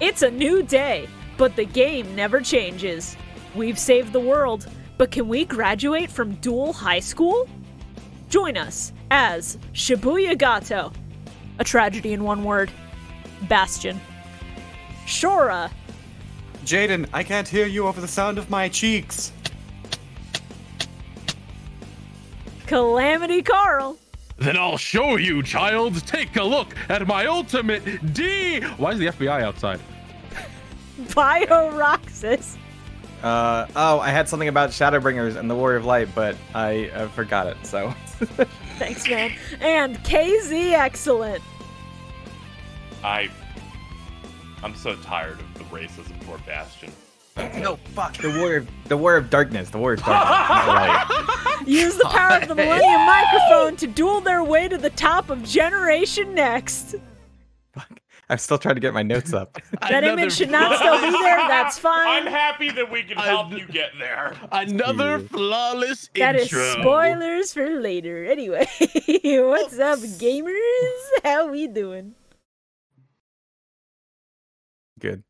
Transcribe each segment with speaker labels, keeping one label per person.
Speaker 1: It's a new day, but the game never changes. We've saved the world, but can we graduate from dual high school? Join us as Shibuya Gato, a tragedy in one word, Bastion, Shora,
Speaker 2: Jaden, I can't hear you over the sound of my cheeks.
Speaker 1: Calamity Carl,
Speaker 3: Then I'll show you, child. Take a look at my ultimate D. Why is the FBI outside?
Speaker 1: Bioroxis,
Speaker 2: Uh, oh, I had something about Shadowbringers and the Warrior of Light, but I uh, forgot it, so.
Speaker 1: thanks man, and KZ Excellent.
Speaker 4: I. I'm so tired of the racism toward Bastion.
Speaker 2: no, fuck. The Warrior of, the warrior of Darkness. The Warrior of Darkness. not light.
Speaker 1: Use the power of the Millennium Microphone to duel their way to the top of Generation Next.
Speaker 2: I'm still trying to get my notes up.
Speaker 1: That
Speaker 3: Another-
Speaker 1: image should not still be there. That's
Speaker 4: I'm
Speaker 1: fine.
Speaker 4: happy that we can
Speaker 3: I-
Speaker 4: help you get there.
Speaker 3: Another flawless
Speaker 1: That is
Speaker 3: intro.
Speaker 1: spoilers for later. Anyway, what's up, gamers? How we doing?
Speaker 2: Good.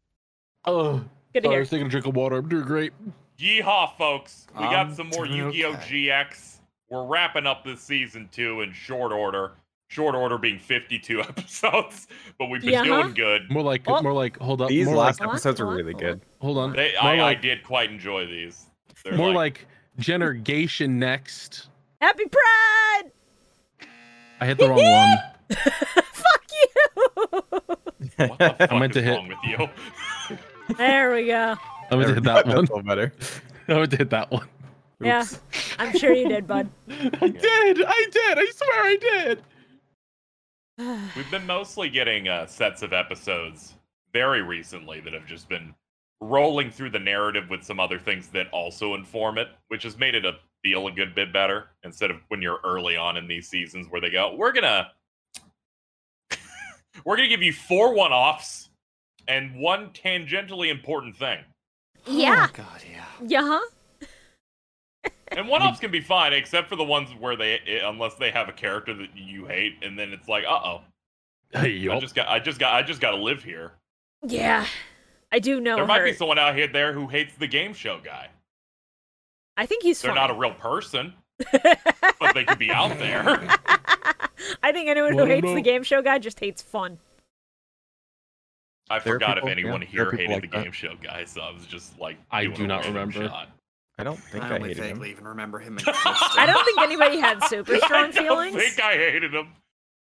Speaker 3: Oh,
Speaker 1: Good to
Speaker 3: sorry, I
Speaker 1: hear.
Speaker 3: was taking a drink of water. I'm doing great.
Speaker 4: Yeehaw, folks. We
Speaker 2: Um,
Speaker 4: got some more
Speaker 2: okay.
Speaker 4: Yu-Gi-Oh! GX. We're wrapping up this season two in short order. Short order being 52 episodes, but we've been
Speaker 1: Yeah.
Speaker 4: doing good.
Speaker 3: More like,
Speaker 1: Oh.
Speaker 3: more like. Hold up.
Speaker 2: These
Speaker 3: more
Speaker 2: last
Speaker 3: like,
Speaker 1: Hold on,
Speaker 2: episodes are
Speaker 1: hold on,
Speaker 2: really
Speaker 1: hold on.
Speaker 2: good.
Speaker 3: hold on.
Speaker 4: They,
Speaker 3: more
Speaker 4: I, I
Speaker 3: like,
Speaker 4: did quite enjoy these. They're
Speaker 3: more like generation next.
Speaker 1: Happy Pride!
Speaker 3: I hit the wrong one.
Speaker 1: Fuck you!
Speaker 4: what the fuck
Speaker 3: I meant to
Speaker 4: is
Speaker 3: hit-
Speaker 4: wrong with you?
Speaker 1: There we go.
Speaker 3: I meant to hit that
Speaker 2: That's
Speaker 3: one.
Speaker 2: a little better.
Speaker 3: I meant to hit that one.
Speaker 1: Yeah, I'm sure you did, bud.
Speaker 3: I did. I did. I swear I did.
Speaker 4: We've been mostly getting uh, sets of episodes very recently that have just been rolling through the narrative with some other things that also inform it, which has made it a feel a good bit better instead of when you're early on in these seasons where they go, we're gonna we're gonna give you four one offs and one tangentially important thing.
Speaker 1: Yeah,
Speaker 5: Oh,
Speaker 3: God, yeah.
Speaker 1: yeah, huh?
Speaker 4: And one offs can be fine, except for the ones where they eh, unless they have a character that you hate, and then it's like, uh oh,
Speaker 3: Hey,
Speaker 4: I
Speaker 3: yo.
Speaker 4: just got I just got I just got to live here.
Speaker 1: Yeah. I do know
Speaker 4: there
Speaker 1: her.
Speaker 4: might be someone out here there who hates the game show guy.
Speaker 1: I think he's
Speaker 4: They're
Speaker 1: funny.
Speaker 4: not a real person, but they could be out there.
Speaker 1: I think anyone who
Speaker 3: Well, I don't
Speaker 1: hates
Speaker 3: know.
Speaker 1: the game show guy just hates fun.
Speaker 4: I
Speaker 2: There are
Speaker 4: forgot
Speaker 2: people-
Speaker 4: if anyone
Speaker 2: yeah, there are
Speaker 4: here
Speaker 2: people
Speaker 4: hated
Speaker 2: like
Speaker 4: the
Speaker 2: that.
Speaker 4: game show guy, so I was just like,
Speaker 3: I
Speaker 4: doing
Speaker 3: do
Speaker 4: a
Speaker 3: not
Speaker 4: random
Speaker 3: remember.
Speaker 4: shot.
Speaker 2: I don't think
Speaker 5: I
Speaker 2: I,
Speaker 5: only
Speaker 2: hated him.
Speaker 5: vaguely even remember him.
Speaker 1: I
Speaker 5: I
Speaker 1: don't think anybody had super
Speaker 4: I
Speaker 1: strong
Speaker 4: don't
Speaker 1: feelings.
Speaker 4: think I hated him.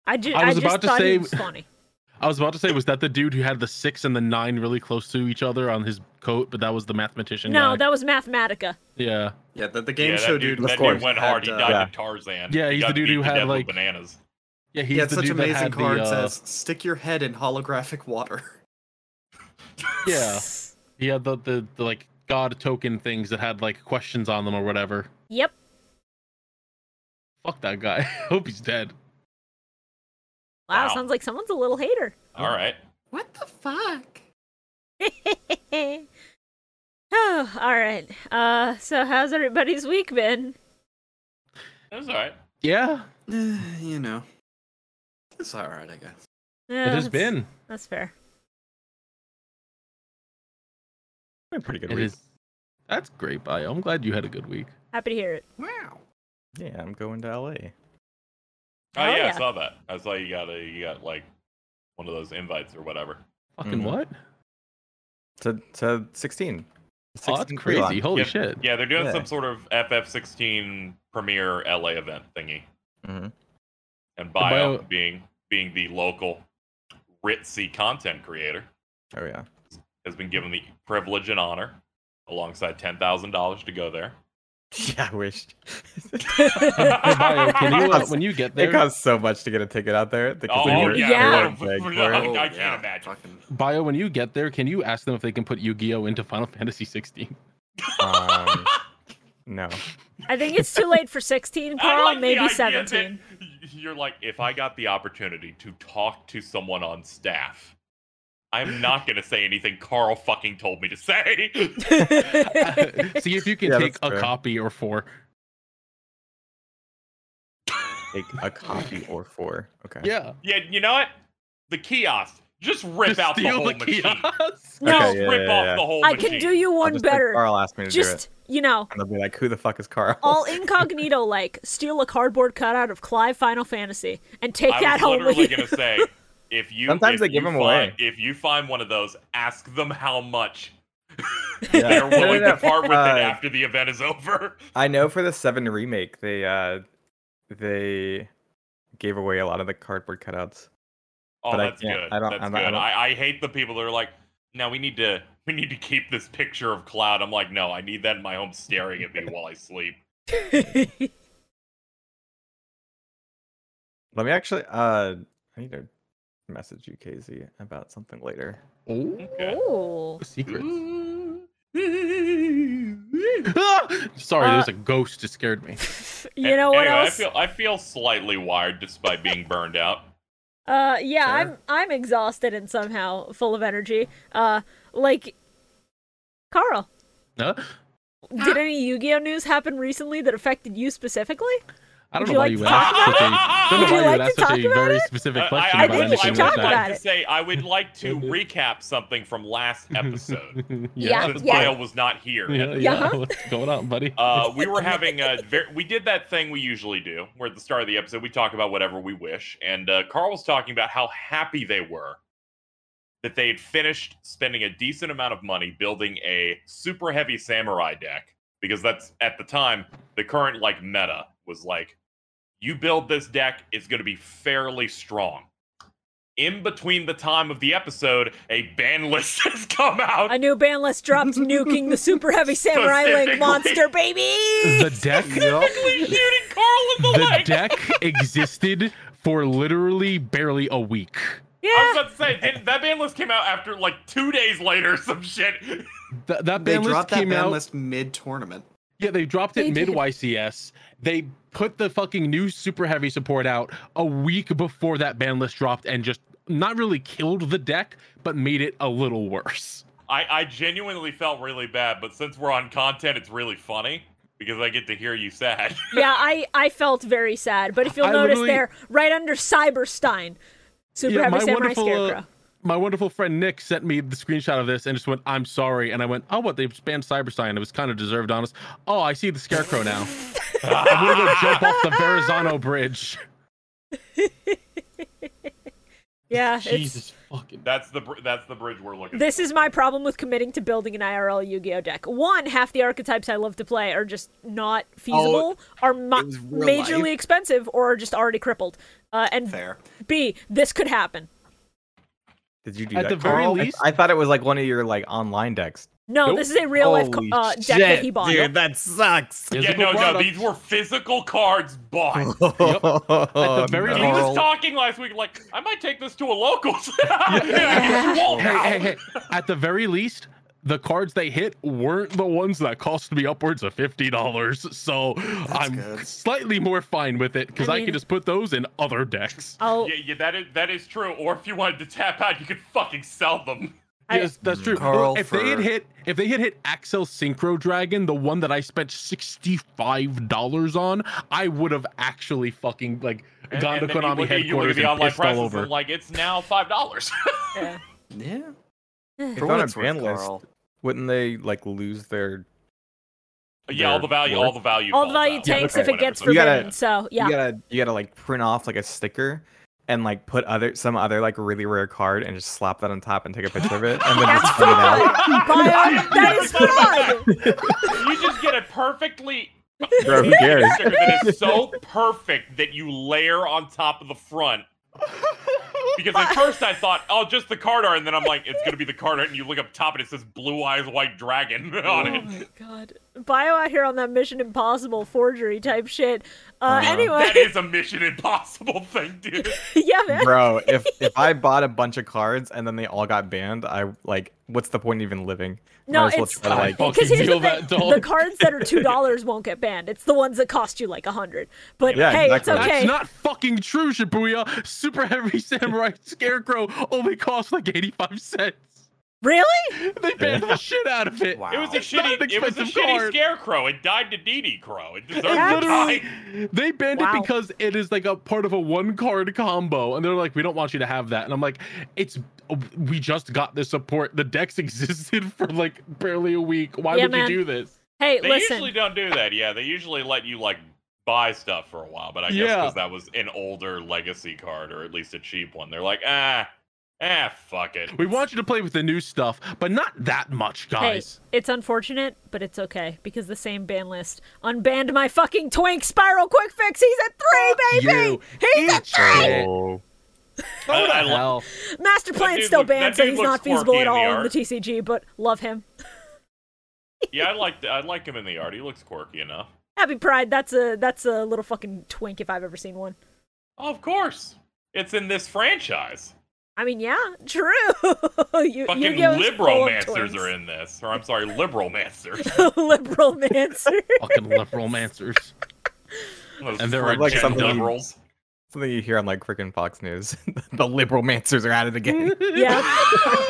Speaker 1: I, ju-
Speaker 3: I was
Speaker 1: just
Speaker 3: about to
Speaker 1: thought
Speaker 3: say-
Speaker 1: he was funny.
Speaker 3: I was about to say, was that the dude who had the six and the nine really close to each other on his coat? But that was the mathematician.
Speaker 1: No,
Speaker 3: guy.
Speaker 1: that was Mathematica.
Speaker 3: yeah.
Speaker 5: Yeah, the, the game
Speaker 4: yeah, that
Speaker 5: show
Speaker 4: dude,
Speaker 5: dude.
Speaker 2: of
Speaker 4: that
Speaker 2: course,
Speaker 4: dude went
Speaker 5: had,
Speaker 4: hard. He
Speaker 5: uh,
Speaker 4: died
Speaker 2: yeah.
Speaker 4: to Tarzan.
Speaker 3: Yeah, he's
Speaker 4: He
Speaker 3: the
Speaker 4: got
Speaker 3: dude
Speaker 4: beat
Speaker 3: who
Speaker 4: to
Speaker 3: had,
Speaker 4: death with
Speaker 3: like-
Speaker 4: bananas.
Speaker 3: Yeah, he's
Speaker 5: He had
Speaker 3: the
Speaker 5: such
Speaker 3: dude that
Speaker 5: amazing
Speaker 3: had
Speaker 5: cards.
Speaker 3: the. Uh,
Speaker 5: says, "Stick your head in holographic water."
Speaker 3: yeah, he had the, the the like god token things that had like questions on them or whatever.
Speaker 1: Yep.
Speaker 3: Fuck that guy. Hope he's dead.
Speaker 1: Wow,
Speaker 4: Wow.
Speaker 1: sounds like someone's a little hater.
Speaker 4: All right.
Speaker 5: What the fuck?
Speaker 1: Eh. oh, all right. Uh, so how's everybody's week been?
Speaker 4: That was all right.
Speaker 3: Yeah,
Speaker 5: Eh, you know, it's all right, I guess.
Speaker 1: Yeah,
Speaker 3: it has
Speaker 1: Uh, that's-
Speaker 3: been.
Speaker 1: That's fair.
Speaker 2: Had a pretty good
Speaker 3: It
Speaker 2: week.
Speaker 3: is. That's great, Bio. I'm glad you had a good week.
Speaker 1: Happy to hear it.
Speaker 5: Wow.
Speaker 2: Yeah, I'm going to LA.
Speaker 4: Oh,
Speaker 1: Oh,
Speaker 4: yeah,
Speaker 1: yeah.
Speaker 4: I saw that. I saw you got a you got like one of those invites or whatever.
Speaker 3: Fucking
Speaker 2: Mhm.
Speaker 3: what?
Speaker 2: To, to 16.
Speaker 3: Oh, that's
Speaker 2: 16
Speaker 3: crazy.
Speaker 2: pre-op.
Speaker 3: Holy
Speaker 4: Yep.
Speaker 3: shit.
Speaker 4: Yeah, they're doing
Speaker 2: Yeah.
Speaker 4: some sort of FF16 premiere LA event thingy.
Speaker 2: Mhm.
Speaker 4: and
Speaker 3: Bio-
Speaker 4: bio, being being the local ritzy content creator
Speaker 2: Oh, yeah.
Speaker 4: has been given the privilege and honor alongside $10,000 to go there.
Speaker 2: Yeah, I wish.
Speaker 3: Hey, Bio, can you, uh, when you get
Speaker 2: It
Speaker 3: there,
Speaker 2: costs so much to get a ticket out there. because
Speaker 4: Oh,
Speaker 2: they weren't-
Speaker 1: yeah.
Speaker 2: they
Speaker 1: Yeah.
Speaker 2: weren't big for
Speaker 4: I- I
Speaker 2: it.
Speaker 4: can't imagine.
Speaker 5: Fucking...
Speaker 3: Bio, when you get there, can you ask them if they can put Yu-Gi-Oh into Final Fantasy 16?
Speaker 2: Um, no.
Speaker 1: I think it's too late for 16,
Speaker 4: I
Speaker 1: Carl.
Speaker 4: like the
Speaker 1: maybe
Speaker 4: idea
Speaker 1: 17.
Speaker 4: that You're like, if I got the opportunity to talk to someone on staff, I'm not going to say anything Carl fucking told me to say.
Speaker 3: See if you can
Speaker 2: Yeah,
Speaker 3: take
Speaker 2: that's
Speaker 3: a
Speaker 2: fair.
Speaker 3: copy or four.
Speaker 2: Take a copy or four. Okay.
Speaker 3: Yeah.
Speaker 4: yeah, you know what? The kiosk. just rip out the
Speaker 3: Steal
Speaker 4: whole machine.
Speaker 3: kiosk.
Speaker 1: No,
Speaker 2: Okay, yeah,
Speaker 4: rip
Speaker 2: yeah,
Speaker 4: off
Speaker 2: yeah.
Speaker 4: the whole
Speaker 1: I
Speaker 4: machine.
Speaker 1: can do you
Speaker 2: I'll
Speaker 1: one
Speaker 2: just make
Speaker 1: better.
Speaker 2: Carl asked me to do it.
Speaker 1: Just, you know,
Speaker 2: And they'll be like, who the fuck is Carl?
Speaker 1: all incognito, like, steal a cardboard cutout of Clive Final Fantasy and take
Speaker 4: I
Speaker 1: that
Speaker 4: was
Speaker 1: home with
Speaker 4: literally
Speaker 1: you.
Speaker 4: gonna say if you
Speaker 2: Sometimes
Speaker 4: if
Speaker 2: they give
Speaker 4: you
Speaker 2: 'em
Speaker 4: find,
Speaker 2: away.
Speaker 4: If you find one of those, ask them how much
Speaker 2: Yeah.
Speaker 4: they're
Speaker 2: No, no,
Speaker 4: willing
Speaker 2: no.
Speaker 4: to part with
Speaker 2: Uh,
Speaker 4: it after the event is over.
Speaker 2: I know for the seven remake, they uh they gave away a lot of the cardboard cutouts.
Speaker 4: Oh,
Speaker 2: but I
Speaker 4: that's
Speaker 2: can't-
Speaker 4: good.
Speaker 2: I don't-
Speaker 4: that's
Speaker 2: I'm not-
Speaker 4: good.
Speaker 2: I don't-
Speaker 4: I, I hate the people that are like, no, we need to we need to keep this picture of Cloud. I'm like, no, I need that in my home staring at me while I sleep.
Speaker 2: Let me actually uh I need to message you, KZ, about something later.
Speaker 4: Okay.
Speaker 1: Ooh.
Speaker 3: Secrets. Ah! Sorry,
Speaker 1: Uh,
Speaker 3: there's a ghost that scared me.
Speaker 1: You know what
Speaker 4: anyway,
Speaker 1: else?
Speaker 4: I feel I feel slightly wired despite being burned out.
Speaker 1: Uh, yeah,
Speaker 2: Sure.
Speaker 1: I'm I'm exhausted and somehow full of energy. Uh, like, Carl,
Speaker 3: Huh?
Speaker 1: did any Yu-Gi-Oh news happen recently that affected you specifically?
Speaker 3: I don't
Speaker 1: Would
Speaker 3: know why
Speaker 1: you
Speaker 3: you
Speaker 1: like to
Speaker 3: asked such a, don't know
Speaker 1: Would you
Speaker 3: why you
Speaker 1: like
Speaker 3: would
Speaker 1: to
Speaker 3: ask such
Speaker 1: talk
Speaker 3: a
Speaker 1: about
Speaker 3: very
Speaker 4: I,
Speaker 3: specific question
Speaker 4: I, I
Speaker 3: about
Speaker 4: would,
Speaker 1: anything
Speaker 4: I
Speaker 3: anything
Speaker 4: would
Speaker 1: talk
Speaker 3: that's
Speaker 1: about
Speaker 3: not.
Speaker 4: like
Speaker 1: it.
Speaker 4: to say I would like to recap something from last episode.
Speaker 1: Yeah,
Speaker 4: since
Speaker 1: yeah.
Speaker 4: Kyle was not here.
Speaker 3: Yeah, yeah.
Speaker 1: Yeah.
Speaker 3: What's going on, buddy?
Speaker 4: Uh, we were having a ver- we did that thing we usually do where at the start of the episode we talk about whatever we wish and uh, Carl was talking about how happy they were that they had finished spending a decent amount of money building a super heavy samurai deck because that's at the time the current like meta was like you build this deck it's going to be fairly strong in between the time of the episode a ban list has come out
Speaker 1: A new ban list dropped, nuking the super heavy samurai link
Speaker 4: Specifically.
Speaker 1: monster, baby.
Speaker 3: the deck,
Speaker 4: specifically shooting Carl in the,
Speaker 3: the
Speaker 4: leg.
Speaker 3: deck existed for literally barely a week.
Speaker 4: I was
Speaker 1: Yeah,
Speaker 4: about to say didn't, that ban list came out after like two days later. or Some shit.
Speaker 3: Th- that
Speaker 5: They
Speaker 3: ban list
Speaker 5: dropped that
Speaker 3: came
Speaker 5: ban
Speaker 3: out.
Speaker 5: list mid tournament.
Speaker 3: Yeah, they dropped
Speaker 1: They
Speaker 3: it mid
Speaker 1: did.
Speaker 3: YCS. They put the fucking new super heavy support out a week before that ban list dropped and just not really killed the deck, but made it a little worse.
Speaker 4: I, I genuinely felt really bad, but since we're on content, it's really funny because I get to hear you sad.
Speaker 1: yeah. I I felt very sad, but if you'll
Speaker 3: I
Speaker 1: notice
Speaker 3: literally-
Speaker 1: there, right under Cyberstein, super
Speaker 3: Yeah,
Speaker 1: heavy
Speaker 3: my
Speaker 1: samurai
Speaker 3: wonderful, uh,
Speaker 1: scarecrow.
Speaker 3: My wonderful friend Nick sent me the screenshot of this and just went, I'm sorry. And I went, Oh, what? They banned Cyberstein. It was kind of deserved, honest. Oh, I see the scarecrow now. I'm going to go jump off the Verrazano Bridge.
Speaker 1: yeah, it's,
Speaker 3: Jesus fucking.
Speaker 4: that's the br- that's the bridge we're looking.
Speaker 1: This is my problem with committing to building an IRL Yu-Gi-Oh deck. One, half the archetypes I love to play are just not
Speaker 2: Oh,
Speaker 1: feasible, are mo-
Speaker 5: it was real
Speaker 1: majorly
Speaker 5: life.
Speaker 1: expensive, or are just already crippled. Uh, and
Speaker 5: Fair.
Speaker 1: B, this could happen.
Speaker 2: Did you do
Speaker 3: At
Speaker 2: that?
Speaker 3: the very
Speaker 2: Carl? I-
Speaker 3: least-
Speaker 2: I, thought it was like one of your like online decks.
Speaker 1: No,
Speaker 3: Nope.
Speaker 1: this is a real life
Speaker 2: Holy
Speaker 1: uh, deck that he
Speaker 2: shit,
Speaker 1: bought.
Speaker 2: Dude, that sucks.
Speaker 4: for. Yeah, no, no, these were physical cards bought.
Speaker 3: At the very
Speaker 4: He
Speaker 3: Carl.
Speaker 4: was talking last week like I might take this to a local. yeah,
Speaker 3: hey, hey, hey. At the very least, the cards they hit weren't the ones that cost me upwards of fifty dollars. So I'm
Speaker 5: good.
Speaker 3: slightly more fine with it because
Speaker 1: I
Speaker 3: I,
Speaker 1: mean-
Speaker 3: can just put those in other decks.
Speaker 1: I'll,
Speaker 4: Yeah, yeah, that is that is true. Or if you wanted to tap out, you could fucking sell them.
Speaker 1: I-
Speaker 3: yes, that's true.
Speaker 5: Carl
Speaker 3: if they had
Speaker 5: for-
Speaker 3: hit, if they had hit Axel Synchro Dragon, the one that I spent sixty-five dollars on, I would have actually fucking like
Speaker 4: And-
Speaker 3: gone
Speaker 4: and
Speaker 3: to
Speaker 4: then you
Speaker 3: Konami
Speaker 4: look at- you look
Speaker 3: headquarters
Speaker 4: at the
Speaker 3: and
Speaker 4: online
Speaker 3: pissed all
Speaker 4: prices
Speaker 3: over.
Speaker 4: And like it's now five dollars.
Speaker 1: yeah.
Speaker 5: Yeah.
Speaker 2: If
Speaker 5: For
Speaker 2: they're on
Speaker 5: what
Speaker 2: a
Speaker 5: it's worth,
Speaker 2: ban list,
Speaker 5: Carl.
Speaker 2: wouldn't they like lose their?
Speaker 4: Yeah, all
Speaker 2: They're
Speaker 4: the value, all
Speaker 2: worth-
Speaker 4: the value,
Speaker 1: all the
Speaker 4: falls
Speaker 1: value
Speaker 4: out.
Speaker 1: tanks
Speaker 4: Yeah,
Speaker 1: if it
Speaker 4: whatever.
Speaker 1: gets
Speaker 4: So-
Speaker 2: You gotta-
Speaker 1: forbidden. So yeah,
Speaker 2: You gotta you gotta like print off like a sticker and like put other some other like really rare card and just slap that on top and take a picture of it and then
Speaker 1: that's
Speaker 2: just print it
Speaker 1: fraud.
Speaker 2: out.
Speaker 1: Bio, that is fraud.
Speaker 4: you just get a perfectly
Speaker 2: Bro, who cares?
Speaker 4: sticker that is so perfect that you layer on top of the front. Because at first I thought, oh, just the card art, and then I'm like, it's gonna be the card art, and you look up top and it says Blue Eyes White Dragon on
Speaker 1: Oh
Speaker 4: it.
Speaker 1: my god, Bio out here on that Mission Impossible forgery type shit. Uh,
Speaker 2: Uh-huh.
Speaker 1: anyway,
Speaker 4: That is a Mission Impossible thing, dude.
Speaker 1: yeah, man.
Speaker 2: Bro, if if I bought a bunch of cards and then they all got banned, I like what's the point of even living?
Speaker 1: No,
Speaker 2: Might as well
Speaker 1: it's
Speaker 2: try to, like-
Speaker 3: I
Speaker 1: because
Speaker 3: fucking
Speaker 1: here's the
Speaker 3: feel that,
Speaker 1: thing:
Speaker 3: dog.
Speaker 1: the cards that are two dollars won't get banned. It's the ones that cost you like a hundred. But
Speaker 2: Yeah,
Speaker 1: hey, it's
Speaker 2: exactly.
Speaker 1: okay.
Speaker 3: That's not fucking true, Shibuya. Super Heavy Samurai Scarecrow only costs like 85 cents.
Speaker 1: really?
Speaker 3: They banned the shit out of it.
Speaker 5: Wow.
Speaker 4: It was a
Speaker 3: It's not
Speaker 4: shitty,
Speaker 3: an
Speaker 4: it was a
Speaker 3: expensive
Speaker 4: shitty
Speaker 3: card.
Speaker 4: scarecrow. It died to DD Crow. It deserved
Speaker 1: That's-
Speaker 4: to
Speaker 3: It
Speaker 4: die.
Speaker 3: literally, they banned
Speaker 1: Wow.
Speaker 3: it because it is like a part of a one card combo, and they're like, we don't want you to have that. And I'm like, it's we just got this support. The decks existed for like barely a week. Why
Speaker 1: Yeah,
Speaker 3: would
Speaker 1: man.
Speaker 3: you do this?
Speaker 1: Hey,
Speaker 4: They
Speaker 1: listen.
Speaker 4: usually don't do that. Yeah, they usually let you like buy stuff for a while, but I guess
Speaker 3: Yeah.
Speaker 4: because that was an older legacy card or at least a cheap one, they're like, ah, ah, fuck it.
Speaker 3: We want you to play with the new stuff, but not that much,
Speaker 1: Hey,
Speaker 3: guys.
Speaker 1: it's unfortunate, but it's okay because the same ban list unbanned my fucking twink spiral quick fix. He's at three, baby.
Speaker 3: you.
Speaker 1: He's at three.
Speaker 3: Oh,
Speaker 4: I- I
Speaker 3: the
Speaker 4: lo-
Speaker 3: hell.
Speaker 1: Master
Speaker 4: dude
Speaker 1: Plan's still
Speaker 4: look- that
Speaker 1: banned, so
Speaker 4: dude
Speaker 1: he's
Speaker 4: looks
Speaker 1: not feasible
Speaker 4: quirky
Speaker 1: at
Speaker 4: in the
Speaker 1: all in the
Speaker 4: art.
Speaker 1: TCG. But love him.
Speaker 4: yeah, I like I like him in the art. He looks quirky enough.
Speaker 1: Happy Pride. That's a that's a little fucking twink if I've ever seen one.
Speaker 4: of course, it's in this franchise.
Speaker 1: I mean, yeah, true. you,
Speaker 4: Fucking
Speaker 1: Yu-Gi-Oh's full
Speaker 4: liberal
Speaker 1: of
Speaker 4: mancers
Speaker 1: twinks.
Speaker 4: are in this, or I'm sorry, liberal mancers.
Speaker 1: liberal mancer.
Speaker 3: Fucking left romancers. And there are
Speaker 2: Like
Speaker 4: gen
Speaker 2: something-
Speaker 4: liberals.
Speaker 2: Something you hear on like freaking Fox News. the liberal mancers are out of the game.
Speaker 1: yeah.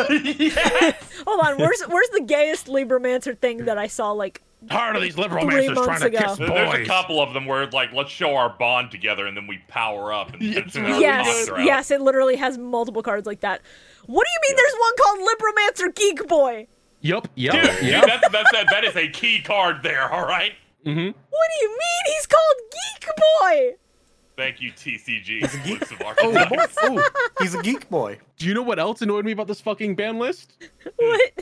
Speaker 4: yeah.
Speaker 1: Hold on. Where's where's the gayest libromancer thing that I saw? Like,
Speaker 3: Tired of these left
Speaker 1: Three
Speaker 3: romancers
Speaker 1: months
Speaker 3: trying
Speaker 1: ago.
Speaker 3: to kiss
Speaker 4: There-
Speaker 3: boys.
Speaker 4: There's a couple of them where like let's show our bond together and then we power up and
Speaker 3: Yeah,
Speaker 4: and send our
Speaker 1: yes,
Speaker 4: monster out.
Speaker 1: yes, it literally has multiple cards like that. What do you mean? There's one called libromancer geek boy.
Speaker 3: Yep, yep,
Speaker 4: Dude, dude
Speaker 3: yep.
Speaker 4: that's, that's, that, that is a key card there, all right?
Speaker 3: hmm
Speaker 1: What do you mean? He's called geek boy.
Speaker 4: Thank you, TCG. Exclusive
Speaker 3: Oh,
Speaker 4: archetype.
Speaker 3: boy. oh,
Speaker 5: He's a geek boy.
Speaker 3: do you know what else annoyed me about this fucking ban list?
Speaker 1: What?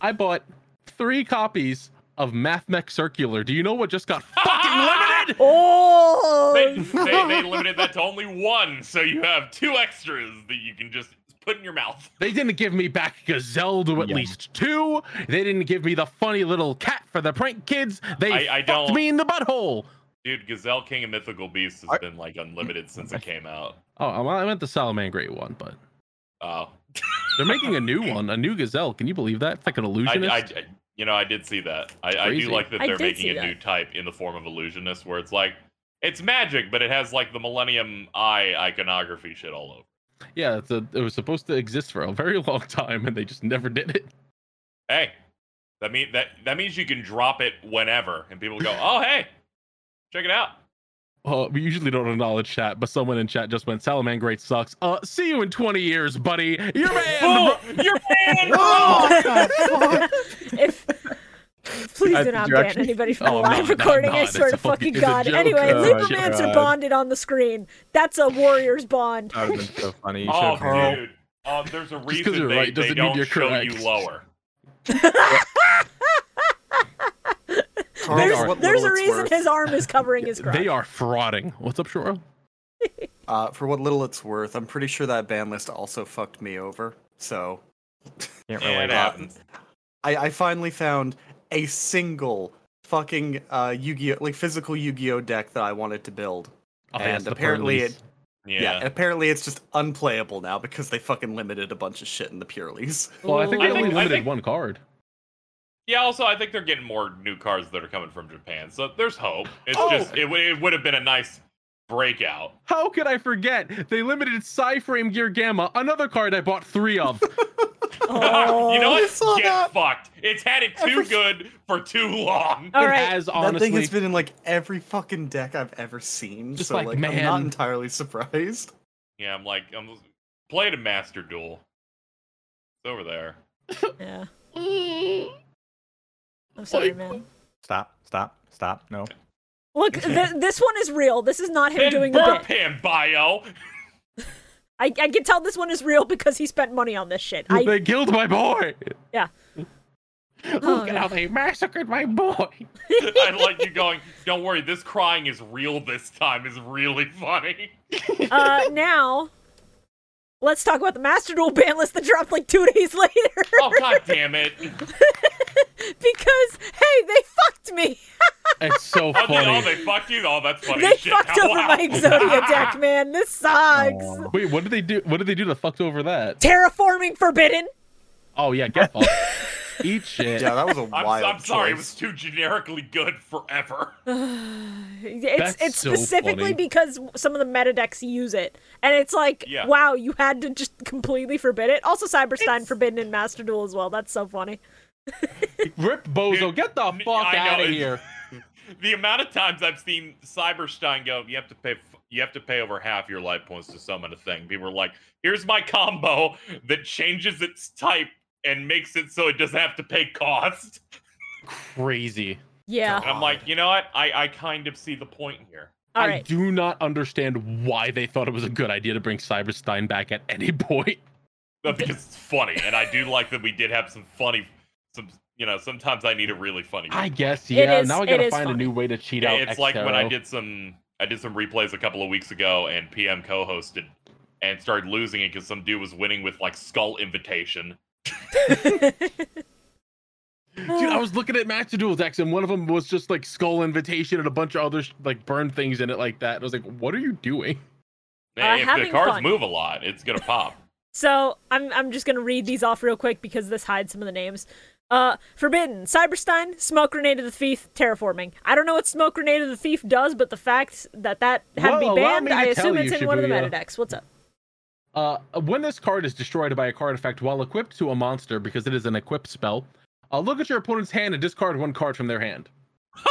Speaker 3: I bought three copies of MathMech Circular. Do you know what just got fucking limited?
Speaker 1: Oh.
Speaker 4: they, they, they limited that to only one, so you have two extras that you can just put in your mouth.
Speaker 3: They didn't give me back Gazelle to at
Speaker 2: Yum.
Speaker 3: least two. They didn't give me the funny little cat for the prank kids. They
Speaker 4: I- I
Speaker 3: fucked
Speaker 4: don't-
Speaker 3: me in the butthole.
Speaker 4: Dude, Gazelle King and Mythical Beast has
Speaker 2: Are-
Speaker 4: been like unlimited since it came out.
Speaker 3: Oh, I- I meant the Salamangre one, but
Speaker 4: Oh,
Speaker 3: they're making a new one, a new Gazelle. Can you believe that? It's like an
Speaker 4: I,
Speaker 3: illusionist.
Speaker 4: I, I- you know, I did see that. I, I
Speaker 3: Crazy.
Speaker 4: do like that
Speaker 1: I
Speaker 4: they're
Speaker 1: did see
Speaker 4: making a
Speaker 1: that.
Speaker 4: new type in the form of illusionist, where it's like it's magic, but it has like the Millennium Eye iconography shit all over.
Speaker 3: Yeah, it's a, it was supposed to exist for a very long time, and they just never did it.
Speaker 4: Hey, that mean that that means you can drop it whenever, and people go, "Oh, hey, check it out."
Speaker 3: Uh, we usually don't acknowledge chat, but someone in chat just went, Salamangre sucks. Uh, see you in 20 years, buddy. You're man.
Speaker 4: Boom! You're banned.
Speaker 1: if please
Speaker 2: I
Speaker 1: do
Speaker 2: think
Speaker 1: not
Speaker 2: you
Speaker 1: ban
Speaker 2: actually-
Speaker 1: anybody from the
Speaker 3: Oh, I'm
Speaker 1: live
Speaker 3: not, no, I'm
Speaker 1: recording. I
Speaker 3: not.
Speaker 1: swear
Speaker 3: It's
Speaker 1: to
Speaker 3: a
Speaker 1: fucking
Speaker 3: fucking- it's a
Speaker 1: god.
Speaker 3: joke.
Speaker 1: Anyway,
Speaker 2: Oh,
Speaker 1: Libermancer
Speaker 2: God.
Speaker 1: bonded on the screen. That's a warrior's bond.
Speaker 2: That would have been so funny. You
Speaker 4: Oh,
Speaker 2: should've known.
Speaker 4: dude. Um, there's a
Speaker 3: 'cause
Speaker 4: reason
Speaker 3: you're
Speaker 4: they,
Speaker 3: right
Speaker 4: they
Speaker 3: doesn't mean
Speaker 4: don't
Speaker 3: you're
Speaker 4: show you
Speaker 3: correct.
Speaker 4: lower.
Speaker 5: Carl,
Speaker 1: There's,
Speaker 5: for what
Speaker 1: there's a
Speaker 5: little it's
Speaker 1: reason
Speaker 5: worth-
Speaker 1: his arm is covering his crotch.
Speaker 3: They are frauding. What's up, Shoro?
Speaker 5: Uh, for what little it's worth, I'm pretty sure that ban list also fucked me over. So
Speaker 2: Can't
Speaker 4: Yeah, it
Speaker 2: relate.
Speaker 4: happens.
Speaker 5: I, I finally found a single fucking uh, Yu-Gi-Oh, like physical Yu-Gi-Oh deck that I wanted to build. and apparently it,
Speaker 4: Yeah.
Speaker 5: yeah. apparently it's just unplayable now because they fucking limited a bunch of shit in the Purelies.
Speaker 3: Well, I think
Speaker 4: I
Speaker 3: they only
Speaker 4: think- I
Speaker 3: limited
Speaker 4: think-
Speaker 3: one card.
Speaker 4: Yeah, also, I think they're getting more new cards that are coming from Japan, so there's hope. It's
Speaker 3: Oh!
Speaker 4: just, it, w- it would have been a nice breakout.
Speaker 3: How could I forget? They limited Cyframe Gear Gamma, another card I bought three of.
Speaker 1: Oh.
Speaker 4: you know
Speaker 5: I
Speaker 4: what?
Speaker 5: saw
Speaker 4: Get
Speaker 5: that.
Speaker 4: fucked. It's had it too
Speaker 5: Every-
Speaker 4: good for too long.
Speaker 1: All
Speaker 3: it
Speaker 1: right.
Speaker 3: has
Speaker 5: that thing
Speaker 3: honestly.
Speaker 5: has been in like every fucking deck I've ever seen.
Speaker 3: Just
Speaker 5: so
Speaker 3: like,
Speaker 5: like, I'm not
Speaker 3: man.
Speaker 5: entirely surprised.
Speaker 4: Yeah, I'm like, I'm played a Master Duel. It's over there.
Speaker 1: Yeah. I'm sorry,
Speaker 3: Like-
Speaker 1: man.
Speaker 2: Stop, stop, stop. No.
Speaker 1: Look, th- this one is real. This is not him
Speaker 4: Then
Speaker 1: doing a
Speaker 4: burp
Speaker 1: bit.
Speaker 4: him, bio.
Speaker 1: I, I can tell this one is real because he spent money on this shit. I,
Speaker 3: They killed my boy.
Speaker 1: Yeah.
Speaker 3: Look
Speaker 1: Oh,
Speaker 3: at
Speaker 1: no.
Speaker 3: how they massacred my boy.
Speaker 4: I like you going. Don't worry, this crying is real. This time is really funny.
Speaker 1: uh, now, let's talk about the Master Duel ban list that dropped like two days later.
Speaker 4: Oh god damn it!
Speaker 1: because hey, they fucked me.
Speaker 3: It's so
Speaker 4: Oh, dude, oh,
Speaker 3: funny.
Speaker 4: they fucked you. Oh, that's funny.
Speaker 1: They
Speaker 4: as shit.
Speaker 1: fucked
Speaker 4: Now,
Speaker 1: over
Speaker 4: wow.
Speaker 1: my Exodia deck, man. This sucks.
Speaker 3: Wait, what did they do? What did they do to fucked over that?
Speaker 1: Terraforming forbidden.
Speaker 3: Oh yeah, get fucked. Eat shit.
Speaker 5: Yeah, that was a
Speaker 4: I'm,
Speaker 5: wild.
Speaker 4: I'm sorry, it was
Speaker 5: choice.
Speaker 4: too generically good forever.
Speaker 1: It's
Speaker 3: That's
Speaker 1: it's
Speaker 3: so
Speaker 1: specifically
Speaker 3: funny.
Speaker 1: because some of the meta decks use it, and it's like,
Speaker 4: Yeah.
Speaker 1: wow, you had to just completely forbid it. Also, Cyberstein forbidden in Master Duel as well. That's so funny.
Speaker 3: Rip Bozo,
Speaker 4: Dude,
Speaker 3: get the
Speaker 4: n-
Speaker 3: fuck
Speaker 4: I know,
Speaker 3: out of
Speaker 4: it's-
Speaker 3: here.
Speaker 4: The amount of times I've seen Cyberstein go, you have to pay f- you have to pay over half your life points to summon a thing. People are like, here's my combo that changes its type and makes it so it doesn't have to pay cost.
Speaker 3: Crazy.
Speaker 1: Yeah.
Speaker 4: And I'm like, you know what? I, I kind of see the point here.
Speaker 1: All
Speaker 3: I
Speaker 1: right.
Speaker 3: do not understand why they thought it was a good idea to bring Cyberstein back at any point.
Speaker 4: No, because it's funny, and I do like that we did have some funny, some you know. Sometimes I need a really funny.
Speaker 3: I guess,
Speaker 1: It
Speaker 3: yeah.
Speaker 1: is-
Speaker 3: now I
Speaker 1: it
Speaker 3: gotta
Speaker 1: is
Speaker 3: find a
Speaker 1: funny.
Speaker 3: new way to cheat
Speaker 4: Yeah,
Speaker 3: out.
Speaker 4: it's like when I
Speaker 3: Xero.
Speaker 4: did some I did some replays a couple of weeks ago, and PM co-hosted and started losing it because some dude was winning with like skull invitation.
Speaker 3: Dude, I was looking at match duel decks, and one of them was just like skull invitation and a bunch of other sh- like burn things in it like that. And I was like, "What are you doing?"
Speaker 1: Uh,
Speaker 4: Hey, if
Speaker 1: having
Speaker 4: the cards
Speaker 1: fun.
Speaker 4: move a lot, it's gonna pop.
Speaker 1: So I'm I'm just gonna read these off real quick because this hides some of the names. Uh, Forbidden, Cyberstein, Smoke Grenade of the Thief, Terraforming. I don't know what Smoke Grenade of the Thief does, but the fact that that had to
Speaker 3: Well,
Speaker 1: be
Speaker 3: allow
Speaker 1: banned,
Speaker 3: me to
Speaker 1: I
Speaker 3: tell
Speaker 1: assume
Speaker 3: you,
Speaker 1: it's in one of the meta
Speaker 3: Shibuya.
Speaker 1: decks. What's up?
Speaker 3: Uh, when this card is destroyed by a card effect while equipped to a monster because it is an equip spell, uh, look at your opponent's hand and discard one card from their hand.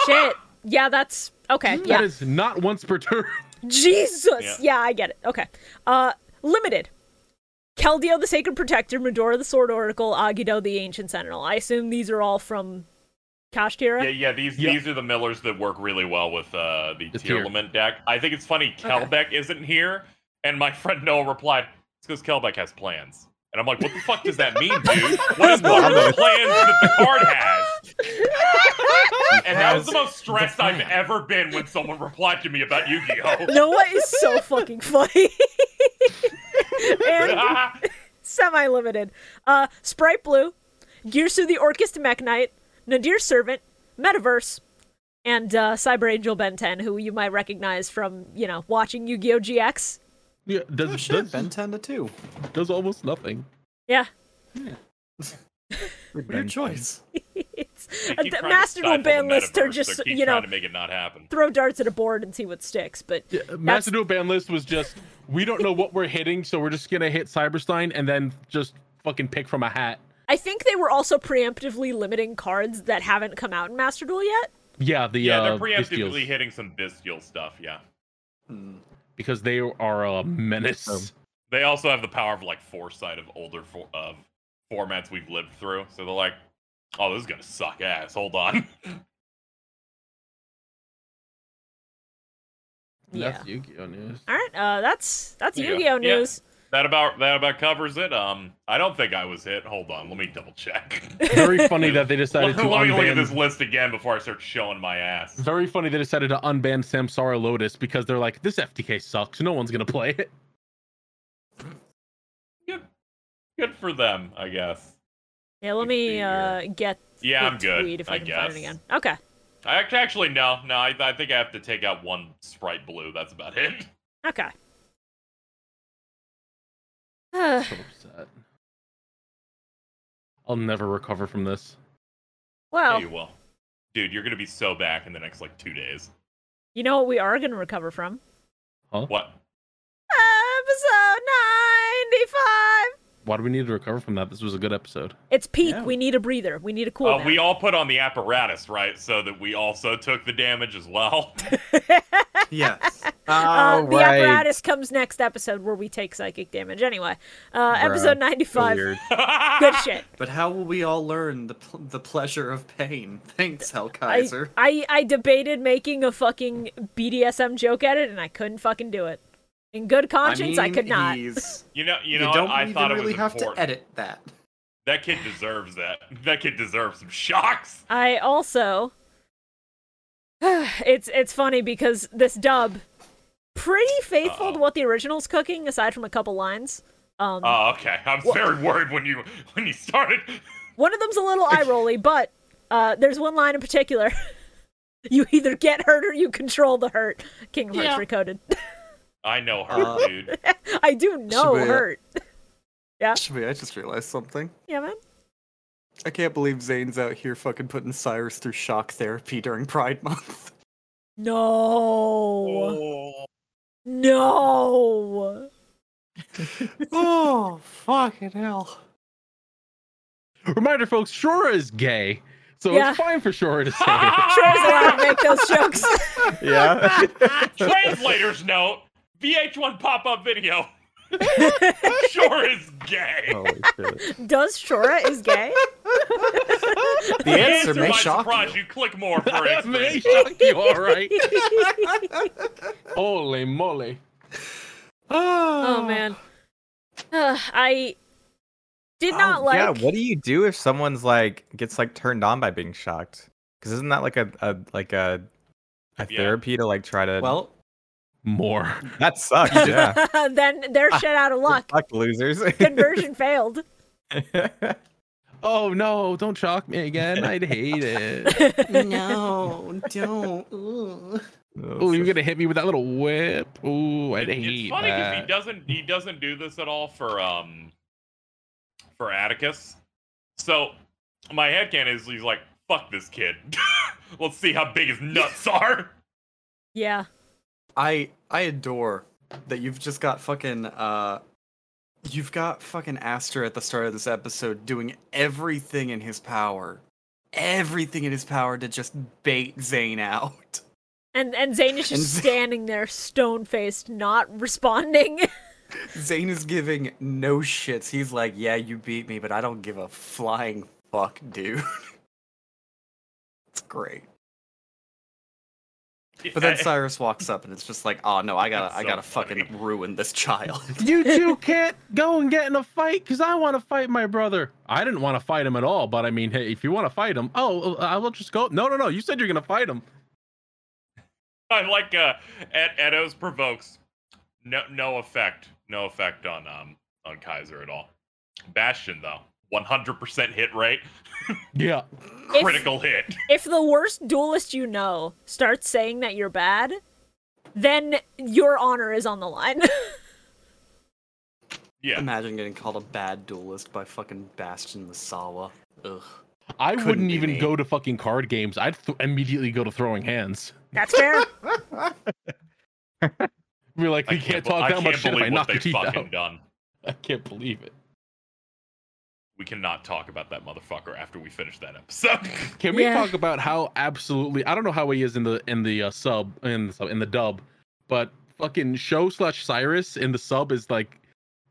Speaker 1: Shit. Yeah, that's okay.
Speaker 3: That
Speaker 1: Yeah.
Speaker 3: is not once per turn.
Speaker 1: Jesus.
Speaker 4: Yeah.
Speaker 1: Yeah. I get it. Okay. Uh, Limited. Keldeo the Sacred Protector, Medora the Sword Oracle, Agido the Ancient Sentinel. I assume these are all from Kashtira.
Speaker 4: yeah, yeah. These
Speaker 3: Yeah.
Speaker 4: these are the millers that work really well with uh, the,
Speaker 3: The
Speaker 4: tier
Speaker 3: tier.
Speaker 4: element deck. I think it's funny
Speaker 1: Okay.
Speaker 4: Kelbeck isn't here, and my friend Noah replied, "It's because Kelbeck has plans." And I'm like, "What the fuck does that mean, dude? What is one of the plans that the card has?" And that was the most stressed I've
Speaker 2: plan.
Speaker 4: ever been when someone replied to me about Yu-Gi-Oh.
Speaker 1: Noah is so fucking funny. and semi limited. Uh, Sprite Blue, Gearsu the Orcus Mech Knight, Nadir Servant, Metaverse, and uh, Cyber Angel Ben 10, who you might recognize from, you know, watching Yu Gi Oh! GX.
Speaker 3: yeah, does,
Speaker 5: Oh, shit,
Speaker 3: does,
Speaker 5: Ben 10 to 2.
Speaker 3: does almost nothing.
Speaker 1: Yeah.
Speaker 5: Weird choice.
Speaker 1: It's,
Speaker 4: They
Speaker 1: uh,
Speaker 4: keep
Speaker 1: the
Speaker 4: trying to
Speaker 1: Master Duel
Speaker 4: stifle the
Speaker 1: ban lists are
Speaker 4: metaverse.
Speaker 1: just,
Speaker 4: They keep
Speaker 1: you know,
Speaker 4: trying to make it not happen.
Speaker 1: throw darts at a board and see what sticks, but.
Speaker 3: Yeah, Macedo ban list was just we don't know what we're hitting, so we're just gonna hit Cyberstein and then just fucking pick from a hat.
Speaker 1: I think they were also preemptively limiting cards that haven't come out in Master Duel yet.
Speaker 3: Yeah, the
Speaker 4: Yeah,
Speaker 3: uh,
Speaker 4: they're
Speaker 3: Bestials,
Speaker 4: preemptively hitting some bestial stuff. Yeah,
Speaker 5: Hmm.
Speaker 3: because they are a menace.
Speaker 2: Um,
Speaker 4: they also have the power of like foresight of older for- of formats we've lived through. So they're like, "Oh, this is gonna suck ass. Hold on."
Speaker 1: Yeah.
Speaker 3: That's Yu-Gi-Oh news.
Speaker 1: All right, uh, that's that's
Speaker 4: Yeah.
Speaker 1: Yu-Gi-Oh
Speaker 4: Yeah.
Speaker 1: news.
Speaker 4: That about that about covers it. Um, I don't think I was hit. Hold on, let me double check.
Speaker 3: Very funny that they decided
Speaker 4: let
Speaker 3: to
Speaker 4: me look
Speaker 3: unban.
Speaker 4: at this list again before I start showing my ass.
Speaker 3: Very funny they decided to unban Samsara Lotus because they're like, this FTK sucks. No one's gonna play it.
Speaker 4: Good for them, I guess.
Speaker 1: Yeah, let
Speaker 4: Let's see
Speaker 1: me
Speaker 4: here.
Speaker 1: uh, get
Speaker 4: Yeah,
Speaker 1: the
Speaker 4: I'm good.
Speaker 1: tweet if I,
Speaker 4: I
Speaker 1: can
Speaker 4: guess.
Speaker 1: find it again. Okay.
Speaker 4: I act- actually no, no. I, I think I have to take out one sprite blue. That's about it.
Speaker 1: Okay. Uh,
Speaker 3: So upset. I'll never recover from this.
Speaker 4: Yeah,
Speaker 1: well,
Speaker 4: you will, dude. You're gonna be so back in the next like two days.
Speaker 1: you know what we are going to recover from?
Speaker 4: What?
Speaker 1: Episode 95!
Speaker 3: Why do we need to recover from that? This was a good episode.
Speaker 1: It's peak.
Speaker 5: Yeah.
Speaker 1: We need a breather. We need a cool
Speaker 4: Oh,
Speaker 1: down.
Speaker 4: we all put on the apparatus, right? So that we also took the damage as well.
Speaker 5: Yes.
Speaker 1: Uh,
Speaker 2: Oh,
Speaker 1: The apparatus comes next episode where we take psychic damage. Anyway, uh, episode 95. Good shit.
Speaker 5: But how will we all learn the, pl- the pleasure of pain? Thanks,
Speaker 1: I,
Speaker 5: Hellkaiser.
Speaker 1: I, I debated making a fucking BDSM joke at it and I couldn't fucking do it. In good conscience, I,
Speaker 5: mean,
Speaker 1: could not.
Speaker 5: he's-
Speaker 4: You know, you
Speaker 5: You,
Speaker 4: know. what?
Speaker 5: don't
Speaker 4: I
Speaker 5: even
Speaker 4: thought it
Speaker 5: really
Speaker 4: was
Speaker 5: have
Speaker 4: important.
Speaker 5: to edit that.
Speaker 4: That kid deserves that. That kid deserves some shocks.
Speaker 1: I also it's it's funny because this dub pretty faithful to
Speaker 4: Uh-oh.
Speaker 1: what the original's cooking aside from a couple lines. Um
Speaker 4: Oh, okay. I was very worried when you when you started.
Speaker 1: one of them's a little eye rolly, but uh there's one line in particular. you either get hurt or you control the hurt. King of Hearts recoded.
Speaker 4: I know her,
Speaker 5: Uh,
Speaker 4: dude.
Speaker 1: I do know
Speaker 5: Shibuya.
Speaker 1: hurt.
Speaker 5: Actually, I just realized something.
Speaker 1: Yeah, man.
Speaker 5: I can't believe Zane's out here fucking putting Cyrus through shock therapy during Pride Month.
Speaker 2: Oh.
Speaker 1: No. No.
Speaker 5: oh, fucking hell.
Speaker 3: Reminder, folks, Shora is gay, so
Speaker 1: Yeah.
Speaker 3: it's fine for Shora to say it.
Speaker 1: Sure is allowed to make those jokes.
Speaker 2: Yeah.
Speaker 4: Translator's note: VH1 pop up video. sure is gay.
Speaker 2: Holy shit.
Speaker 1: Does Shora is gay?
Speaker 5: The answer may
Speaker 4: might
Speaker 5: shock
Speaker 4: surprise
Speaker 5: you.
Speaker 4: you. Click more for
Speaker 3: That may
Speaker 4: it.
Speaker 3: shock you, all right. Holy moly.
Speaker 1: oh man. Uh, I did not
Speaker 2: Oh,
Speaker 1: like.
Speaker 2: Yeah, what do you do if someone's like gets like turned on by being shocked? Because isn't that like a, a like a a
Speaker 4: Yeah.
Speaker 2: therapy to like try to
Speaker 5: Well,
Speaker 3: More.
Speaker 2: that sucks. Yeah,
Speaker 1: then they're shit out of luck.
Speaker 2: fuck losers.
Speaker 1: Conversion failed.
Speaker 3: Oh no, don't shock me again. I'd hate it.
Speaker 5: no, don't. Ooh.
Speaker 3: Oh, you're gonna hit me with that little whip. Ooh, I'd hate
Speaker 4: It's funny because he
Speaker 3: that.
Speaker 4: doesn't he doesn't do this at all for um for Atticus. So my headcan is he's like, fuck this kid. Let's see how big his nuts are.
Speaker 1: Yeah.
Speaker 5: I I adore that you've just got fucking uh you've got fucking Aster at the start of this episode doing everything in his power. Everything in his power to just bait Zane out.
Speaker 1: And and Zane is
Speaker 5: And
Speaker 1: just
Speaker 5: Z-
Speaker 1: standing there, stone faced, not responding.
Speaker 5: Zane is giving no shits. He's like, "Yeah, you beat me, but I don't give a flying fuck, dude." it's great. But then Cyrus walks up and it's just like, "Oh no, I got to
Speaker 4: That's
Speaker 5: I
Speaker 4: so
Speaker 5: got to
Speaker 4: funny.
Speaker 5: fucking ruin this child."
Speaker 3: You two can't go and get in a fight because I want to fight my brother. I didn't want to fight him at all, but I mean, hey, if you want to fight him, oh, I will just go. No, no, no. You said you're gonna fight him.
Speaker 4: I like uh Ed Edo's provokes. No no effect. No effect on um on Kaiser at all. Bastion though. 100% hit rate,
Speaker 3: Yeah.
Speaker 1: if,
Speaker 4: critical hit.
Speaker 1: if the worst duelist you know starts saying that you're bad, then your honor is on the line.
Speaker 4: Yeah.
Speaker 5: Imagine getting called a bad duelist by fucking Bastion Misawa. Ugh.
Speaker 3: I
Speaker 5: Couldn't
Speaker 3: wouldn't
Speaker 5: be
Speaker 3: even
Speaker 5: me.
Speaker 3: go to fucking card games. I'd th- immediately go to throwing hands.
Speaker 1: That's fair.
Speaker 3: Be like,
Speaker 4: I
Speaker 3: we can't,
Speaker 4: be-
Speaker 3: talk
Speaker 4: I
Speaker 3: that much shit if
Speaker 4: believe
Speaker 3: I
Speaker 4: what
Speaker 3: knock
Speaker 4: they
Speaker 3: your teeth
Speaker 4: fucking
Speaker 3: out.
Speaker 4: done.
Speaker 3: I can't believe it.
Speaker 4: We cannot talk about that motherfucker after we finish that episode.
Speaker 3: Can we
Speaker 1: Yeah.
Speaker 3: talk about how absolutely? I don't know how he is in the in the uh, sub in the sub in the dub, but fucking show slash Cyrus in the sub is like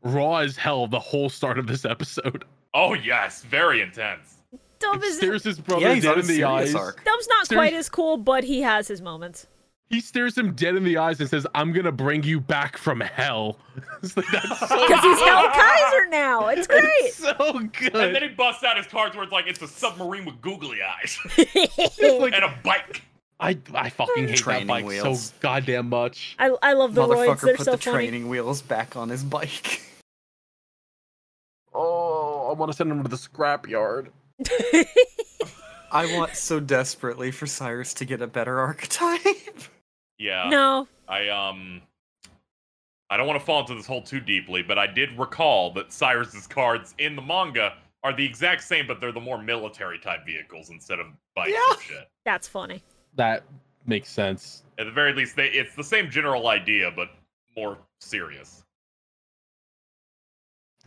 Speaker 3: raw as hell the whole start of this episode.
Speaker 4: oh yes, very intense.
Speaker 1: Dub is
Speaker 3: stares his brother
Speaker 5: yeah, he's
Speaker 3: dead
Speaker 5: on a
Speaker 3: in the
Speaker 5: serious
Speaker 3: eyes.
Speaker 5: arc.
Speaker 1: Dub's not
Speaker 3: Seriously.
Speaker 1: quite as cool, but he has his moments.
Speaker 3: He stares him dead in the eyes and says, "I'm gonna bring you back from hell." It's like, that's so,
Speaker 1: Because he's now Kaiser now. It's
Speaker 3: it's
Speaker 1: great.
Speaker 3: so
Speaker 4: And then
Speaker 3: good.
Speaker 4: he busts out his cards where it's like it's a submarine with googly eyes
Speaker 3: It's like,
Speaker 4: and a bike.
Speaker 3: I I fucking
Speaker 1: Mm.
Speaker 3: hate that
Speaker 5: Training
Speaker 3: bike
Speaker 5: wheels.
Speaker 3: so goddamn much.
Speaker 1: I, I love the roids.
Speaker 5: Motherfucker
Speaker 1: They're
Speaker 5: put
Speaker 1: so
Speaker 5: the
Speaker 1: funny.
Speaker 5: training wheels back on his bike.
Speaker 3: Oh, I want to send him to the scrapyard.
Speaker 5: I want so desperately for Cyrus to get a better archetype.
Speaker 4: Yeah.
Speaker 1: no.
Speaker 4: I um I don't want to fall into this hole too deeply, but I did recall that Cyrus's cards in the manga are the exact same, but they're the more military type vehicles instead of bikes and shit.
Speaker 1: That's funny.
Speaker 3: That makes sense.
Speaker 4: At the very least, they it's the same general idea, but more serious.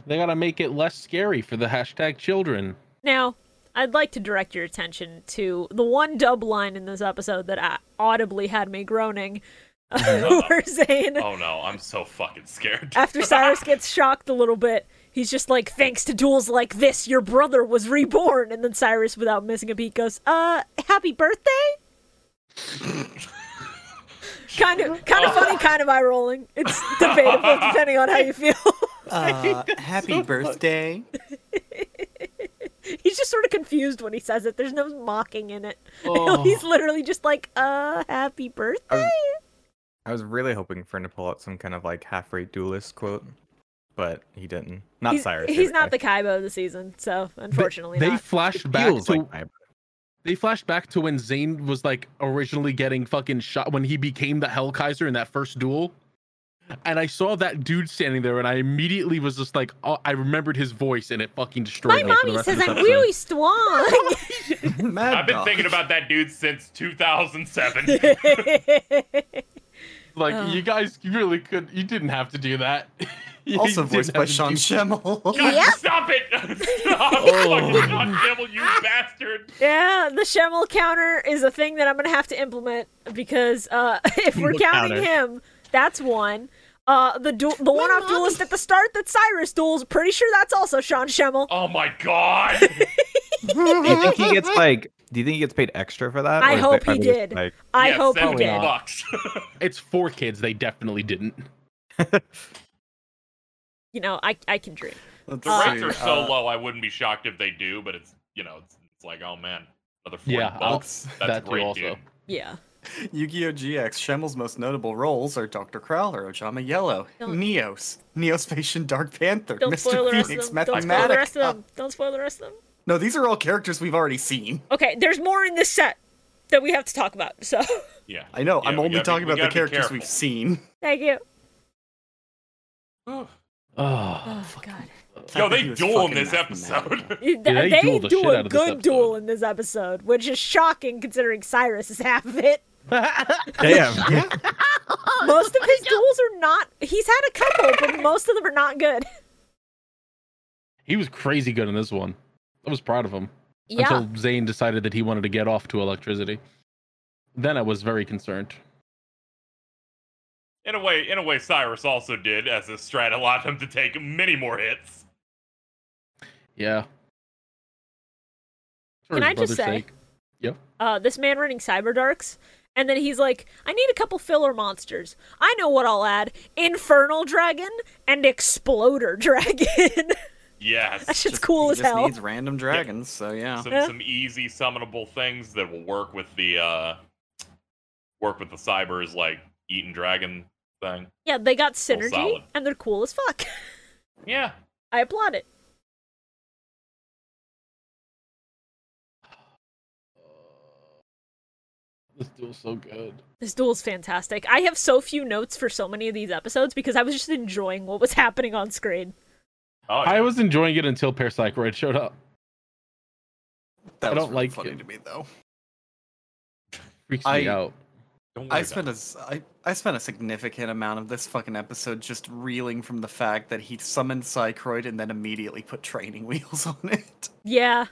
Speaker 3: They gotta make it less scary for the hashtag children.
Speaker 1: Now, I'd like to direct your attention to the one dub line in this episode that I audibly had me groaning. where Zane,
Speaker 4: Oh no, I'm so fucking scared.
Speaker 1: after Cyrus gets shocked a little bit, he's just like, thanks to duels like this, your brother was reborn. And then Cyrus, without missing a beat, goes, uh, happy birthday? kind of kind
Speaker 3: Oh.
Speaker 1: of funny, kind of eye rolling. It's debatable depending on how you feel.
Speaker 5: Uh, happy birthday.
Speaker 1: he's just sort of confused when he says it. There's no mocking in it.
Speaker 3: Oh.
Speaker 1: he's literally just like, uh, happy birthday.
Speaker 2: I was really hoping for him to pull out some kind of like half rate duelist quote, but he didn't. Not
Speaker 1: he's,
Speaker 2: Cyrus.
Speaker 1: He's not the Kaibo of the season, so unfortunately
Speaker 3: they
Speaker 1: not.
Speaker 3: flashed
Speaker 2: guy.
Speaker 3: back to they flashed back to when Zane was like originally getting fucking shot when he became the Hell Kaiser in that first duel. And I saw that dude standing there, and I immediately was just like, oh, I remembered his voice, and it
Speaker 1: My
Speaker 3: fucking destroyed me. for the
Speaker 1: mommy
Speaker 3: rest
Speaker 1: says
Speaker 3: of this
Speaker 1: I'm
Speaker 3: episode.
Speaker 1: really strong.
Speaker 5: Mad
Speaker 4: I've been
Speaker 5: Dog.
Speaker 4: thinking about that dude since 2007.
Speaker 3: like,
Speaker 1: Oh.
Speaker 3: you guys really could, you didn't have to do that. You
Speaker 5: Also
Speaker 3: didn't
Speaker 5: voiced by
Speaker 3: have to
Speaker 5: Sean
Speaker 3: do-
Speaker 5: Schemmel.
Speaker 4: God,
Speaker 1: Yep.
Speaker 4: stop it! Stop
Speaker 3: Oh.
Speaker 4: fucking John Dibble, you bastard!
Speaker 1: yeah, the Schemmel counter is a thing that I'm gonna have to implement because uh, if we're
Speaker 3: Schemmel
Speaker 1: counting
Speaker 3: counter.
Speaker 1: him, that's one. Uh, the du- the one off duelist at the start that Cyrus duels. Pretty sure that's also Sean Schemmel.
Speaker 4: Oh my god!
Speaker 2: Do you think he gets like? Do you think he gets paid extra for that?
Speaker 1: I
Speaker 2: Or is
Speaker 1: hope
Speaker 2: they-
Speaker 1: he
Speaker 2: are they just,
Speaker 1: did.
Speaker 2: Like,
Speaker 1: I
Speaker 4: Yeah,
Speaker 1: hope he
Speaker 4: seventy
Speaker 1: did.
Speaker 4: bucks.
Speaker 3: It's for kids. They definitely didn't.
Speaker 1: You know, I I can dream.
Speaker 5: Let's
Speaker 4: the rates
Speaker 5: see,
Speaker 4: are so
Speaker 5: uh,
Speaker 4: low. I wouldn't be shocked if they do, but it's you know it's, it's like oh man, another forty
Speaker 3: Yeah, I'll-
Speaker 4: bucks. That's
Speaker 3: that too
Speaker 4: great,
Speaker 3: also.
Speaker 4: dude.
Speaker 1: Yeah.
Speaker 5: Uh, Yu-Gi-Oh! GX, Shemel's most notable roles are Dr. Crowler, Ojama Yellow,
Speaker 1: Don't-
Speaker 5: Neos, Neospatian Dark Panther,
Speaker 1: Don't spoil
Speaker 5: Mr.
Speaker 1: the rest
Speaker 5: Phoenix,
Speaker 1: of them. Don't spoil the rest of
Speaker 5: Mathematica.
Speaker 1: them. Don't spoil the rest of them.
Speaker 5: No, these are all characters we've already seen.
Speaker 1: Okay, there's more in this set that we have to talk about. So
Speaker 4: Yeah,
Speaker 5: I know,
Speaker 4: Yeah,
Speaker 5: I'm
Speaker 4: we
Speaker 5: only
Speaker 4: gotta be-
Speaker 5: talking
Speaker 4: we
Speaker 5: about the
Speaker 4: gotta be
Speaker 5: characters we've
Speaker 4: careful.
Speaker 5: seen.
Speaker 1: thank you.
Speaker 3: Oh,
Speaker 1: God.
Speaker 4: Yo,
Speaker 5: Fucking
Speaker 4: they
Speaker 5: he was
Speaker 4: duel in
Speaker 5: fucking
Speaker 4: this
Speaker 5: Mathematica.
Speaker 4: episode.
Speaker 3: they
Speaker 1: they,
Speaker 3: duel the
Speaker 1: do
Speaker 3: shit
Speaker 1: a
Speaker 3: out of this
Speaker 1: good
Speaker 3: episode.
Speaker 1: duel in this episode, which is shocking considering Cyrus is half of it.
Speaker 2: damn.
Speaker 1: Most of his duels are not. He's had a couple, but most of them are not good.
Speaker 3: he was crazy good in this one. I was proud of him
Speaker 1: Yeah.
Speaker 3: until Zane decided that he wanted to get off to electricity. Then I was very concerned.
Speaker 4: in a way, in a way, Cyrus also did, as his strat allowed him to take many more hits.
Speaker 3: Yeah. For
Speaker 1: Can
Speaker 3: his
Speaker 1: I just
Speaker 3: brother's
Speaker 1: say-
Speaker 3: sake.
Speaker 1: uh, this man running cyber darks and then he's like i need a couple filler monsters i know what i'll add infernal dragon and exploder dragon that
Speaker 4: Yes,
Speaker 1: shit's cool
Speaker 5: he
Speaker 1: as
Speaker 5: just
Speaker 1: hell
Speaker 5: needs random dragons, so yeah.
Speaker 4: some
Speaker 1: Yeah.
Speaker 4: some easy summonable things that will work with the uh work with the cybers like eating dragon thing.
Speaker 1: yeah they got
Speaker 4: Full
Speaker 1: synergy
Speaker 4: solid.
Speaker 1: and they're cool as fuck
Speaker 4: Yeah,
Speaker 1: i applaud it
Speaker 3: This duel's so good.
Speaker 1: this duel's fantastic i have so few notes for so many of these episodes because i was just enjoying what was happening on screen
Speaker 4: oh,
Speaker 3: I was enjoying it until Parapsychroid showed up.
Speaker 5: That
Speaker 3: I
Speaker 5: was
Speaker 3: don't
Speaker 5: really
Speaker 3: like
Speaker 5: funny
Speaker 3: it.
Speaker 5: to me though.
Speaker 3: Freaks
Speaker 5: I-
Speaker 3: me out.
Speaker 4: don't worry
Speaker 5: I
Speaker 4: about
Speaker 5: spent a s- I, I spent a significant amount of this fucking episode just reeling from the fact that he summoned Psychroid and then immediately put training wheels on it.
Speaker 1: yeah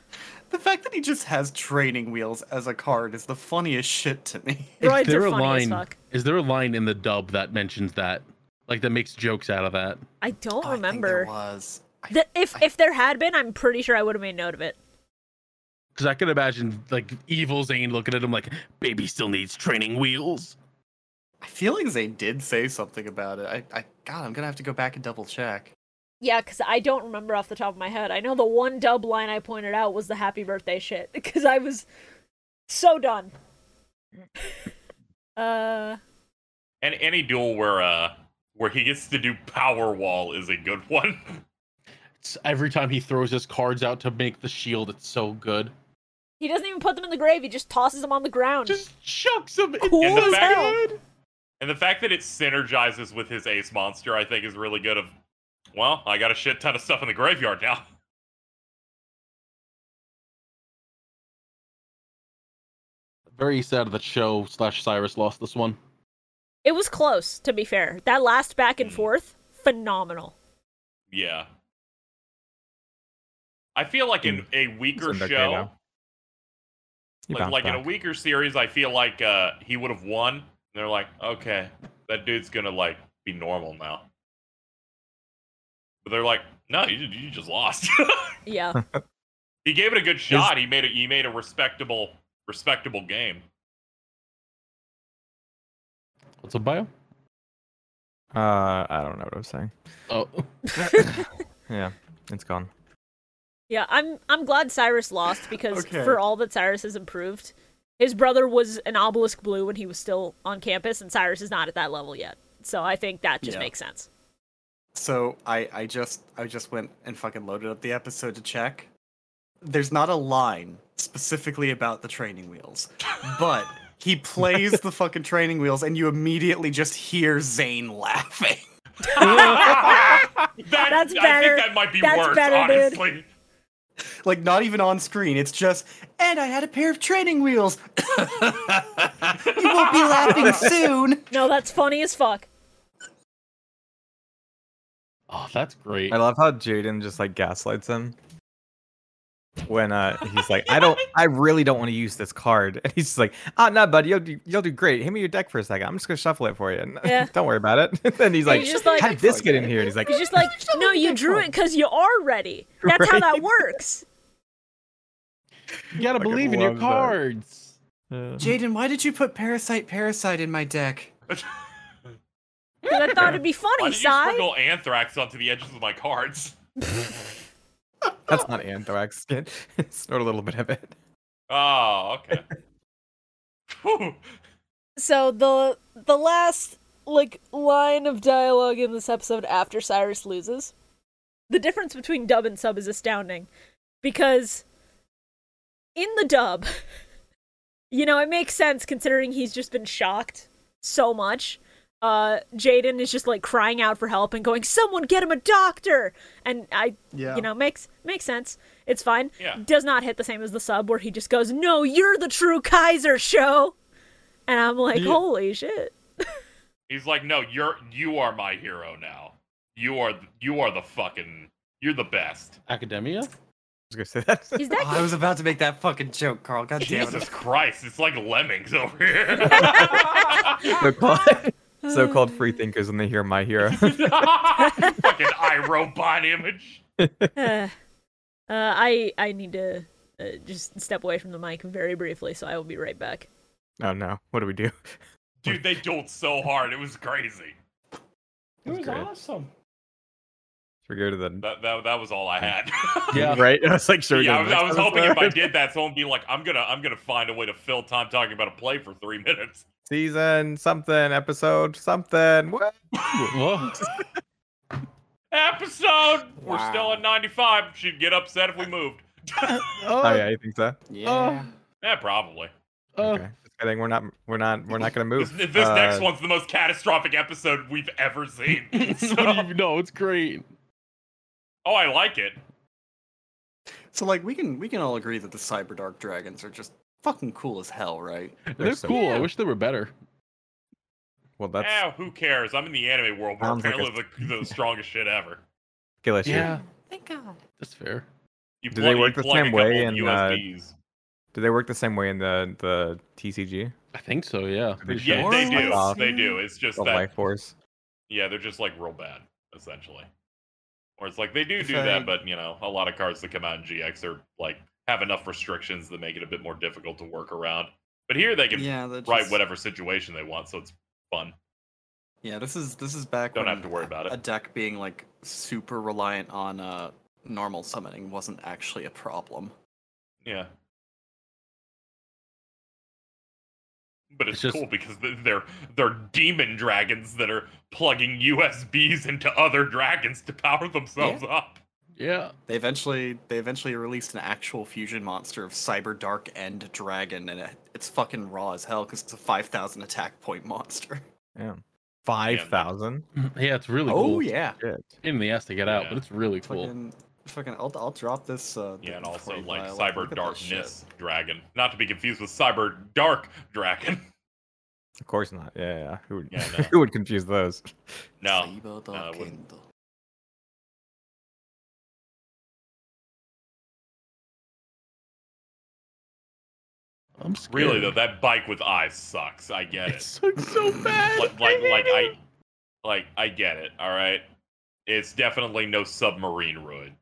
Speaker 5: The fact that he just has training wheels as a card is the funniest shit to me.
Speaker 1: droids
Speaker 3: there
Speaker 1: are
Speaker 3: a
Speaker 1: funny
Speaker 3: line?
Speaker 1: as fuck
Speaker 3: Is there a line in the dub that mentions that? Like that makes jokes out of that?
Speaker 1: i don't
Speaker 5: Oh, I think there
Speaker 1: remember
Speaker 5: was. I-
Speaker 1: Th- if if there had been i'm pretty sure i would have made note of it
Speaker 3: Because I could imagine like evil Zane looking at him like, "Baby still needs training wheels."
Speaker 5: I feel like Zane did say something about it. I, I God, I'm gonna have to go back and double check.
Speaker 1: Yeah, because I don't remember off the top of my head. I know the one dub line I pointed out was the happy birthday shit, because I was so done. uh,
Speaker 4: it. And any duel where uh where he gets to do power wall is a good one.
Speaker 3: It's every time he throws his cards out to make the shield, it's so good.
Speaker 1: he doesn't even put them in the grave, he just tosses them on the ground.
Speaker 3: Just chucks him. It's
Speaker 1: Cool
Speaker 4: in the
Speaker 3: so
Speaker 1: as
Speaker 4: back-
Speaker 1: hell.
Speaker 3: good.
Speaker 4: And the fact that it synergizes with his ace monster, I think, is really good. Of, well, I got a shit ton of stuff in the graveyard now.
Speaker 3: Very sad that show slash Cyrus lost this one.
Speaker 1: It was close, to be fair. That last back and
Speaker 5: Hmm.
Speaker 4: Mm.
Speaker 1: forth, phenomenal.
Speaker 4: Yeah. I feel like in a weaker
Speaker 2: It's okay
Speaker 4: show,
Speaker 2: now. He
Speaker 4: like,
Speaker 2: bounced
Speaker 4: like in a
Speaker 2: back.
Speaker 4: weaker series, I feel like uh, he would have won. And they're like, okay, that dude's gonna like be normal now. But they're like, no, you, you just lost.
Speaker 1: Yeah.
Speaker 4: he gave it a good shot. He made it. He made a respectable, respectable game.
Speaker 3: What's a bio?
Speaker 2: Uh, I don't know what I'm saying.
Speaker 3: Oh,
Speaker 2: Yeah, it's gone.
Speaker 1: Yeah, I'm I'm glad Cyrus lost because
Speaker 5: Okay.
Speaker 1: for all that Cyrus has improved, his brother was an obelisk blue when he was still on campus, and Cyrus is not at that level yet. So I think that just
Speaker 5: Yeah.
Speaker 1: makes sense.
Speaker 5: So I, I just I just went and fucking loaded up the episode to check. There's not a line specifically about the training wheels, but he plays the fucking training wheels, and you immediately just hear Zane laughing.
Speaker 4: That-
Speaker 1: That's
Speaker 4: I
Speaker 1: better.
Speaker 4: think that might be
Speaker 1: That's
Speaker 4: worse,
Speaker 1: better, dude.
Speaker 4: honestly.
Speaker 5: like not even on screen. It's just, and I had a pair of training wheels. you won't be laughing soon.
Speaker 1: No, that's funny as fuck.
Speaker 3: oh, that's great.
Speaker 2: I love how Jaden just like gaslights him. when uh he's like, I don't, I really don't want to use this card, and he's just like, Ah, no, buddy, you'll do, you'll do great. Hand me your deck for a second. I'm just gonna shuffle it for you. And
Speaker 1: Yeah.
Speaker 2: don't worry about it. and then he's like,
Speaker 1: he's just like,
Speaker 2: How did this get in here? And he's like,
Speaker 1: He's just like, no, you drew it because you are ready. That's how that
Speaker 2: Right.
Speaker 1: works.
Speaker 3: You gotta
Speaker 2: Fucking
Speaker 3: believe in your
Speaker 2: love that.
Speaker 3: cards.
Speaker 5: Jaden, why did you put Parasite Parasite in my deck?
Speaker 1: Because I thought it'd be
Speaker 4: Why
Speaker 1: funny,
Speaker 4: did you
Speaker 1: Sai.
Speaker 4: sprinkle anthrax onto the edges of my cards?
Speaker 2: That's not anthrax. Kid. Snort a little bit of it.
Speaker 4: Oh, okay. Whew.
Speaker 1: So the the last like line of dialogue in this episode after Cyrus loses,
Speaker 6: The difference between dub and sub is astounding because in the dub, you know, it makes sense considering he's just been shocked so much. Uh, Jaden is just like crying out for help and going, "Someone get him a doctor!" And I,
Speaker 5: Yeah.
Speaker 6: you know, makes makes sense. It's fine.
Speaker 4: Yeah.
Speaker 6: Does not hit the same as the sub where he just goes, "No, you're the true Kaiser show," and I'm like,
Speaker 2: Yeah.
Speaker 6: "Holy shit!"
Speaker 4: He's like, no, you're you are my hero now. You are th- you are the fucking you're the best.
Speaker 3: Academia?
Speaker 2: I was gonna say that.
Speaker 6: Is that
Speaker 5: Oh, I was about to make that fucking joke, Carl. God damn
Speaker 4: Jesus
Speaker 5: it.
Speaker 4: Christ, it's like lemmings over here.
Speaker 2: so called, so called free thinkers when they hear my hero.
Speaker 4: fucking iRobot image.
Speaker 6: uh, uh, I I need to uh, just step away from the mic very briefly, so I will be right back.
Speaker 2: oh no, what do we do?
Speaker 4: Dude, they doled so hard, it was crazy.
Speaker 2: It was great.
Speaker 3: awesome.
Speaker 2: Should we go to the
Speaker 4: That that, that was all I had.
Speaker 3: Yeah.
Speaker 2: right? I was like, sure. we
Speaker 4: yeah, I
Speaker 2: go
Speaker 4: was,
Speaker 2: to the
Speaker 4: I
Speaker 2: next
Speaker 4: was hoping if I
Speaker 2: episode.
Speaker 4: did that, someone would be like, I'm gonna I'm gonna find a way to fill time talking about a play for three minutes.
Speaker 2: season something episode something. What?
Speaker 3: Whoa.
Speaker 4: Episode! We're still
Speaker 5: Wow.
Speaker 4: at 95. She'd get upset if we moved.
Speaker 2: Oh yeah, you think
Speaker 4: uh,
Speaker 2: so?
Speaker 5: Yeah.
Speaker 4: Yeah, probably.
Speaker 3: Oh,
Speaker 2: Okay. Just kidding. We're not. We're not. We're not gonna
Speaker 4: This,
Speaker 2: move.
Speaker 4: this next
Speaker 2: Uh,
Speaker 4: one's the most catastrophic episode we've ever seen.
Speaker 3: What do
Speaker 4: So-
Speaker 3: you know? It's great.
Speaker 4: oh, I like it.
Speaker 5: So like we can we can all agree that the cyber dark dragons are just fucking cool as hell, right?
Speaker 3: They're,
Speaker 2: so
Speaker 3: cool. I
Speaker 4: cool.
Speaker 3: wish they were better.
Speaker 2: Well, that's
Speaker 4: Eh, who cares? I'm in the anime world. We're
Speaker 2: Sounds like
Speaker 4: apparently the, the strongest shit ever.
Speaker 2: killer shit.
Speaker 3: Thank God. That's fair.
Speaker 4: You
Speaker 2: Do they
Speaker 4: plug- you
Speaker 2: work the
Speaker 4: plug a
Speaker 2: same way
Speaker 4: couple
Speaker 2: in, uh,
Speaker 4: USBs.
Speaker 2: Do they work the same way in the the TCG?
Speaker 3: I think so, yeah.
Speaker 2: Pretty sure.
Speaker 4: yeah, they do.
Speaker 2: Uh,
Speaker 4: They do. It's just
Speaker 2: The
Speaker 4: that.
Speaker 2: life force.
Speaker 4: Yeah, they're just like real bad, essentially. Or it's like they do
Speaker 5: If
Speaker 4: do
Speaker 5: I-
Speaker 4: that, but you know, a lot of cards that come out in GX are like have enough restrictions that make it a bit more difficult to work around. But here they can
Speaker 5: Yeah, that
Speaker 4: write
Speaker 5: just-
Speaker 4: whatever situation they want, so it's fun.
Speaker 5: Yeah, this is this is back
Speaker 4: Don't
Speaker 5: when
Speaker 4: have to worry about
Speaker 5: a
Speaker 4: it.
Speaker 5: deck being like super reliant on uh normal summoning wasn't actually a problem.
Speaker 4: Yeah. But it's,
Speaker 3: It's just-
Speaker 4: cool because th- they're they're demon dragons that are plugging USBs into other dragons to power themselves up.
Speaker 3: Yeah.
Speaker 5: They eventually they eventually released an actual fusion monster of Cyber Dark and Dragon, and it, it's fucking raw as hell because it's a five thousand attack point monster.
Speaker 2: Yeah. Five thousand.
Speaker 3: Yeah, it's really
Speaker 5: oh
Speaker 3: cool.
Speaker 5: yeah,
Speaker 3: Pain in the ass to get out,
Speaker 4: Yeah.
Speaker 3: but it's really cool.
Speaker 5: fucking fucking. I'll, I'll drop this. Uh,
Speaker 4: Yeah,
Speaker 5: the-
Speaker 4: and
Speaker 5: the
Speaker 4: also
Speaker 5: play
Speaker 4: like
Speaker 5: dialogue. Look
Speaker 4: Cyber
Speaker 5: at this
Speaker 4: Darkness Dragon. Not to be confused with Cyber Dark Dragon.
Speaker 2: Of course not. Yeah. yeah. Who would?
Speaker 4: Yeah, no.
Speaker 2: who would confuse those?
Speaker 5: shit.
Speaker 4: No. Uh,
Speaker 5: Cyber
Speaker 4: no, it
Speaker 5: Dark
Speaker 4: wouldn't.
Speaker 5: and-
Speaker 3: I'm scared.
Speaker 4: Really though, that bike with eyes sucks. I get
Speaker 3: It's
Speaker 4: it.
Speaker 3: so, so bad.
Speaker 4: like like like I like I get it, alright? It's definitely no submarine ruin.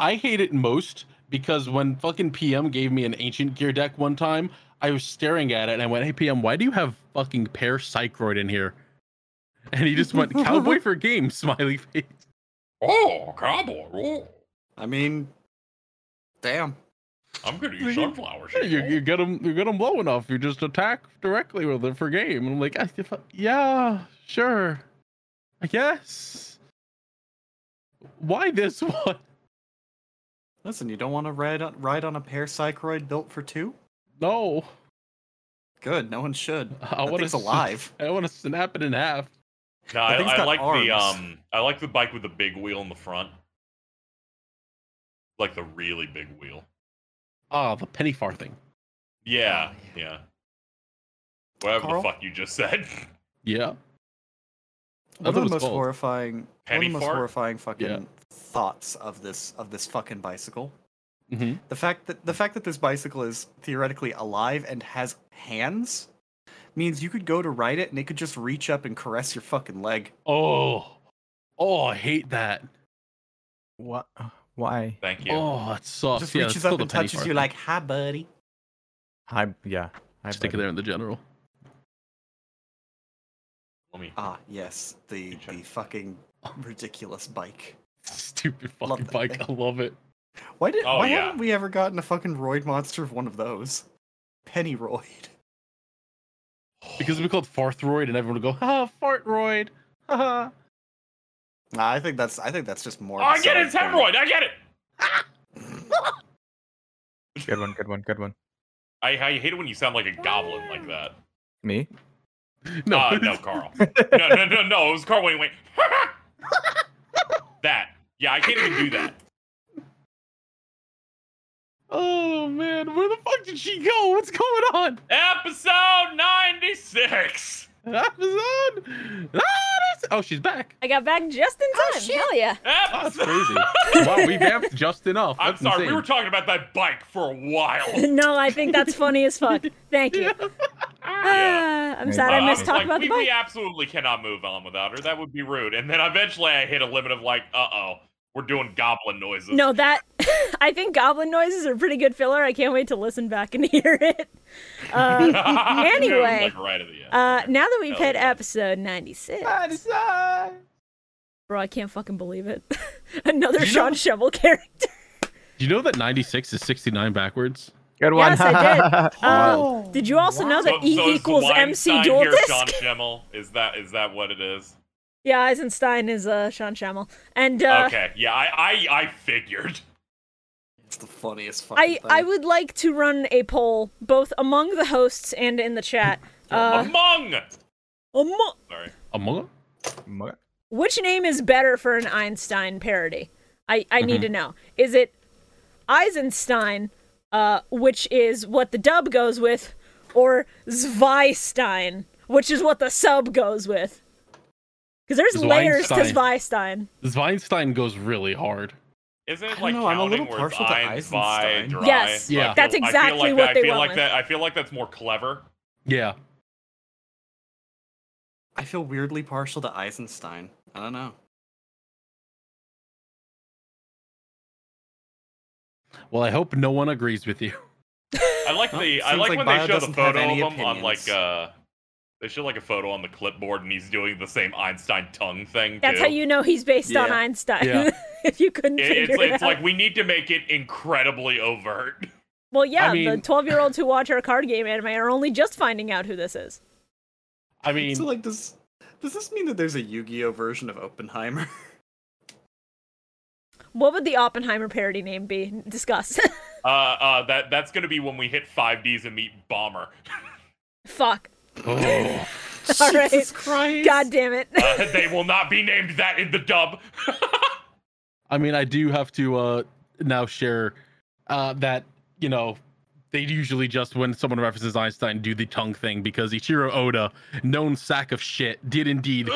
Speaker 3: I hate it most because when fucking PM gave me an ancient gear deck one time, I was staring at it and I went, "Hey PM, why do you have fucking pair psychroid in here?" And he just went, "Cowboy for game," smiley face.
Speaker 4: Oh, cowboy. Oh,
Speaker 5: I mean, damn.
Speaker 4: I'm gonna use sunflower
Speaker 3: Hey,
Speaker 4: shit.
Speaker 3: You, you get him, you get him low enough. You just attack directly with it for game. And I'm like, "I- if I- yeah, sure, I guess. Why this one?
Speaker 5: Listen, you don't want to ride on, ride on a parapsychroid built for two?
Speaker 3: No,
Speaker 5: Good, no one should.
Speaker 3: I
Speaker 5: that
Speaker 3: want
Speaker 5: thing's
Speaker 3: to
Speaker 5: alive.
Speaker 3: I want to snap it in half.
Speaker 4: No,
Speaker 5: I
Speaker 4: I,
Speaker 5: think it's
Speaker 4: I
Speaker 5: got
Speaker 4: like the
Speaker 5: arms.
Speaker 4: um, I like the bike with the big wheel in the front, like the really big wheel.
Speaker 3: Ah, the penny farthing.
Speaker 4: Yeah, yeah. Whatever
Speaker 5: Oh, Carl?
Speaker 4: the fuck you just said.
Speaker 3: Yeah.
Speaker 5: One of
Speaker 3: what it's
Speaker 5: the most
Speaker 3: called.
Speaker 5: horrifying, one of
Speaker 4: Penny
Speaker 5: the most
Speaker 4: fart?
Speaker 5: horrifying fucking thoughts of this of this fucking bicycle
Speaker 3: Mhm.
Speaker 5: The fact that the fact that this bicycle is theoretically alive and has hands means you could go to ride it and it could just reach up and caress your fucking leg.
Speaker 3: Oh, oh, I hate that.
Speaker 2: What? Why?
Speaker 4: Thank you.
Speaker 3: Oh, that sucks.
Speaker 5: just
Speaker 3: yeah, that's
Speaker 5: reaches
Speaker 3: still
Speaker 5: up
Speaker 3: the
Speaker 5: and
Speaker 3: petty
Speaker 5: touches
Speaker 3: part.
Speaker 5: you like, "Hi, buddy."
Speaker 2: Hi. Yeah. Hi,
Speaker 3: Stick it
Speaker 2: buddy.
Speaker 3: there in the general.
Speaker 4: Let me.
Speaker 5: Ah, yes, the
Speaker 4: Good
Speaker 5: the
Speaker 4: job.
Speaker 5: fucking ridiculous bike.
Speaker 3: Stupid
Speaker 5: Love
Speaker 3: fucking
Speaker 5: that
Speaker 3: bike. I love it.
Speaker 5: Why did?
Speaker 4: Oh,
Speaker 5: why
Speaker 4: yeah.
Speaker 5: haven't we ever gotten a fucking roid monster of one of those? Pennyroid.
Speaker 3: Because we called Farthroid and everyone would go, ha, Fartroid. Ha ha.
Speaker 5: Nah, I think that's I think that's just more.
Speaker 4: Oh,
Speaker 5: of a
Speaker 4: I get it. It's
Speaker 5: selling
Speaker 4: hemorrhoid. I get it.
Speaker 2: Good one. Good one. Good one.
Speaker 4: I, I hate it when you sound like a goblin like that.
Speaker 2: Me?
Speaker 3: No,
Speaker 5: Ah,
Speaker 4: uh, no, Carl. No, no, no, no. It was Carl when he went. that. Yeah, I can't even do that.
Speaker 3: Oh, man. Where the fuck did she go? What's going on?
Speaker 4: Episode ninety six.
Speaker 3: Amazon? Ah, that's- Oh, she's back.
Speaker 1: I got back just in time. Hell yeah.
Speaker 5: Ah,
Speaker 3: Oh, that's
Speaker 4: Episode.
Speaker 3: crazy. wow, we vamped just enough.
Speaker 4: I'm
Speaker 3: That's
Speaker 4: sorry. We
Speaker 3: insane.
Speaker 4: were talking about that bike for a while.
Speaker 1: no, I think that's funny as fuck. Thank you. Ah, I'm sad
Speaker 4: Uh,
Speaker 1: I
Speaker 4: I
Speaker 1: missed
Speaker 4: was
Speaker 1: talk
Speaker 4: like,
Speaker 1: about
Speaker 4: we,
Speaker 1: the bike.
Speaker 4: we absolutely cannot move on without her. That would be rude. And then eventually I hit a limit of like, uh oh, we're doing goblin noises.
Speaker 1: No, that I think goblin noises are pretty good filler. I can't wait to listen back and hear it. Uh, anyway.
Speaker 4: like right at the end.
Speaker 1: uh, now that we've
Speaker 4: Oh,
Speaker 1: hit
Speaker 4: yeah.
Speaker 1: episode 96,
Speaker 2: Amazon!
Speaker 1: bro, I can't fucking believe it. Another
Speaker 3: You
Speaker 1: Sean
Speaker 3: know-
Speaker 1: Shovel character.
Speaker 3: Do you know that 96 is 69 backwards?
Speaker 2: Good one.
Speaker 1: Yes, I did. Uh, did you also know that
Speaker 4: So-
Speaker 1: E
Speaker 4: so is the
Speaker 1: equals MC
Speaker 4: Weinstein
Speaker 1: dual
Speaker 4: here
Speaker 1: disc?
Speaker 4: Sean Schimmel? Is that is that what it is?
Speaker 1: Yeah, Eisenstein is uh, Sean Shamel. And uh,
Speaker 4: okay, yeah, I, I I figured.
Speaker 5: It's the funniest fucking
Speaker 1: I,
Speaker 5: thing.
Speaker 1: I would like to run a poll, both among the hosts and in the chat. Uh,
Speaker 4: Among.
Speaker 1: amo-
Speaker 4: Sorry.
Speaker 3: Among Us?
Speaker 2: Mo-
Speaker 1: which name is better for an Einstein parody? I, I need to know. Is it Eisenstein, uh, which is what the dub goes with, or Zweistein, which is what the sub goes with? Because there's layers to Zweistein.
Speaker 3: Zweinstein goes really hard.
Speaker 4: Isn't
Speaker 5: I
Speaker 4: it
Speaker 5: don't
Speaker 4: like
Speaker 5: know, I'm a little
Speaker 4: counting where it's
Speaker 5: partial to
Speaker 4: Eins, Vi,
Speaker 5: Eisenstein.
Speaker 4: Dry?
Speaker 1: Yes,
Speaker 3: Yeah.
Speaker 4: I feel-
Speaker 1: that's
Speaker 4: I feel
Speaker 1: exactly
Speaker 4: like
Speaker 1: what
Speaker 4: that,
Speaker 1: they
Speaker 4: I feel
Speaker 1: went
Speaker 4: like
Speaker 1: with.
Speaker 4: that. I feel like that's more clever.
Speaker 3: Yeah.
Speaker 5: I feel weirdly partial to Eisenstein. I don't know.
Speaker 3: Well, I hope no one agrees with you.
Speaker 4: I like
Speaker 5: Well,
Speaker 4: the I
Speaker 5: seems
Speaker 4: like,
Speaker 5: like
Speaker 4: when
Speaker 5: Bio
Speaker 4: they show the
Speaker 5: doesn't have
Speaker 4: photo of
Speaker 5: any
Speaker 4: him on like
Speaker 5: opinions.
Speaker 4: uh they show like a photo on the clipboard and he's doing the same Einstein tongue thing
Speaker 1: That's
Speaker 4: too.
Speaker 1: how you know he's based on
Speaker 5: Yeah.
Speaker 1: Einstein.
Speaker 3: Yeah.
Speaker 1: if you couldn't
Speaker 4: It-
Speaker 1: figure
Speaker 4: it's
Speaker 1: it
Speaker 4: it's
Speaker 1: out.
Speaker 4: like we need to make it incredibly overt.
Speaker 1: well, yeah,
Speaker 3: I
Speaker 1: the
Speaker 3: mean-
Speaker 1: 12 year olds who watch our card game anime are only just finding out who this is.
Speaker 3: I mean,
Speaker 5: so like, does does this mean that there's a Yu-Gi-Oh version of Oppenheimer?
Speaker 1: What would the Oppenheimer parody name be? Discuss.
Speaker 4: Uh, uh, that that's gonna be when we hit five Ds and meet Bomber.
Speaker 1: Fuck.
Speaker 3: oh,
Speaker 1: All right.
Speaker 5: Jesus Christ!
Speaker 1: God damn it.
Speaker 4: Uh, they will not be named that in the dub.
Speaker 3: I mean, I do have to uh now share uh that you know they usually just when someone references Einstein do the tongue thing because Ichiro Oda, known sack of shit, did indeed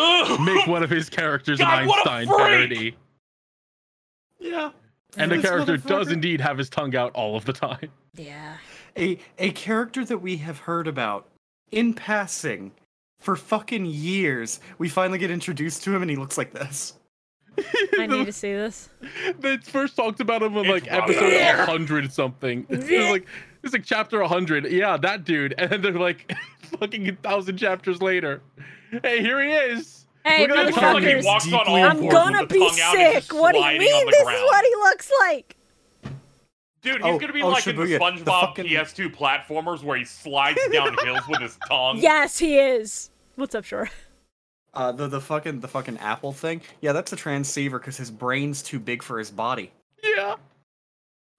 Speaker 3: make one of his characters
Speaker 4: God,
Speaker 3: an
Speaker 4: what a
Speaker 3: Einstein
Speaker 4: freak!
Speaker 3: parody,
Speaker 5: Yeah.
Speaker 3: and the
Speaker 5: This
Speaker 3: character does
Speaker 5: motherfucker.
Speaker 3: indeed have his tongue out all of the time.
Speaker 1: Yeah.
Speaker 5: a a character that we have heard about in passing for fucking years. We finally get introduced to him, and he looks like this.
Speaker 1: I need to see this.
Speaker 3: they first talked about him in
Speaker 4: It's
Speaker 3: like
Speaker 4: Robin.
Speaker 3: episode
Speaker 4: Yeah.
Speaker 3: 100 something. It's like it's like chapter 100. Yeah, that dude. And then they're like fucking a thousand chapters later. Hey, here he is.
Speaker 1: Hey,
Speaker 3: Look at that
Speaker 4: It's not like he
Speaker 3: Fuckers.
Speaker 1: motherfuckers.
Speaker 4: walks on all
Speaker 1: I'm
Speaker 4: fours
Speaker 1: gonna
Speaker 4: with the
Speaker 1: be
Speaker 4: tongue out
Speaker 1: sick.
Speaker 4: and just
Speaker 1: What do you
Speaker 4: sliding
Speaker 1: mean
Speaker 4: on the
Speaker 1: this
Speaker 4: ground.
Speaker 1: is what he looks like?
Speaker 4: Dude, he's
Speaker 5: Oh,
Speaker 4: gonna be
Speaker 5: oh,
Speaker 4: like in the
Speaker 5: Shibuya, the
Speaker 4: SpongeBob
Speaker 5: fucking-
Speaker 4: PS2 platformers where he slides down hills with his tongue.
Speaker 1: Yes, he is. What's up, Shore?
Speaker 5: Uh, the the fucking the fucking apple thing. Yeah, that's a transceiver because his brain's too big for his body.
Speaker 3: Yeah.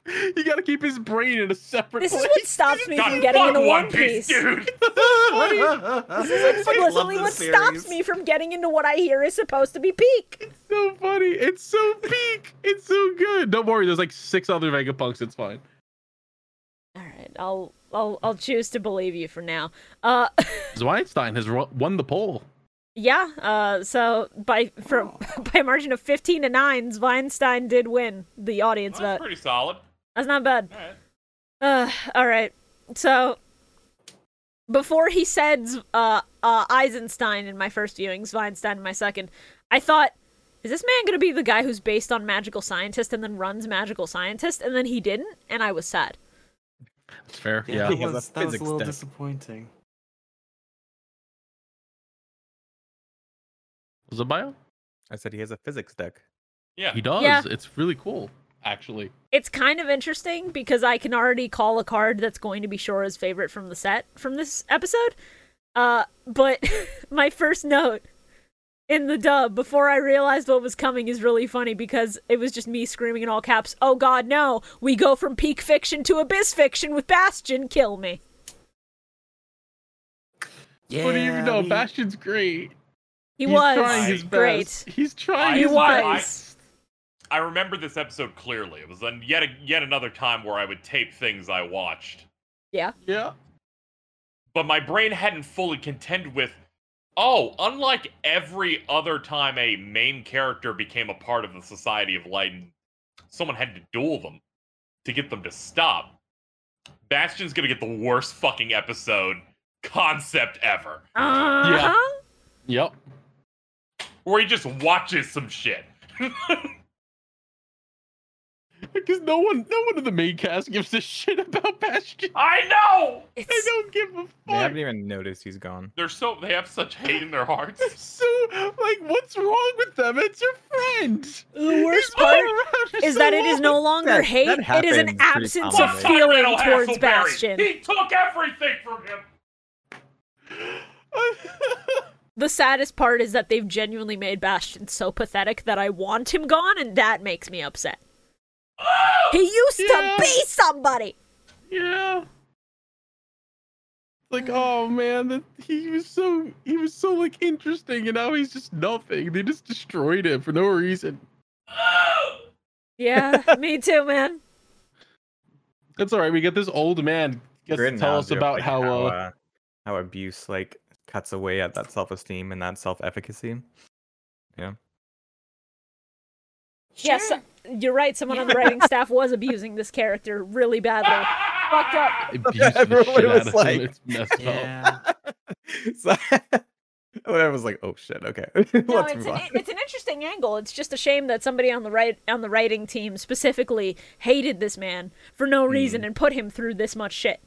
Speaker 3: You gotta keep his brain in a separate
Speaker 1: This is
Speaker 3: place.
Speaker 1: what stops me from
Speaker 4: God,
Speaker 1: getting
Speaker 4: fuck
Speaker 1: into
Speaker 4: One
Speaker 1: One Piece.
Speaker 4: Piece, dude.
Speaker 5: this is
Speaker 1: Explicitly, what stops me from getting into what I hear is supposed to be peak.
Speaker 3: so funny. It's so peak. It's so good. Don't worry, there's like six other Vegapunks. It's fine.
Speaker 1: All right, I'll I'll I'll choose to believe you for now. Uh,
Speaker 3: Zweinstein has ro- won the poll.
Speaker 1: yeah. Uh, so by from by a margin of fifteen to nine, Weinstein did win the audience
Speaker 4: That's
Speaker 1: vote.
Speaker 4: pretty solid.
Speaker 1: That's not bad.
Speaker 4: All right.
Speaker 1: Uh, all right. So before he says uh, uh, Eisenstein in my first viewing, Weinstein in my second, I thought, is this man going to be the guy who's based on Magical Scientist and then runs Magical Scientist? And then he didn't, and I was sad.
Speaker 3: It's fair.
Speaker 5: Yeah,
Speaker 3: Yeah.
Speaker 5: that
Speaker 2: Yeah,
Speaker 5: was,
Speaker 2: the
Speaker 5: that was a
Speaker 2: physics
Speaker 5: little
Speaker 2: deck.
Speaker 5: disappointing.
Speaker 3: Was it bio?
Speaker 2: I said he has a physics deck.
Speaker 4: Yeah.
Speaker 3: He does.
Speaker 1: Yeah.
Speaker 3: It's really cool, actually.
Speaker 1: It's kind of interesting because I can already call a card that's going to be Shora's favorite from the set from this episode. Uh, but my first note in the dub before I realized what was coming is really funny because it was just me screaming in all caps, "Oh God, no! We go from peak fiction to abyss fiction with Bastion. Kill me!"
Speaker 5: Yeah.
Speaker 3: what do you
Speaker 5: I
Speaker 3: know?
Speaker 5: mean,
Speaker 3: Bastion's great.
Speaker 1: He
Speaker 3: He's
Speaker 1: was
Speaker 3: trying his
Speaker 1: great.
Speaker 3: best. He's trying.
Speaker 4: I-
Speaker 1: He
Speaker 3: his
Speaker 4: I-
Speaker 3: best.
Speaker 1: was.
Speaker 4: I remember this episode clearly. It was an, yet a, yet another time where I would tape things I watched,
Speaker 3: Yeah.
Speaker 4: but my brain hadn't fully contended with. Oh, unlike every other time a main character became a part of the Society of Light, and someone had to duel them to get them to stop. Bastion's gonna get the worst fucking episode concept ever,
Speaker 1: Uh huh.
Speaker 3: Yep.
Speaker 4: where he just watches some shit.
Speaker 3: Because no one, no one in the main cast gives a shit about Bastion.
Speaker 4: I know.
Speaker 3: They
Speaker 1: It's
Speaker 3: don't give a
Speaker 1: Eh.
Speaker 2: They haven't
Speaker 3: fuck.
Speaker 2: even noticed he's gone.
Speaker 4: They're so they have such hate in their hearts.
Speaker 3: So, like, what's wrong with them? It's your friend.
Speaker 1: the worst
Speaker 3: He's been
Speaker 1: part.
Speaker 3: around for
Speaker 1: Is
Speaker 3: so
Speaker 1: that it is
Speaker 3: long.
Speaker 1: no longer
Speaker 2: That-
Speaker 1: hate? it
Speaker 2: that
Speaker 1: is an
Speaker 2: happens pretty
Speaker 1: absence
Speaker 2: commonly.
Speaker 1: of
Speaker 4: Fuck
Speaker 1: feeling
Speaker 4: Tyrannal
Speaker 1: towards
Speaker 4: Hasselberry.
Speaker 1: Bastion.
Speaker 4: He took everything from him.
Speaker 1: the saddest part is that they've genuinely made Bastion so pathetic that I want him gone, and that makes me upset. He used
Speaker 3: Yeah.
Speaker 1: to be somebody.
Speaker 3: Yeah. Like, oh man, that he was so he was so like interesting, and now he's just nothing. They just destroyed him for no reason.
Speaker 1: Yeah, me too, man.
Speaker 3: That's all right. We get this old man gets
Speaker 2: Great
Speaker 3: to tell us
Speaker 2: analogy of,
Speaker 3: about
Speaker 2: like,
Speaker 3: how, uh,
Speaker 2: uh, how abuse like cuts away at that self-esteem and that self-efficacy.
Speaker 1: Yes, uh, you're right. Someone on the writing staff was abusing this character really badly. Fucked up.
Speaker 3: abused the
Speaker 2: Everyone
Speaker 3: shit out of
Speaker 2: was
Speaker 3: him.
Speaker 2: like-
Speaker 3: It's messed up.
Speaker 5: Yeah.
Speaker 2: so I was like, oh shit, okay.
Speaker 1: No,
Speaker 2: Let's
Speaker 1: it's
Speaker 2: move
Speaker 1: an,
Speaker 2: on.
Speaker 1: it's an interesting angle. It's just a shame that somebody on the right on the writing team specifically hated this man for no reason and put him through this much shit.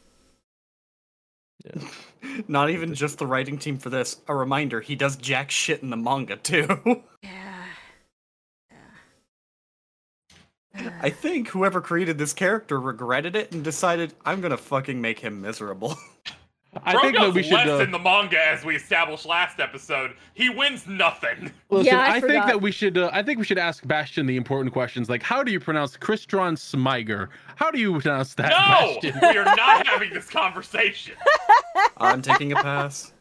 Speaker 5: Not even just the writing team for this. A reminder, he does jack shit in the manga too.
Speaker 1: Yeah.
Speaker 5: I think whoever created this character regretted it and decided, I'm gonna fucking make him miserable.
Speaker 3: I think that we should.
Speaker 4: less
Speaker 3: Uh,
Speaker 4: in the manga as we established last episode. He wins nothing.
Speaker 3: listen,
Speaker 1: Yeah, I
Speaker 3: I, think
Speaker 1: forgot.
Speaker 3: that we should. Uh, I think we should ask Bastion the important questions, like how do you pronounce Kristron Smiger? How do you pronounce that?
Speaker 4: No,
Speaker 3: Bastion?
Speaker 4: we are not having this conversation.
Speaker 5: I'm taking a pass.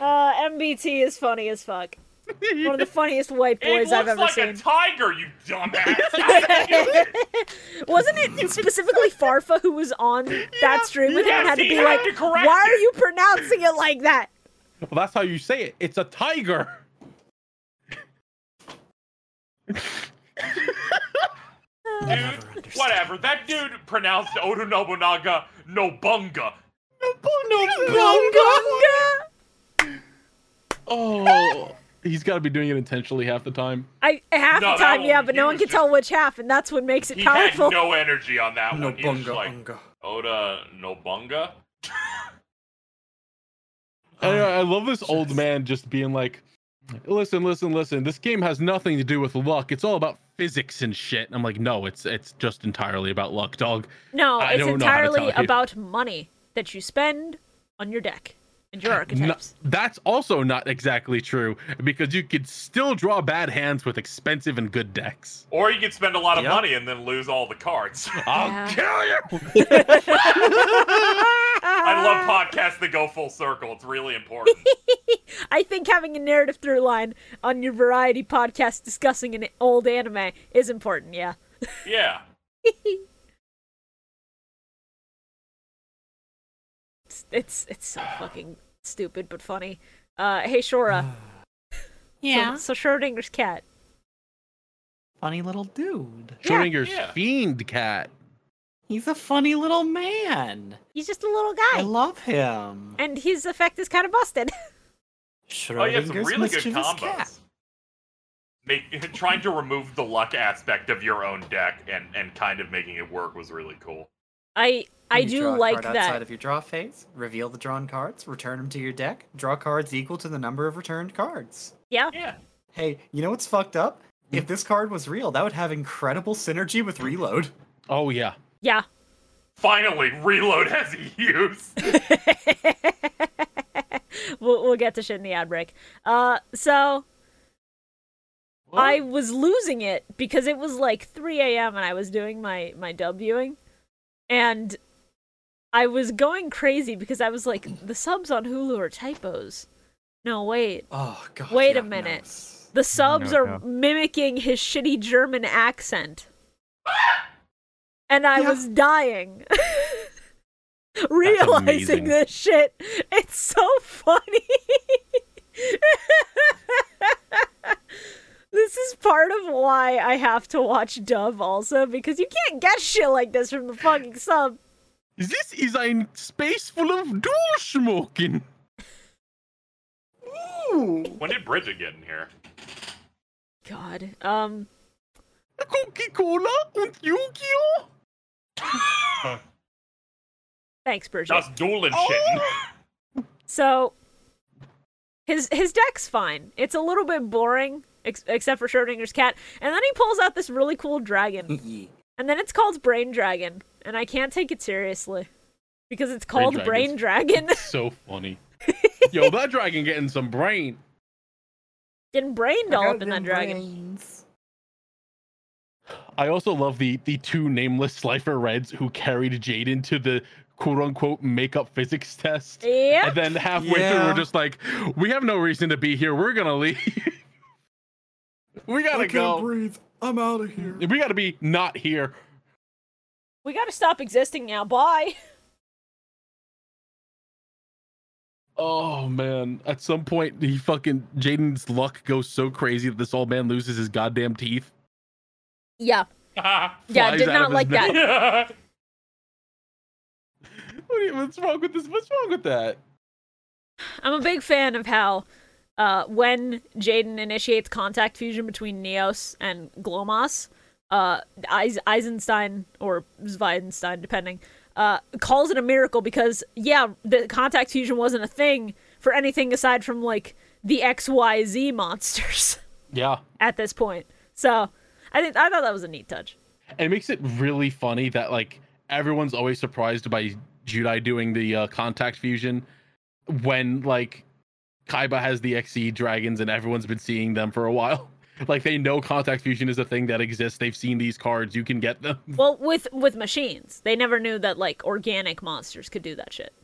Speaker 1: Uh, MBT is funny as fuck. One of the funniest white
Speaker 4: It
Speaker 1: boys
Speaker 4: looks
Speaker 1: I've ever
Speaker 4: like a
Speaker 1: seen.
Speaker 4: tiger, you dumbass.
Speaker 1: Wasn't it specifically Farfa who was on that stream with him and
Speaker 4: yes,
Speaker 1: had to
Speaker 4: he
Speaker 1: be
Speaker 4: had
Speaker 1: like,
Speaker 4: to correct
Speaker 1: why are
Speaker 4: it."
Speaker 1: you pronouncing it like that?
Speaker 3: Well, that's how you say it. It's a tiger.
Speaker 4: dude, whatever. That dude pronounced Oda Nobunaga Nobunga.
Speaker 1: Gunga!
Speaker 3: Oh, he's got to be doing it intentionally half the time.
Speaker 1: I half
Speaker 4: No,
Speaker 1: the
Speaker 4: that
Speaker 1: time,
Speaker 4: one
Speaker 1: yeah,
Speaker 4: was
Speaker 1: but no one can
Speaker 4: huge.
Speaker 1: tell which half, and that's what makes it
Speaker 4: He
Speaker 1: powerful.
Speaker 4: had no energy on that
Speaker 5: No
Speaker 4: one. He was just
Speaker 5: bunga
Speaker 4: like
Speaker 5: unga.
Speaker 4: Oda Nobunga.
Speaker 3: I, I love this old man just being like, "Listen, listen, listen. This game has nothing to do with luck. It's all about physics and shit." I'm like, "No, it's it's just entirely about luck, dog."
Speaker 1: No,
Speaker 3: I
Speaker 1: it's
Speaker 3: don't know how to
Speaker 1: entirely
Speaker 3: tell you.
Speaker 1: about money that you spend on your deck and your
Speaker 3: No-
Speaker 1: archetypes.
Speaker 3: that's also not exactly true because you could still draw bad hands with expensive and good decks.
Speaker 4: Or you could spend a lot of
Speaker 5: Yep.
Speaker 4: money and then lose all the cards.
Speaker 3: I'll
Speaker 1: Yeah.
Speaker 3: kill you.
Speaker 4: I love podcasts that go full circle. It's really important.
Speaker 1: I think having a narrative through line on your variety podcast discussing an old anime is important, yeah.
Speaker 4: yeah.
Speaker 1: It's it's, it's so fucking stupid but funny. Uh, hey Shora. So, so Schrodinger's cat.
Speaker 5: Funny little dude.
Speaker 1: Yeah,
Speaker 3: Schrodinger's
Speaker 4: yeah.
Speaker 3: fiend cat.
Speaker 5: He's a funny little man.
Speaker 1: He's just a little
Speaker 5: I
Speaker 1: guy,
Speaker 5: love him.
Speaker 7: Oh,
Speaker 1: and his effect is kind of busted.
Speaker 4: Oh yeah, some
Speaker 5: Schrödinger's
Speaker 4: really good
Speaker 5: mischievous
Speaker 4: combos.
Speaker 5: cat.
Speaker 4: Make, trying to remove the luck aspect of your own deck and, and kind of making it work was really cool.
Speaker 1: I I
Speaker 5: You draw
Speaker 1: do
Speaker 5: a
Speaker 1: like
Speaker 5: card Outside
Speaker 1: that.
Speaker 5: of your draw phase, reveal the drawn cards, return them to your deck. Draw cards equal to the number of returned cards.
Speaker 1: Yeah.
Speaker 4: Yeah.
Speaker 5: Hey, you know what's fucked up? If this card was real, that would have incredible synergy with reload.
Speaker 3: Oh yeah.
Speaker 1: Yeah.
Speaker 4: Finally, reload has a use.
Speaker 1: We'll, we'll get to shit in the ad break. Uh, so I was losing it because it was like 3 a.m. and I was doing my my dub viewing, and I was going crazy because I was like, the subs on Hulu are typos. No, wait.
Speaker 5: Oh god.
Speaker 1: Wait a
Speaker 5: yeah, no.
Speaker 1: minute. The subs
Speaker 2: No,
Speaker 1: are
Speaker 2: no.
Speaker 1: mimicking his shitty German accent. and I
Speaker 5: Yeah.
Speaker 1: was dying. Realizing
Speaker 3: amazing.
Speaker 1: this shit. It's so funny. this is part of why I have to watch Dove also, because you can't get shit like this from the fucking sub.
Speaker 3: This is ein space full of dual smoking.
Speaker 4: when did Bridget get in here?
Speaker 1: God. Um
Speaker 3: Coca Cola und Yu-Gi-Oh.
Speaker 1: thanks, Bridget.
Speaker 4: Just dueling shit.
Speaker 1: So his his deck's fine. It's a little bit boring, ex- except for Schrodinger's cat. And then he pulls out this really cool dragon,
Speaker 5: Ye-
Speaker 1: and then it's called Brain Dragon, and I can't take it seriously because it's called Brain,
Speaker 3: Brain
Speaker 1: Dragon.
Speaker 3: so funny. Yo, that dragon getting some brain.
Speaker 1: Getting
Speaker 5: I
Speaker 1: brained all
Speaker 5: got
Speaker 1: up in that
Speaker 5: them
Speaker 1: dragon.
Speaker 5: brains.
Speaker 3: I also love the the two nameless Slifer Reds who carried Jaden to the quote unquote makeup physics test.
Speaker 1: Yep.
Speaker 3: And then halfway through,
Speaker 5: Yeah.
Speaker 3: we're just like, we have no reason to be here. We're gonna leave. we gotta go.
Speaker 5: breathe. I'm out of here.
Speaker 3: We gotta be not here.
Speaker 1: We gotta stop existing now. Bye.
Speaker 3: Oh man! At some point, he fucking Jaden's luck goes so crazy that this old man loses his goddamn teeth.
Speaker 1: Yeah. Yeah.
Speaker 3: Flies
Speaker 1: Did
Speaker 3: out
Speaker 1: not
Speaker 3: of his
Speaker 1: like that.
Speaker 3: What do you- what's wrong with this? What's wrong with that?
Speaker 1: I'm a big fan of how uh, when Jaden initiates contact fusion between Neos and Glomas, uh, Eis- Eisenstein or Zweidenstein, depending, uh, calls it a miracle because yeah, the contact fusion wasn't a thing for anything aside from like the X Y Z monsters
Speaker 3: Yeah.
Speaker 1: at this point. So I think I thought that was a neat touch.
Speaker 3: it makes it really funny that like everyone's always surprised by Judai doing the uh, contact fusion when like Kaiba has the XE dragons and everyone's been seeing them for a while. Like they know contact fusion is a thing that exists. They've seen these cards. You can get them.
Speaker 1: Well, with with machines, they never knew that like organic monsters could do that shit.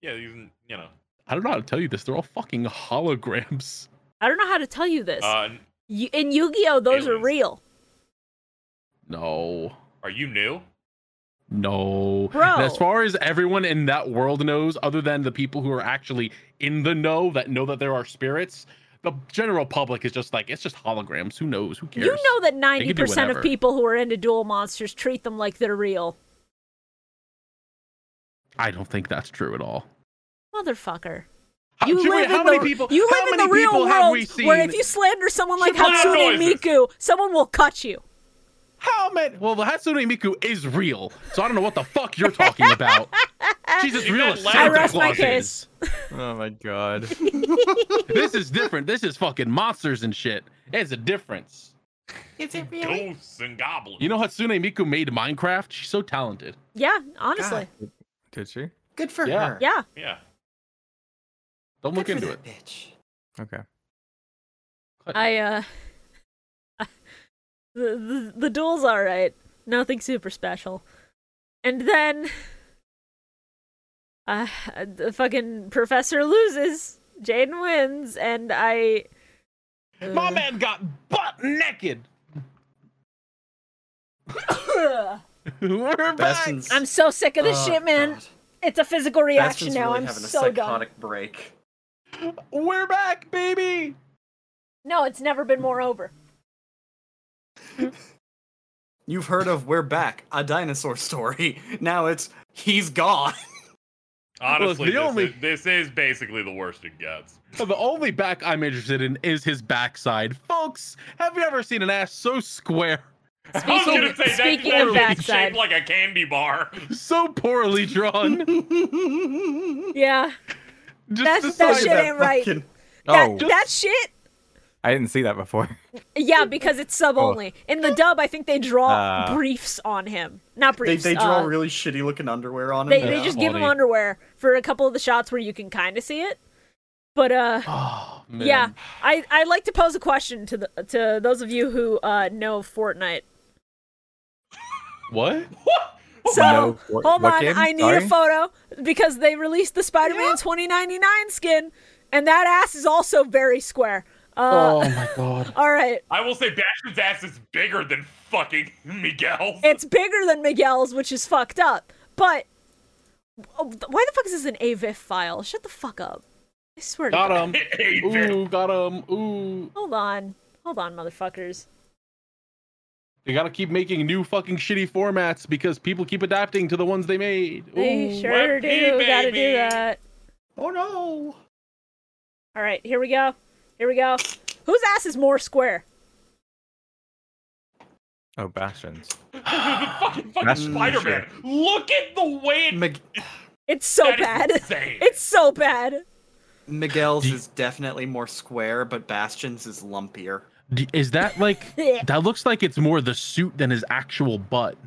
Speaker 4: yeah, you, you know.
Speaker 3: I don't know how to tell you this. They're all fucking holograms.
Speaker 1: I don't know how to tell you this.
Speaker 4: Uh,
Speaker 1: You- in Yu-Gi-Oh, those are
Speaker 4: aliens.
Speaker 1: real.
Speaker 3: No.
Speaker 4: are you new?
Speaker 3: No.
Speaker 1: Bro.
Speaker 3: And As far as everyone in that world knows, other than the people who are actually in the know that know that there are spirits, the general public is just like, it's just holograms. Who knows? Who cares?
Speaker 1: You know that
Speaker 3: can do
Speaker 1: 90%
Speaker 3: whatever.
Speaker 1: of people who are into dual monsters treat them like they're real.
Speaker 3: I don't think that's true at all.
Speaker 1: Motherfucker.
Speaker 3: How-
Speaker 1: You
Speaker 3: Joey,
Speaker 1: live
Speaker 3: how
Speaker 1: in
Speaker 3: many
Speaker 1: the,
Speaker 3: people?
Speaker 1: You
Speaker 3: how
Speaker 1: live in
Speaker 3: many
Speaker 1: the real
Speaker 3: people
Speaker 1: world
Speaker 3: have we seen?
Speaker 1: where if you slander someone like
Speaker 4: Shabana
Speaker 1: Hatsune
Speaker 4: noises.
Speaker 1: Miku, someone will cut you.
Speaker 3: How many? Well, the Hatsune Miku is real, so I don't know what the fuck you're talking about. She's as
Speaker 4: Is
Speaker 3: real
Speaker 4: that
Speaker 3: as
Speaker 4: loud?
Speaker 1: I
Speaker 3: Santa
Speaker 1: rest my
Speaker 3: Claus
Speaker 1: case.
Speaker 3: is.
Speaker 2: Oh my god.
Speaker 3: This is different. This is fucking monsters and shit. It's a difference.
Speaker 5: Is it really?
Speaker 4: Ghosts and goblins.
Speaker 3: You know Hatsune Miku made Minecraft? She's so talented.
Speaker 1: Yeah, honestly.
Speaker 2: Did she?
Speaker 5: Good for
Speaker 3: Yeah.
Speaker 5: her.
Speaker 1: Yeah.
Speaker 4: yeah.
Speaker 3: Don't
Speaker 5: Good
Speaker 3: look
Speaker 5: for
Speaker 3: into it.
Speaker 5: that Bitch.
Speaker 2: Okay.
Speaker 1: I, uh. the, the, the duel's alright. Nothing super special. And then. Uh, the fucking professor loses. Jaden wins, and I.
Speaker 3: My man got butt naked. We're back.
Speaker 5: Bastion's-
Speaker 1: I'm so sick of this
Speaker 5: Oh,
Speaker 1: shit, man.
Speaker 5: God.
Speaker 1: It's a physical reaction
Speaker 5: Bastion's
Speaker 1: now.
Speaker 5: really
Speaker 1: I'm
Speaker 5: having a
Speaker 1: so done.
Speaker 5: psychotic break.
Speaker 3: We're back, baby.
Speaker 1: No, it's never been more over.
Speaker 5: You've heard of We're Back, a dinosaur story. Now it's He's Gone.
Speaker 4: Honestly,
Speaker 3: the
Speaker 4: this,
Speaker 3: only-
Speaker 4: is, this is basically the worst it gets.
Speaker 3: So the only back I'm interested in is his backside. Folks, have you ever seen an ass so square,
Speaker 4: I was gonna
Speaker 1: Speaking-
Speaker 4: say that
Speaker 1: speaking of
Speaker 4: literally
Speaker 1: backside.
Speaker 4: shaped like a candy bar.
Speaker 3: so poorly drawn?
Speaker 1: Yeah.
Speaker 3: Just
Speaker 1: That's-
Speaker 3: the
Speaker 1: that
Speaker 3: side
Speaker 1: shit ain't right.
Speaker 5: fucking-
Speaker 2: Oh,
Speaker 1: That, that shit?
Speaker 2: I didn't see that before.
Speaker 1: Yeah, because it's sub
Speaker 2: Oh.
Speaker 1: only. In the dub, I think they draw
Speaker 2: Ah.
Speaker 1: briefs on him. Not
Speaker 5: They,
Speaker 1: briefs.
Speaker 5: they draw
Speaker 1: uh,
Speaker 5: really shitty looking underwear on him.
Speaker 1: they,
Speaker 5: now.
Speaker 1: they just give him
Speaker 2: Quality.
Speaker 1: underwear for a couple of the shots where you can kind of see it. But uh
Speaker 3: Oh, man.
Speaker 1: yeah, I I like to pose a question to the to those of you who uh know Fortnite.
Speaker 3: What?
Speaker 1: So
Speaker 2: No, what-
Speaker 1: hold
Speaker 2: what
Speaker 1: on,
Speaker 2: game?
Speaker 1: I need a
Speaker 2: Sorry?
Speaker 1: photo because they released the Spider-Man 2099 skin, and that ass is also very square. Uh,
Speaker 3: oh my god.
Speaker 1: All right,
Speaker 4: I will say Bastion's ass is bigger than fucking Miguel's.
Speaker 1: it's bigger than Miguel's, which is fucked up. But oh, th- why the fuck is this an AVIF file? Shut the fuck up! I swear to
Speaker 3: Got
Speaker 1: God.
Speaker 3: him. Ooh, got him. Ooh.
Speaker 1: Hold on, hold on, motherfuckers.
Speaker 3: They gotta keep making new fucking shitty formats because people keep adapting to the ones they made.
Speaker 1: They
Speaker 3: Ooh.
Speaker 1: sure
Speaker 4: let
Speaker 1: do.
Speaker 4: me,
Speaker 1: Gotta do
Speaker 4: baby.
Speaker 1: that.
Speaker 5: oh no.
Speaker 1: All right, here we go. Here we go. Whose ass is more square?
Speaker 2: Oh, Bastions.
Speaker 4: fucking fucking
Speaker 2: That's-
Speaker 4: Spider-Man. Look at the way it
Speaker 5: Mig-
Speaker 1: It's so
Speaker 4: that is
Speaker 1: bad.
Speaker 4: insane.
Speaker 1: It's so bad.
Speaker 5: Miguel's is definitely more square, but Bastion's is lumpier.
Speaker 3: D- Is that like. that looks like it's more the suit than his actual butt.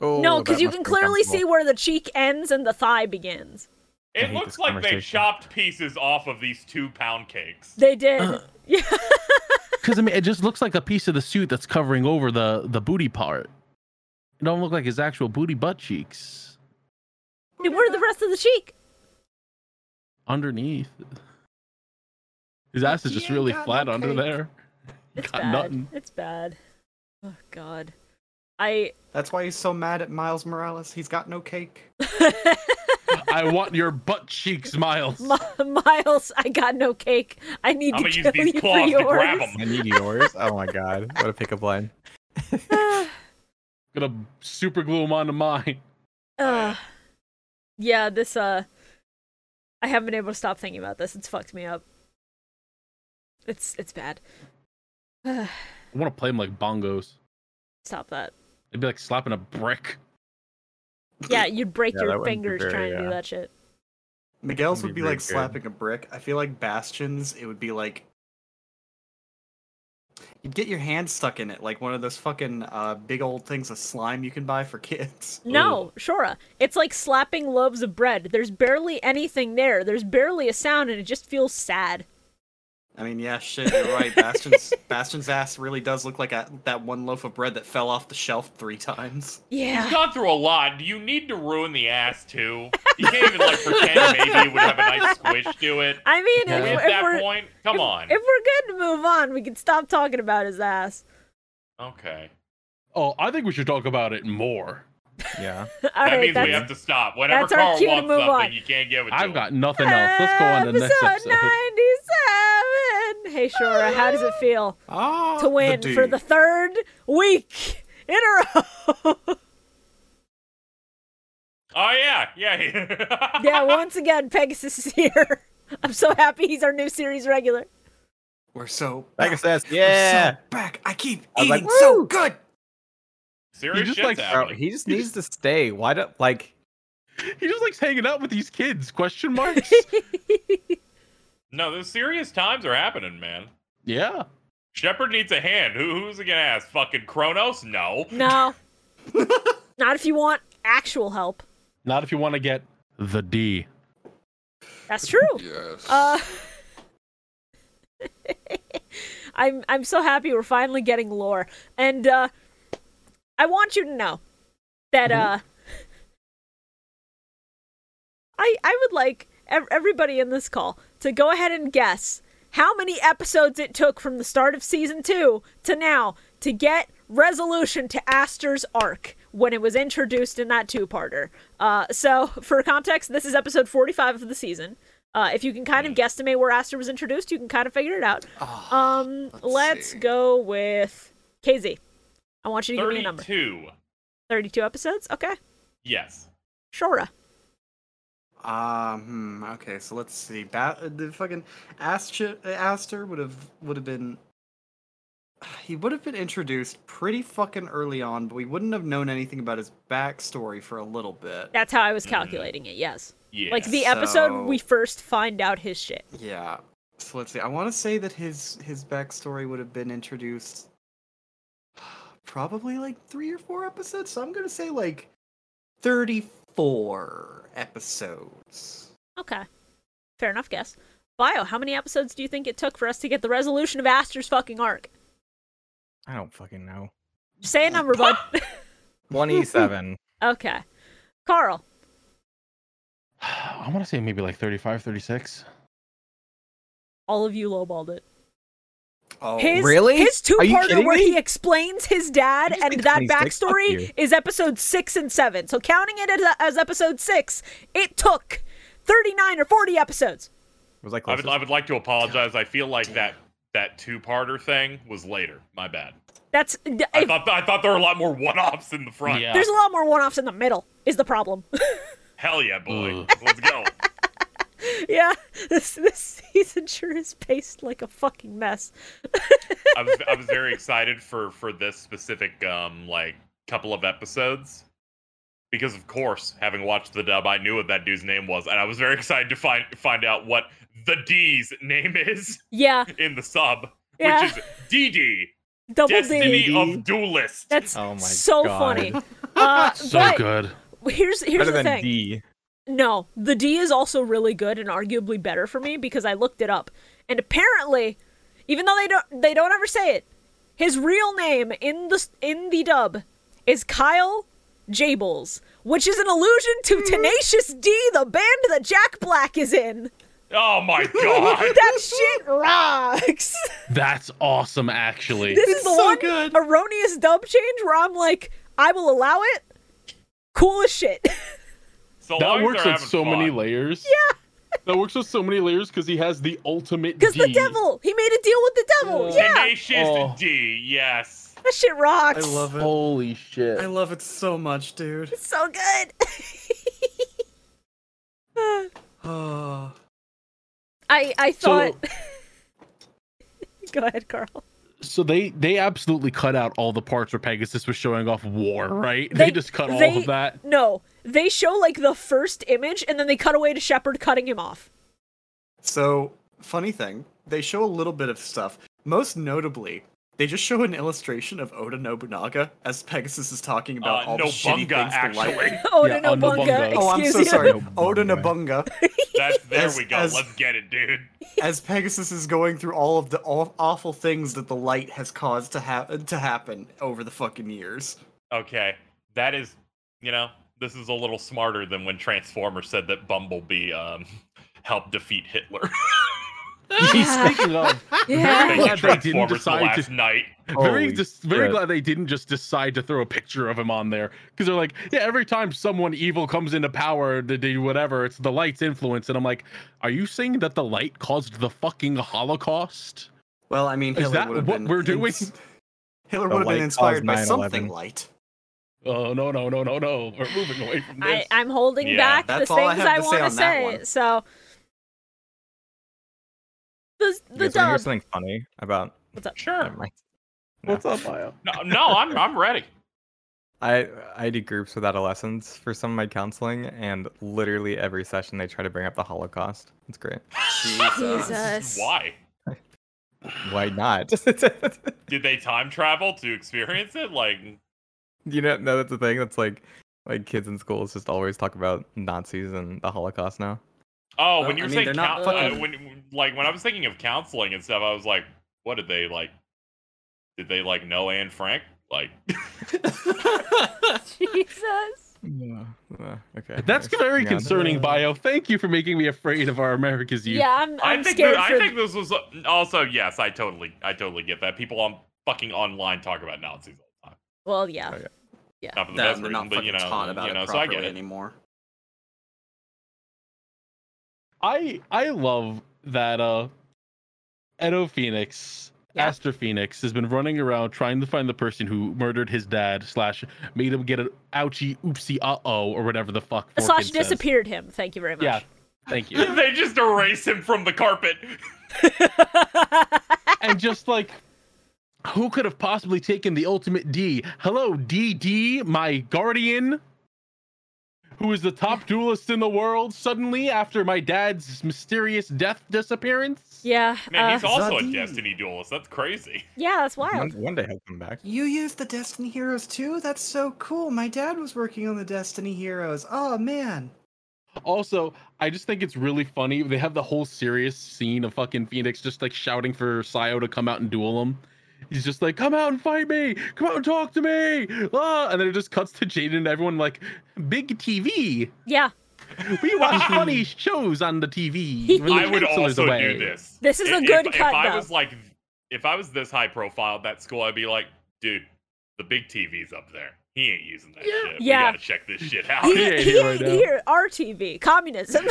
Speaker 2: Oh,
Speaker 1: no,
Speaker 2: that
Speaker 1: because you
Speaker 2: must
Speaker 1: can
Speaker 2: be
Speaker 1: clearly see
Speaker 2: comfortable.
Speaker 1: where the cheek ends and the thigh begins.
Speaker 2: I
Speaker 4: It
Speaker 2: hate
Speaker 4: looks
Speaker 2: this
Speaker 4: like they
Speaker 2: conversation.
Speaker 4: chopped pieces off of these two pound cakes.
Speaker 1: They did. yeah.
Speaker 3: Because I mean, it just looks like a piece of the suit that's covering over the the booty part. It don't look like his actual booty butt cheeks
Speaker 1: Where the rest of the cheek?
Speaker 3: underneath. His ass is just really flat under there.
Speaker 1: It's
Speaker 3: Got
Speaker 1: bad.
Speaker 3: nothing.
Speaker 1: It's bad. Oh God. I
Speaker 5: That's why he's so mad at Miles Morales. He's got no cake.
Speaker 3: I want your butt cheeks, Miles.
Speaker 1: M- Miles, I got no cake. I need
Speaker 4: I'm
Speaker 1: to
Speaker 4: gonna
Speaker 1: kill
Speaker 4: use these
Speaker 1: you
Speaker 4: claws
Speaker 1: for
Speaker 4: to
Speaker 1: yours.
Speaker 4: grab them.
Speaker 2: I need yours. Oh my god, what a pickup line.
Speaker 3: gonna super glue him onto mine.
Speaker 1: Ugh. yeah, this uh I haven't been able to stop thinking about this. It's fucked me up. It's it's bad.
Speaker 3: I want to play him like bongos.
Speaker 1: Stop that.
Speaker 3: It'd be like slapping a brick.
Speaker 1: Yeah, you'd break
Speaker 2: Yeah, that
Speaker 1: your
Speaker 2: wouldn't be
Speaker 1: fingers
Speaker 2: very,
Speaker 1: trying to do
Speaker 2: uh,
Speaker 1: that shit.
Speaker 5: Miguel's
Speaker 2: That'd
Speaker 5: would be
Speaker 2: be very
Speaker 5: like
Speaker 2: good.
Speaker 5: slapping a brick. I feel like Bastion's, it would be like you'd get your hand stuck in it, like one of those fucking uh, big old things of slime you can buy for kids.
Speaker 1: No, Shora. It's like slapping loaves of bread. There's barely anything there. There's barely a sound and it just feels sad.
Speaker 5: I mean, yeah, shit, you're right. Bastion's Bastion's ass really does look like a, that one loaf of bread that fell off the shelf three times.
Speaker 1: Yeah.
Speaker 4: He's gone through a lot. Do you need to ruin the ass too? You can't even like pretend maybe it would have a nice squish to it.
Speaker 1: I mean,
Speaker 3: Yeah.
Speaker 1: if,
Speaker 4: At
Speaker 1: we're- if
Speaker 4: that
Speaker 1: we're
Speaker 4: point, come
Speaker 1: if,
Speaker 4: on.
Speaker 1: if we're good to move on, we can stop talking about his ass.
Speaker 4: okay.
Speaker 3: Oh, I think we should talk about it more.
Speaker 2: Yeah.
Speaker 1: All
Speaker 4: that
Speaker 1: right,
Speaker 4: means we
Speaker 1: that's
Speaker 4: have to stop. Whenever
Speaker 1: that's our
Speaker 4: Carl
Speaker 1: cue to
Speaker 4: wants
Speaker 1: move
Speaker 4: something,
Speaker 1: on.
Speaker 4: you can't give it to
Speaker 3: I've
Speaker 4: him.
Speaker 3: got nothing else. Let's go on to the next episode.
Speaker 1: ninety-seven. Hey, Shora, how does it feel
Speaker 5: Ah,
Speaker 1: to win for the third week in a row?
Speaker 4: Oh yeah, yeah.
Speaker 1: yeah, once again, Pegasus is here. I'm so happy he's our new series regular.
Speaker 5: We're so
Speaker 2: Like I
Speaker 5: back.
Speaker 2: said,
Speaker 5: We're so
Speaker 2: yeah.
Speaker 5: back. I keep
Speaker 2: I was
Speaker 5: eating
Speaker 2: like,
Speaker 5: so good.
Speaker 4: Serious
Speaker 3: He just
Speaker 4: shit's
Speaker 3: likes-
Speaker 2: Bro,
Speaker 4: happening.
Speaker 2: he just needs to stay. Why don't like?
Speaker 3: He just likes hanging out with these kids. Question marks.
Speaker 4: No, those serious times are happening, man.
Speaker 3: yeah.
Speaker 4: Shepard needs a hand. Who, who's he gonna ask? Fucking Kronos? No.
Speaker 1: No, not if you want actual help.
Speaker 3: Not if you want to get the D.
Speaker 1: That's true.
Speaker 5: Yes.
Speaker 1: Uh, I'm I'm so happy we're finally getting lore, and uh, I want you to know that uh, I I would like ev- everybody in this call to go ahead and guess how many episodes it took from the start of season two to now to get resolution to Aster's arc when it was introduced in that two-parter. Uh, so for context, this is episode 45 of the season. Uh, if you can kind of guesstimate where Aster was introduced, Ah, you can kind of figure it out. Um, let's,
Speaker 5: see.
Speaker 1: go with KZ. I want you to give me a number.
Speaker 4: 32.
Speaker 1: 32 episodes? Okay.
Speaker 4: Yes.
Speaker 1: Shora.
Speaker 5: Um. hmm, okay. So let's see. Ba- uh, the fucking Aster, Aster would have would have been. He would have been introduced pretty fucking early on, but we wouldn't have known anything about his backstory for a little bit.
Speaker 1: That's how I was calculating it, yes.
Speaker 4: Yeah.
Speaker 1: Like the episode
Speaker 5: so-
Speaker 1: we first find out his shit.
Speaker 5: Yeah. So let's see. I want to say that his his backstory would have been introduced probably like three or four episodes. So I'm gonna say like thirty four episodes.
Speaker 1: Okay. Fair enough guess. Bio, how many episodes do you think it took for us to get the resolution of Aster's fucking arc?
Speaker 2: I don't fucking know.
Speaker 1: Just say a number, bud.
Speaker 2: 27.
Speaker 1: okay. Carl.
Speaker 3: I want to say maybe like 35, 36.
Speaker 1: All of you lowballed it.
Speaker 5: Oh,
Speaker 1: His,
Speaker 2: really?
Speaker 1: His
Speaker 2: Are you
Speaker 1: two-parter
Speaker 2: kidding
Speaker 1: where
Speaker 2: me?
Speaker 1: he explains his dad
Speaker 2: I just
Speaker 1: and
Speaker 2: think
Speaker 1: that
Speaker 2: 26, fuck
Speaker 1: backstory
Speaker 2: you.
Speaker 1: is episode six and seven. So counting it as, as episode six, it took thirty-nine or forty episodes.
Speaker 2: Was I
Speaker 4: I
Speaker 2: close?
Speaker 4: would, I would like to apologize. I feel like that that two-parter thing was later. My bad.
Speaker 1: That's d-
Speaker 4: I
Speaker 1: if-
Speaker 4: thought I thought there were a lot more one-offs in the front.
Speaker 3: Yeah.
Speaker 1: there's a lot more one-offs in the middle. Is the problem?
Speaker 4: Hell yeah, boy.
Speaker 3: Ugh.
Speaker 4: Let's go.
Speaker 1: yeah, this this season sure is paced like a fucking mess.
Speaker 4: I was I was very excited for for this specific um like couple of episodes because of course having watched the dub I knew what that dude's name was and I was very excited to find find out what the D's name is
Speaker 1: Yeah,
Speaker 4: in the sub
Speaker 1: Yeah.
Speaker 4: which is DD
Speaker 1: double
Speaker 4: Destiny
Speaker 1: D.
Speaker 4: of Duelist.
Speaker 1: That's
Speaker 2: Oh my
Speaker 1: so
Speaker 2: God.
Speaker 1: funny. Uh,
Speaker 3: So
Speaker 1: but
Speaker 3: good.
Speaker 1: here's here's
Speaker 2: Better
Speaker 1: the
Speaker 2: than
Speaker 1: thing.
Speaker 2: D.
Speaker 1: No, the D is also really good and arguably better for me because I looked it up. And apparently, even though they don't they don't ever say it, his real name in the in the dub is Kyle Jables, which is an allusion
Speaker 5: Mm-hmm.
Speaker 1: to Tenacious D, the band that Jack Black is in.
Speaker 4: Oh my god.
Speaker 1: That shit rocks.
Speaker 3: That's awesome, actually.
Speaker 1: This is the
Speaker 5: so
Speaker 1: one
Speaker 5: good.
Speaker 1: erroneous dub change where I'm like, I will allow it. Cool as shit.
Speaker 4: So
Speaker 3: That
Speaker 4: long as
Speaker 3: works
Speaker 4: they're
Speaker 3: on
Speaker 4: having
Speaker 3: so many
Speaker 4: fun.
Speaker 3: layers. Yeah. That works with so many layers because he has the ultimate
Speaker 1: Because the
Speaker 3: D.
Speaker 1: devil, he made a deal with the devil.
Speaker 3: Yeah.
Speaker 1: Yeah,
Speaker 4: Tenacious
Speaker 3: Oh.
Speaker 4: D, yes.
Speaker 1: that shit rocks.
Speaker 5: I love
Speaker 2: Oh.
Speaker 5: it.
Speaker 3: Holy shit.
Speaker 5: I love it so much, dude.
Speaker 1: so good.
Speaker 5: Oh.
Speaker 1: I I
Speaker 3: So-
Speaker 1: thought. Go ahead, Carl.
Speaker 3: so they they absolutely cut out all the parts where Pegasus was showing off war, right? They,
Speaker 1: They-
Speaker 3: just cut all
Speaker 1: they-
Speaker 3: of that.
Speaker 1: No, they show like the first image, and then they cut away to Shepard cutting him off.
Speaker 5: So, funny thing, they show a little bit of stuff. Most notably, they just show an illustration of Oda Nobunaga as Pegasus is talking about
Speaker 4: Uh,
Speaker 5: all the shitty
Speaker 4: Nobunga,
Speaker 5: things that life-
Speaker 4: actually.
Speaker 1: Oh
Speaker 3: Yeah,
Speaker 1: no,
Speaker 3: oh, no
Speaker 1: Bunga!
Speaker 3: bunga.
Speaker 5: Oh, I'm
Speaker 1: excuse
Speaker 5: so
Speaker 1: you.
Speaker 5: sorry.
Speaker 2: Nobunga.
Speaker 5: Oda Nobunga
Speaker 4: That's there
Speaker 5: As-
Speaker 4: we go.
Speaker 5: as-
Speaker 4: Let's get it, dude.
Speaker 5: as Pegasus is going through all of the aw- awful things that the light has caused to happen to happen over the fucking years.
Speaker 4: Okay. That is, you know, this is a little smarter than when Transformers said that Bumblebee um, helped defeat Hitler.
Speaker 3: Speaking of,
Speaker 1: Yeah.
Speaker 3: glad
Speaker 4: Thank you,
Speaker 3: they didn't
Speaker 4: Transformers the
Speaker 3: decide
Speaker 4: last
Speaker 3: to-
Speaker 4: night.
Speaker 3: very
Speaker 2: Holy
Speaker 3: just very
Speaker 2: shit.
Speaker 3: glad they didn't just decide to throw a picture of him on there because they're like, yeah, every time someone evil comes into power, they do whatever. It's the light's influence, and I'm like, are you saying that the light caused the fucking Holocaust?
Speaker 5: Well, I mean,
Speaker 3: Is
Speaker 5: Hitler
Speaker 3: that
Speaker 5: would have
Speaker 3: what
Speaker 5: been
Speaker 3: we're doing?
Speaker 5: ins- Hitler
Speaker 2: The
Speaker 5: would have
Speaker 2: light
Speaker 5: been inspired
Speaker 2: caused
Speaker 5: by something
Speaker 2: 9/11.
Speaker 5: light.
Speaker 3: Oh no no no no no! We're moving away from
Speaker 1: I,
Speaker 3: this.
Speaker 1: I'm holding
Speaker 4: Yeah,
Speaker 1: back the
Speaker 5: that's all I
Speaker 1: things
Speaker 5: have
Speaker 1: I,
Speaker 5: to say
Speaker 1: want to
Speaker 5: on that
Speaker 1: say.
Speaker 5: one.
Speaker 1: So the
Speaker 2: You
Speaker 1: the
Speaker 2: guys wanna hear
Speaker 1: dub. Oh
Speaker 2: something funny about.
Speaker 4: Sure.
Speaker 2: Never mind.
Speaker 3: What's up, Bio?
Speaker 4: No, no, I'm I'm ready.
Speaker 2: I I do groups with adolescents for some of my counseling, and literally every session they try to bring up the Holocaust. It's great.
Speaker 5: Jesus.
Speaker 1: Jesus.
Speaker 4: Why?
Speaker 2: Why not?
Speaker 4: Did they time travel to experience it? Like,
Speaker 2: you know, no, that's the thing. That's like, like kids in schools just always talk about Nazis and the Holocaust now.
Speaker 4: oh,
Speaker 5: Well,
Speaker 4: when you
Speaker 5: I
Speaker 4: were
Speaker 5: mean,
Speaker 4: saying
Speaker 5: they're not
Speaker 4: coun- uh,
Speaker 5: fucking-
Speaker 4: when like when I was thinking of counseling and stuff, I was like, what did they like? Did they like know Anne Frank? Like,
Speaker 1: Jesus.
Speaker 2: Uh, okay.
Speaker 3: That's
Speaker 2: anyways,
Speaker 3: very
Speaker 2: moving on.
Speaker 3: concerning, Bio. Thank you for making me afraid of our America's youth.
Speaker 1: Yeah, I'm,
Speaker 4: i
Speaker 1: I'm
Speaker 4: think
Speaker 1: scared
Speaker 4: that- I
Speaker 1: for
Speaker 4: think this was uh, also yes. I totally I totally get that. People on fucking online talk about Nazis all the time.
Speaker 1: Well, yeah.
Speaker 2: Oh, yeah.
Speaker 4: Not for the
Speaker 5: That
Speaker 4: best
Speaker 5: they're
Speaker 4: reason,
Speaker 5: not
Speaker 4: but
Speaker 5: fucking
Speaker 4: you know,
Speaker 5: taught about
Speaker 4: you know.
Speaker 5: it
Speaker 4: So I
Speaker 5: properly
Speaker 4: get it.
Speaker 5: anymore.
Speaker 3: I I love that uh Edo Phoenix
Speaker 1: Yeah.
Speaker 3: Aster Phoenix has been running around trying to find the person who murdered his dad slash made him get an ouchie oopsie uh oh or whatever the fuck. Forkin
Speaker 1: Slash
Speaker 3: says.
Speaker 1: disappeared him. Thank you very much.
Speaker 3: Yeah, thank you.
Speaker 4: they just erase him from the carpet.
Speaker 3: and just like who could have possibly taken the ultimate D? Hello, DD, my guardian, who is the top duelist in the world. Suddenly, after my dad's mysterious death disappearance,
Speaker 1: Yeah.
Speaker 4: Man,
Speaker 1: uh,
Speaker 4: he's also a
Speaker 5: Zadine.
Speaker 4: Destiny duelist. That's crazy.
Speaker 1: yeah, that's
Speaker 2: One,
Speaker 1: wild.
Speaker 2: one day he'll come back.
Speaker 5: You use the Destiny Heroes too? That's so cool. My dad was working on the Destiny Heroes. Oh man.
Speaker 3: also I just think it's really funny. They have the whole serious scene of fucking Phoenix just like shouting for Sayo to come out and duel him. He's just like, come out and fight me, come out and talk to me, ah! and then it just cuts to Jaden and everyone like, big TV,
Speaker 1: Yeah.
Speaker 3: We watch funny shows on the TV. when the
Speaker 4: I would
Speaker 3: pencil is
Speaker 4: also
Speaker 3: away.
Speaker 4: do this.
Speaker 1: This is a
Speaker 4: I- if-
Speaker 1: good
Speaker 4: if,
Speaker 1: cut,
Speaker 4: I
Speaker 1: though.
Speaker 4: was like, if I was this high profile at that school, I'd be like, dude, the big TV's up there. He ain't using that shit. We
Speaker 1: Yeah.
Speaker 4: gotta check this shit out.
Speaker 1: He,
Speaker 3: he ain't
Speaker 1: he
Speaker 3: here
Speaker 1: ain't
Speaker 3: right now.
Speaker 1: here. Our TV. Communism.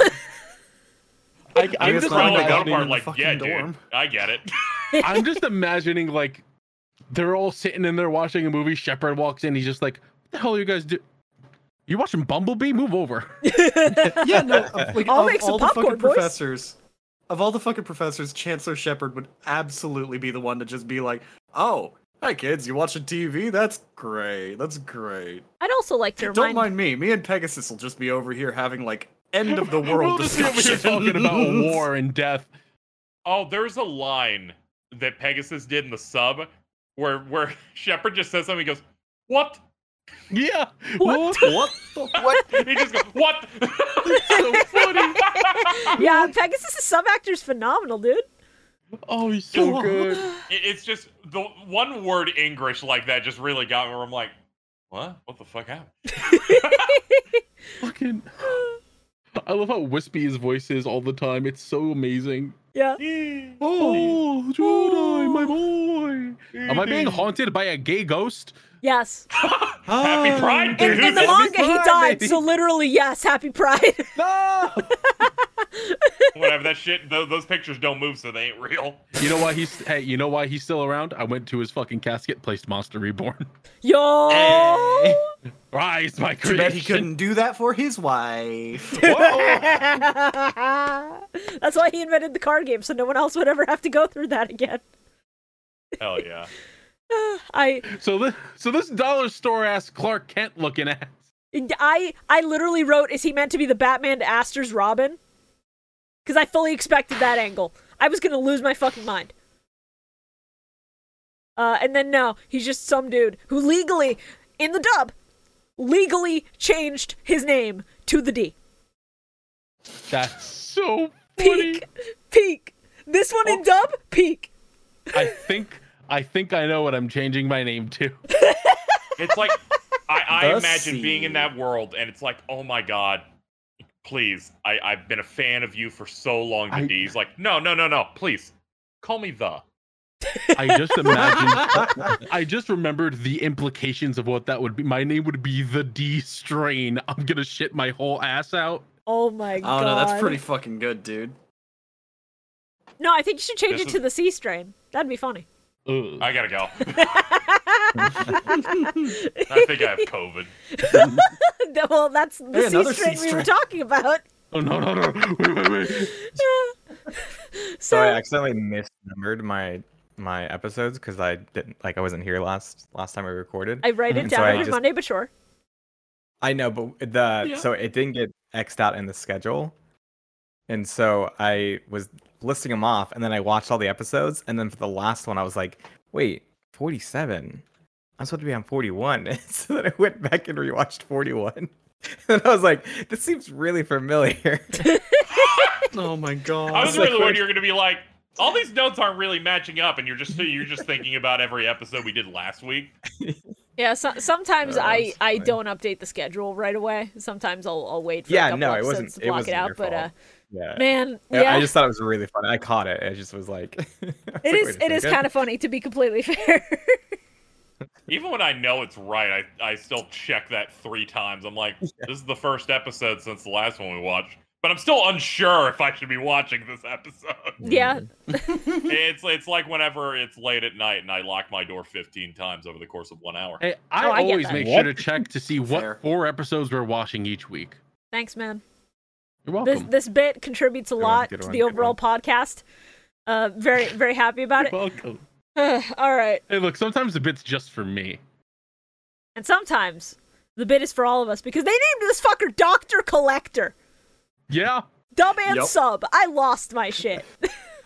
Speaker 3: I,
Speaker 5: I'm
Speaker 3: am
Speaker 5: just glad
Speaker 3: just
Speaker 4: Probably
Speaker 5: they got
Speaker 4: got
Speaker 5: me
Speaker 3: imagining,
Speaker 5: in
Speaker 4: part
Speaker 5: the
Speaker 4: like,
Speaker 5: fucking
Speaker 4: yeah,
Speaker 5: dorm."
Speaker 4: dude, I get it.
Speaker 3: I'm just imagining like they're all sitting in there watching a movie. Shepard walks in. He's just like, "What the hell are you guys do? You watching Bumblebee? Move over."
Speaker 5: Yeah, no, of, like,
Speaker 1: I'll
Speaker 5: of
Speaker 1: make some
Speaker 5: all the
Speaker 1: popcorn,
Speaker 5: fucking
Speaker 1: boys.
Speaker 5: professors. Of all the fucking professors, Chancellor Shepard would absolutely be the one to just be like, "Oh, hi kids, you watching TV? That's great. That's great.
Speaker 1: I'd also like to
Speaker 5: Don't
Speaker 1: remind.
Speaker 5: mind me. Me and Pegasus will just be over here having like end of the
Speaker 3: We'll
Speaker 5: world
Speaker 3: just be over here
Speaker 5: discussions.
Speaker 3: talking about war and death.
Speaker 4: Oh, there's a line that Pegasus did in the sub where where Shepard just says something. He goes, "What?"
Speaker 3: Yeah.
Speaker 1: What?
Speaker 5: What the what?
Speaker 4: He just goes, "What?"
Speaker 3: so funny.
Speaker 1: yeah, Pegasus' sub actor's phenomenal, dude.
Speaker 3: Oh, he's so good.
Speaker 4: It- it's just the one word English like that just really got me. Where I'm like, "What? What the fuck happened?"
Speaker 3: Fucking. I love how wispy his voice is all the time. It's so amazing.
Speaker 1: Yeah.
Speaker 3: Oh, Jordan, my boy. Am I being haunted by a gay ghost?
Speaker 1: Yes.
Speaker 4: Happy Pride,
Speaker 1: In,
Speaker 4: dude.
Speaker 1: in the
Speaker 3: Happy
Speaker 1: manga, he
Speaker 3: Pride,
Speaker 1: died.
Speaker 3: baby.
Speaker 1: So literally, yes. Happy Pride.
Speaker 3: No!
Speaker 4: Whatever that shit. Those, those pictures don't move, so they ain't real.
Speaker 3: you know why he's hey, you know why he's still around? I went to his fucking casket, placed Monster Reborn.
Speaker 1: Yo.
Speaker 3: Rise, my
Speaker 5: Too
Speaker 3: creation.
Speaker 5: bad he couldn't do that for his wife.
Speaker 3: Whoa!
Speaker 1: That's why he invented the card game, so no one else would ever have to go through that again.
Speaker 4: Hell yeah.
Speaker 1: I,
Speaker 3: so this so this dollar store ass Clark Kent looking at.
Speaker 1: I, I literally wrote, "Is he meant to be the Batman to Astor's Robin?" Because I fully expected that angle. I was gonna lose my fucking mind. Uh, and then no, he's just some dude who legally, in the dub, legally changed his name to the D.
Speaker 3: That's so funny.
Speaker 1: Peak, peak. This one in dub, peak.
Speaker 3: I think I think I know what I'm changing my name to.
Speaker 4: It's like I, I
Speaker 5: The
Speaker 4: imagine being in
Speaker 5: sea.
Speaker 4: that world, and it's like, oh my god, please, I, I've been a fan of you for so long.
Speaker 3: I-
Speaker 4: The D's like, no, no, no, no, please, call me the.
Speaker 3: I just imagined I just remembered the implications of what that would be. My name would be the D strain. I'm gonna shit my whole ass out.
Speaker 1: Oh my
Speaker 5: I
Speaker 1: god.
Speaker 5: don't know. That's pretty fucking good, dude.
Speaker 1: No, I think you should change
Speaker 4: This
Speaker 1: it to
Speaker 4: is-
Speaker 1: the C strain. That'd be funny.
Speaker 3: Ugh.
Speaker 4: I gotta go. I think I have COVID.
Speaker 1: Th- well, that's the
Speaker 5: Hey,
Speaker 1: C
Speaker 5: another
Speaker 1: strain we were
Speaker 5: C-strain.
Speaker 1: talking about.
Speaker 3: Oh no no no! Wait wait wait!
Speaker 1: So,
Speaker 2: So I accidentally misnumbered my my episodes because I didn't like I wasn't here last last time we recorded.
Speaker 1: I write it
Speaker 2: And
Speaker 1: down
Speaker 2: so I
Speaker 1: every
Speaker 2: just-
Speaker 1: Monday, but sure.
Speaker 2: I know, but the so it didn't get xed out in the schedule, and so I was listing them off, and then I watched all the episodes, and then for the last one, I was like, wait, forty-seven. I'm supposed to be on forty-one, and so then I went back and rewatched forty-one. And I was like, this seems really familiar.
Speaker 5: Oh my
Speaker 4: I
Speaker 5: god.
Speaker 4: was really worried you were gonna be like, all these notes aren't really matching up, and you're just you're just thinking about every episode we did last week.
Speaker 1: Yeah, so- sometimes
Speaker 2: Oh,
Speaker 1: I,
Speaker 2: that's
Speaker 1: I
Speaker 2: funny.
Speaker 1: don't update the schedule right away. Sometimes I'll, I'll wait for a
Speaker 2: Yeah,
Speaker 1: couple
Speaker 2: no, it
Speaker 1: episodes
Speaker 2: wasn't-
Speaker 1: to
Speaker 2: it
Speaker 1: block
Speaker 2: wasn't
Speaker 1: out.
Speaker 2: your
Speaker 1: but uh,
Speaker 2: fault. yeah.
Speaker 1: man,
Speaker 2: I-
Speaker 1: yeah,
Speaker 2: I just thought it was really funny. I caught it. It just was like
Speaker 1: it is it is kind of funny to be completely fair.
Speaker 4: Even when I know it's right, I, I still check that three times. I'm like, this is the first episode since the last one we watched. but I'm still unsure if I should be watching this episode.
Speaker 2: Mm-hmm.
Speaker 1: Yeah.
Speaker 4: it's it's like whenever it's late at night and I lock my door 15 times over the course of one hour.
Speaker 3: Hey, I,
Speaker 1: Oh, I get
Speaker 3: always
Speaker 1: that.
Speaker 3: make
Speaker 2: What?
Speaker 3: sure to check to see what
Speaker 5: Fair.
Speaker 3: four episodes we're watching each week.
Speaker 1: Thanks, man.
Speaker 3: You're
Speaker 1: This
Speaker 3: welcome.
Speaker 1: this bit contributes a
Speaker 2: Good one,
Speaker 1: lot
Speaker 2: good
Speaker 1: to
Speaker 2: one,
Speaker 1: the
Speaker 2: good
Speaker 1: overall podcast. Uh, very very happy about it.
Speaker 3: You're welcome.
Speaker 1: all right.
Speaker 3: Hey, look, sometimes the bit's just for me.
Speaker 1: And sometimes the bit is for all of us because they named this fucker Doctor Collector.
Speaker 3: Yeah.
Speaker 1: Dumb and
Speaker 5: Yup.
Speaker 1: sub. I lost my shit.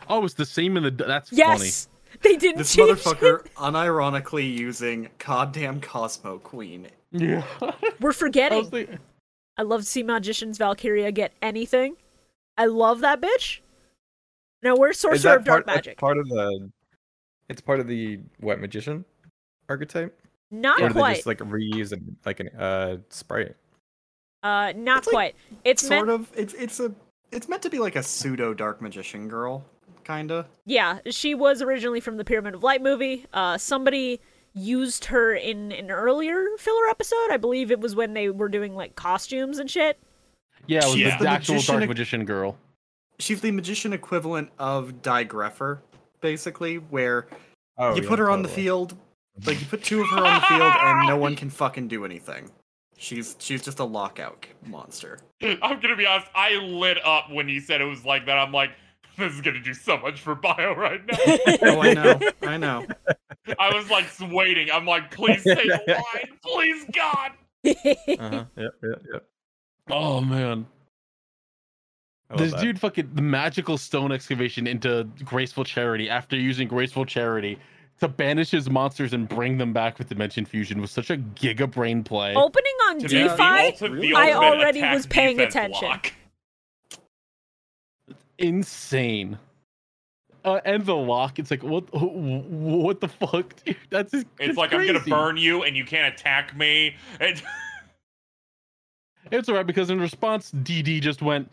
Speaker 3: Oh, it's the same in the. That's
Speaker 1: Yes. They didn't
Speaker 5: This
Speaker 1: change it.
Speaker 5: motherfucker unironically using goddamn Cosmo Queen.
Speaker 3: funny. Yeah.
Speaker 1: We're
Speaker 3: I
Speaker 1: forgetting.
Speaker 3: was thinking-
Speaker 1: I love to see Magician's Valkyria get anything. I love that bitch. Now we're
Speaker 2: Is
Speaker 1: Sorcerer
Speaker 2: that
Speaker 1: of Dark
Speaker 2: part, that's
Speaker 1: Magic.
Speaker 2: part of the? It's part of the what magician archetype,
Speaker 1: Not
Speaker 2: or do they
Speaker 1: quite.
Speaker 2: just like reuse it like an uh sprite?
Speaker 1: Uh, not
Speaker 5: It's like
Speaker 1: quite. it's meant.
Speaker 5: Sort of. It's it's a it's meant to be like a pseudo dark magician girl, kinda.
Speaker 1: Yeah, she was originally from the Pyramid of Light movie. Uh, somebody used her in an earlier filler episode. I believe it was when they were doing like costumes and shit.
Speaker 3: Yeah, it was
Speaker 4: Yeah.
Speaker 3: the,
Speaker 5: The
Speaker 3: actual
Speaker 5: magician-
Speaker 3: Dark Magician girl.
Speaker 5: She's the magician equivalent of Di Greffer, basically, where
Speaker 2: Oh,
Speaker 5: you
Speaker 2: yeah,
Speaker 5: put her on the
Speaker 2: totally.
Speaker 5: field, like you put two of her on the field, and no one can fucking do anything. She's she's just a lockout monster.
Speaker 4: I'm gonna be honest, I lit up when you said it was like that. I'm like, this is gonna do so much for bio right now.
Speaker 5: Oh, I know, I know.
Speaker 4: I was like waiting. I'm like, please say the line, please God.
Speaker 2: Uh-huh. Yep, yep, yep.
Speaker 3: Oh man,
Speaker 2: I love
Speaker 3: this
Speaker 2: that.
Speaker 3: dude fucking the magical stone excavation into graceful charity after using graceful charity to banish his monsters and bring them back with dimension fusion was such a giga brain play.
Speaker 1: Opening on
Speaker 4: To
Speaker 5: be
Speaker 1: DeFi.
Speaker 4: make the
Speaker 5: Defy?
Speaker 4: ulti- the
Speaker 5: I
Speaker 4: ultimate
Speaker 1: already
Speaker 4: attack
Speaker 1: was paying
Speaker 4: defense
Speaker 1: attention.
Speaker 4: block.
Speaker 3: Insane. Uh, and the lock, it's like what? wh- wh- What the fuck? Dude? That's just,
Speaker 4: It's
Speaker 3: that's
Speaker 4: like I'm gonna
Speaker 3: crazy.
Speaker 4: burn you and you can't attack me. And
Speaker 3: It's alright because in response, DD just went,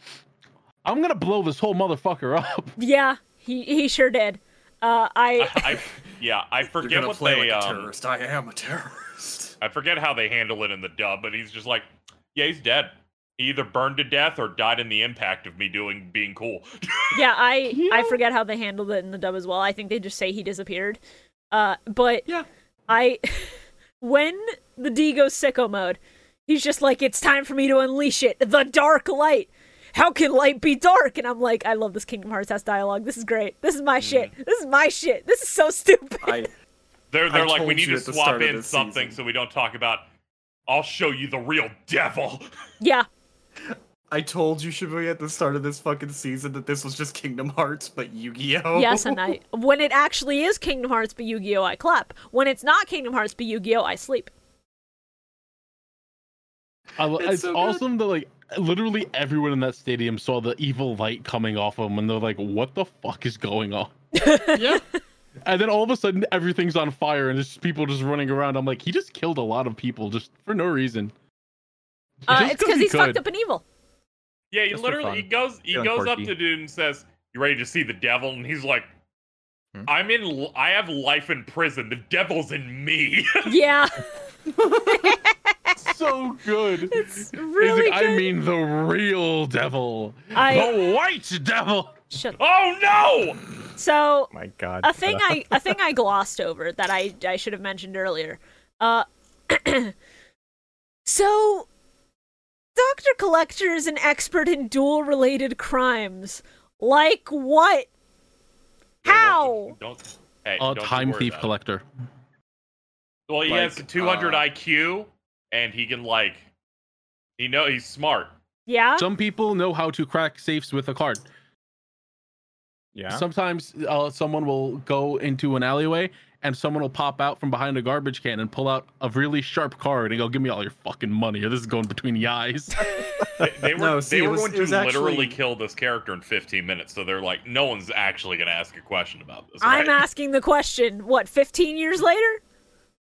Speaker 3: "I'm gonna blow this whole motherfucker up."
Speaker 1: Yeah, he he sure did. Uh, I
Speaker 4: I, yeah, I forget what they um,
Speaker 5: I am a terrorist.
Speaker 4: I forget how they handle it in the dub, but he's just like, yeah, he's dead. He either burned to death or died in the impact of me doing being cool.
Speaker 1: yeah I
Speaker 3: You
Speaker 1: I
Speaker 3: know-
Speaker 1: forget how they handled it in the dub as well. I think they just say he disappeared. Uh, but
Speaker 5: Yeah.
Speaker 1: I when the D goes sicko mode, he's just like it's time for me to unleash it, the dark light. How can light be dark? And I'm like, I love this Kingdom Hearts ass dialogue. This is great. This is my shit. This is my shit. This is so stupid.
Speaker 5: I
Speaker 4: They're they're
Speaker 5: I
Speaker 4: like, we
Speaker 5: told
Speaker 4: need
Speaker 5: you
Speaker 4: to
Speaker 5: at the
Speaker 4: swap
Speaker 5: start of
Speaker 4: in
Speaker 5: this
Speaker 4: something
Speaker 5: season."
Speaker 4: so we don't talk about. I'll show you the real devil.
Speaker 1: Yeah,
Speaker 5: I told you Shibuya at the start of this fucking season that this was just Kingdom Hearts, but Yu-Gi-Oh.
Speaker 1: Yes, and I when it actually is Kingdom Hearts by Yu-Gi-Oh, I clap. When it's not Kingdom Hearts by Yu-Gi-Oh, I sleep.
Speaker 3: I, lo-
Speaker 5: It's
Speaker 3: it's
Speaker 5: so good.
Speaker 3: awesome that like literally everyone in that stadium saw the evil light coming off of them, and they're like, "What the fuck is going on?"
Speaker 5: yeah.
Speaker 3: And then all of a sudden, everything's on fire, and there's just people just running around. I'm like, he just killed a lot of people just for no reason.
Speaker 1: Uh,
Speaker 3: Just
Speaker 1: it's because
Speaker 3: he
Speaker 1: he's
Speaker 3: could.
Speaker 1: fucked up and evil.
Speaker 4: Yeah, he
Speaker 3: Just for
Speaker 4: literally he
Speaker 3: fun.
Speaker 4: goes he
Speaker 3: Feeling
Speaker 4: goes up
Speaker 3: quirky.
Speaker 4: to dude and says, "You ready to see the devil?" And he's like,
Speaker 2: Hmm?
Speaker 4: "I'm in. l- I have life in prison. The devil's in me."
Speaker 1: Yeah,
Speaker 3: so good.
Speaker 1: it's
Speaker 3: He's like,
Speaker 1: really good.
Speaker 3: I mean, the real devil,
Speaker 1: I-
Speaker 3: the white devil.
Speaker 1: Shut-
Speaker 4: oh no!
Speaker 1: so
Speaker 2: My God.
Speaker 1: a thing I a thing I glossed over that I I should have mentioned earlier. Uh, so Doctor Collector is an expert in dual related crimes. Like what? How?
Speaker 4: Don't. Hey,
Speaker 3: A
Speaker 4: don't you
Speaker 3: time
Speaker 4: worry
Speaker 3: thief
Speaker 4: about it.
Speaker 3: collector.
Speaker 4: Well, he has
Speaker 5: Like,
Speaker 4: 200
Speaker 5: uh,
Speaker 4: IQ, and he can like, he know he's smart.
Speaker 1: Yeah.
Speaker 3: Some people know how to crack safes with a card.
Speaker 2: Yeah.
Speaker 3: Sometimes uh, someone will go into an alleyway and someone will pop out from behind a garbage can and pull out a really sharp card and go, "Give me all your fucking money, or this is going between the eyes."
Speaker 4: They, they were
Speaker 5: No, see,
Speaker 4: they
Speaker 5: it
Speaker 4: were
Speaker 5: was-
Speaker 4: going
Speaker 5: it
Speaker 4: to
Speaker 5: was
Speaker 4: literally
Speaker 5: actually-
Speaker 4: kill this character in 15 minutes, so they're like, no one's actually going to ask a question about this.
Speaker 1: I'm
Speaker 4: right?
Speaker 1: asking the question. What? 15 years later?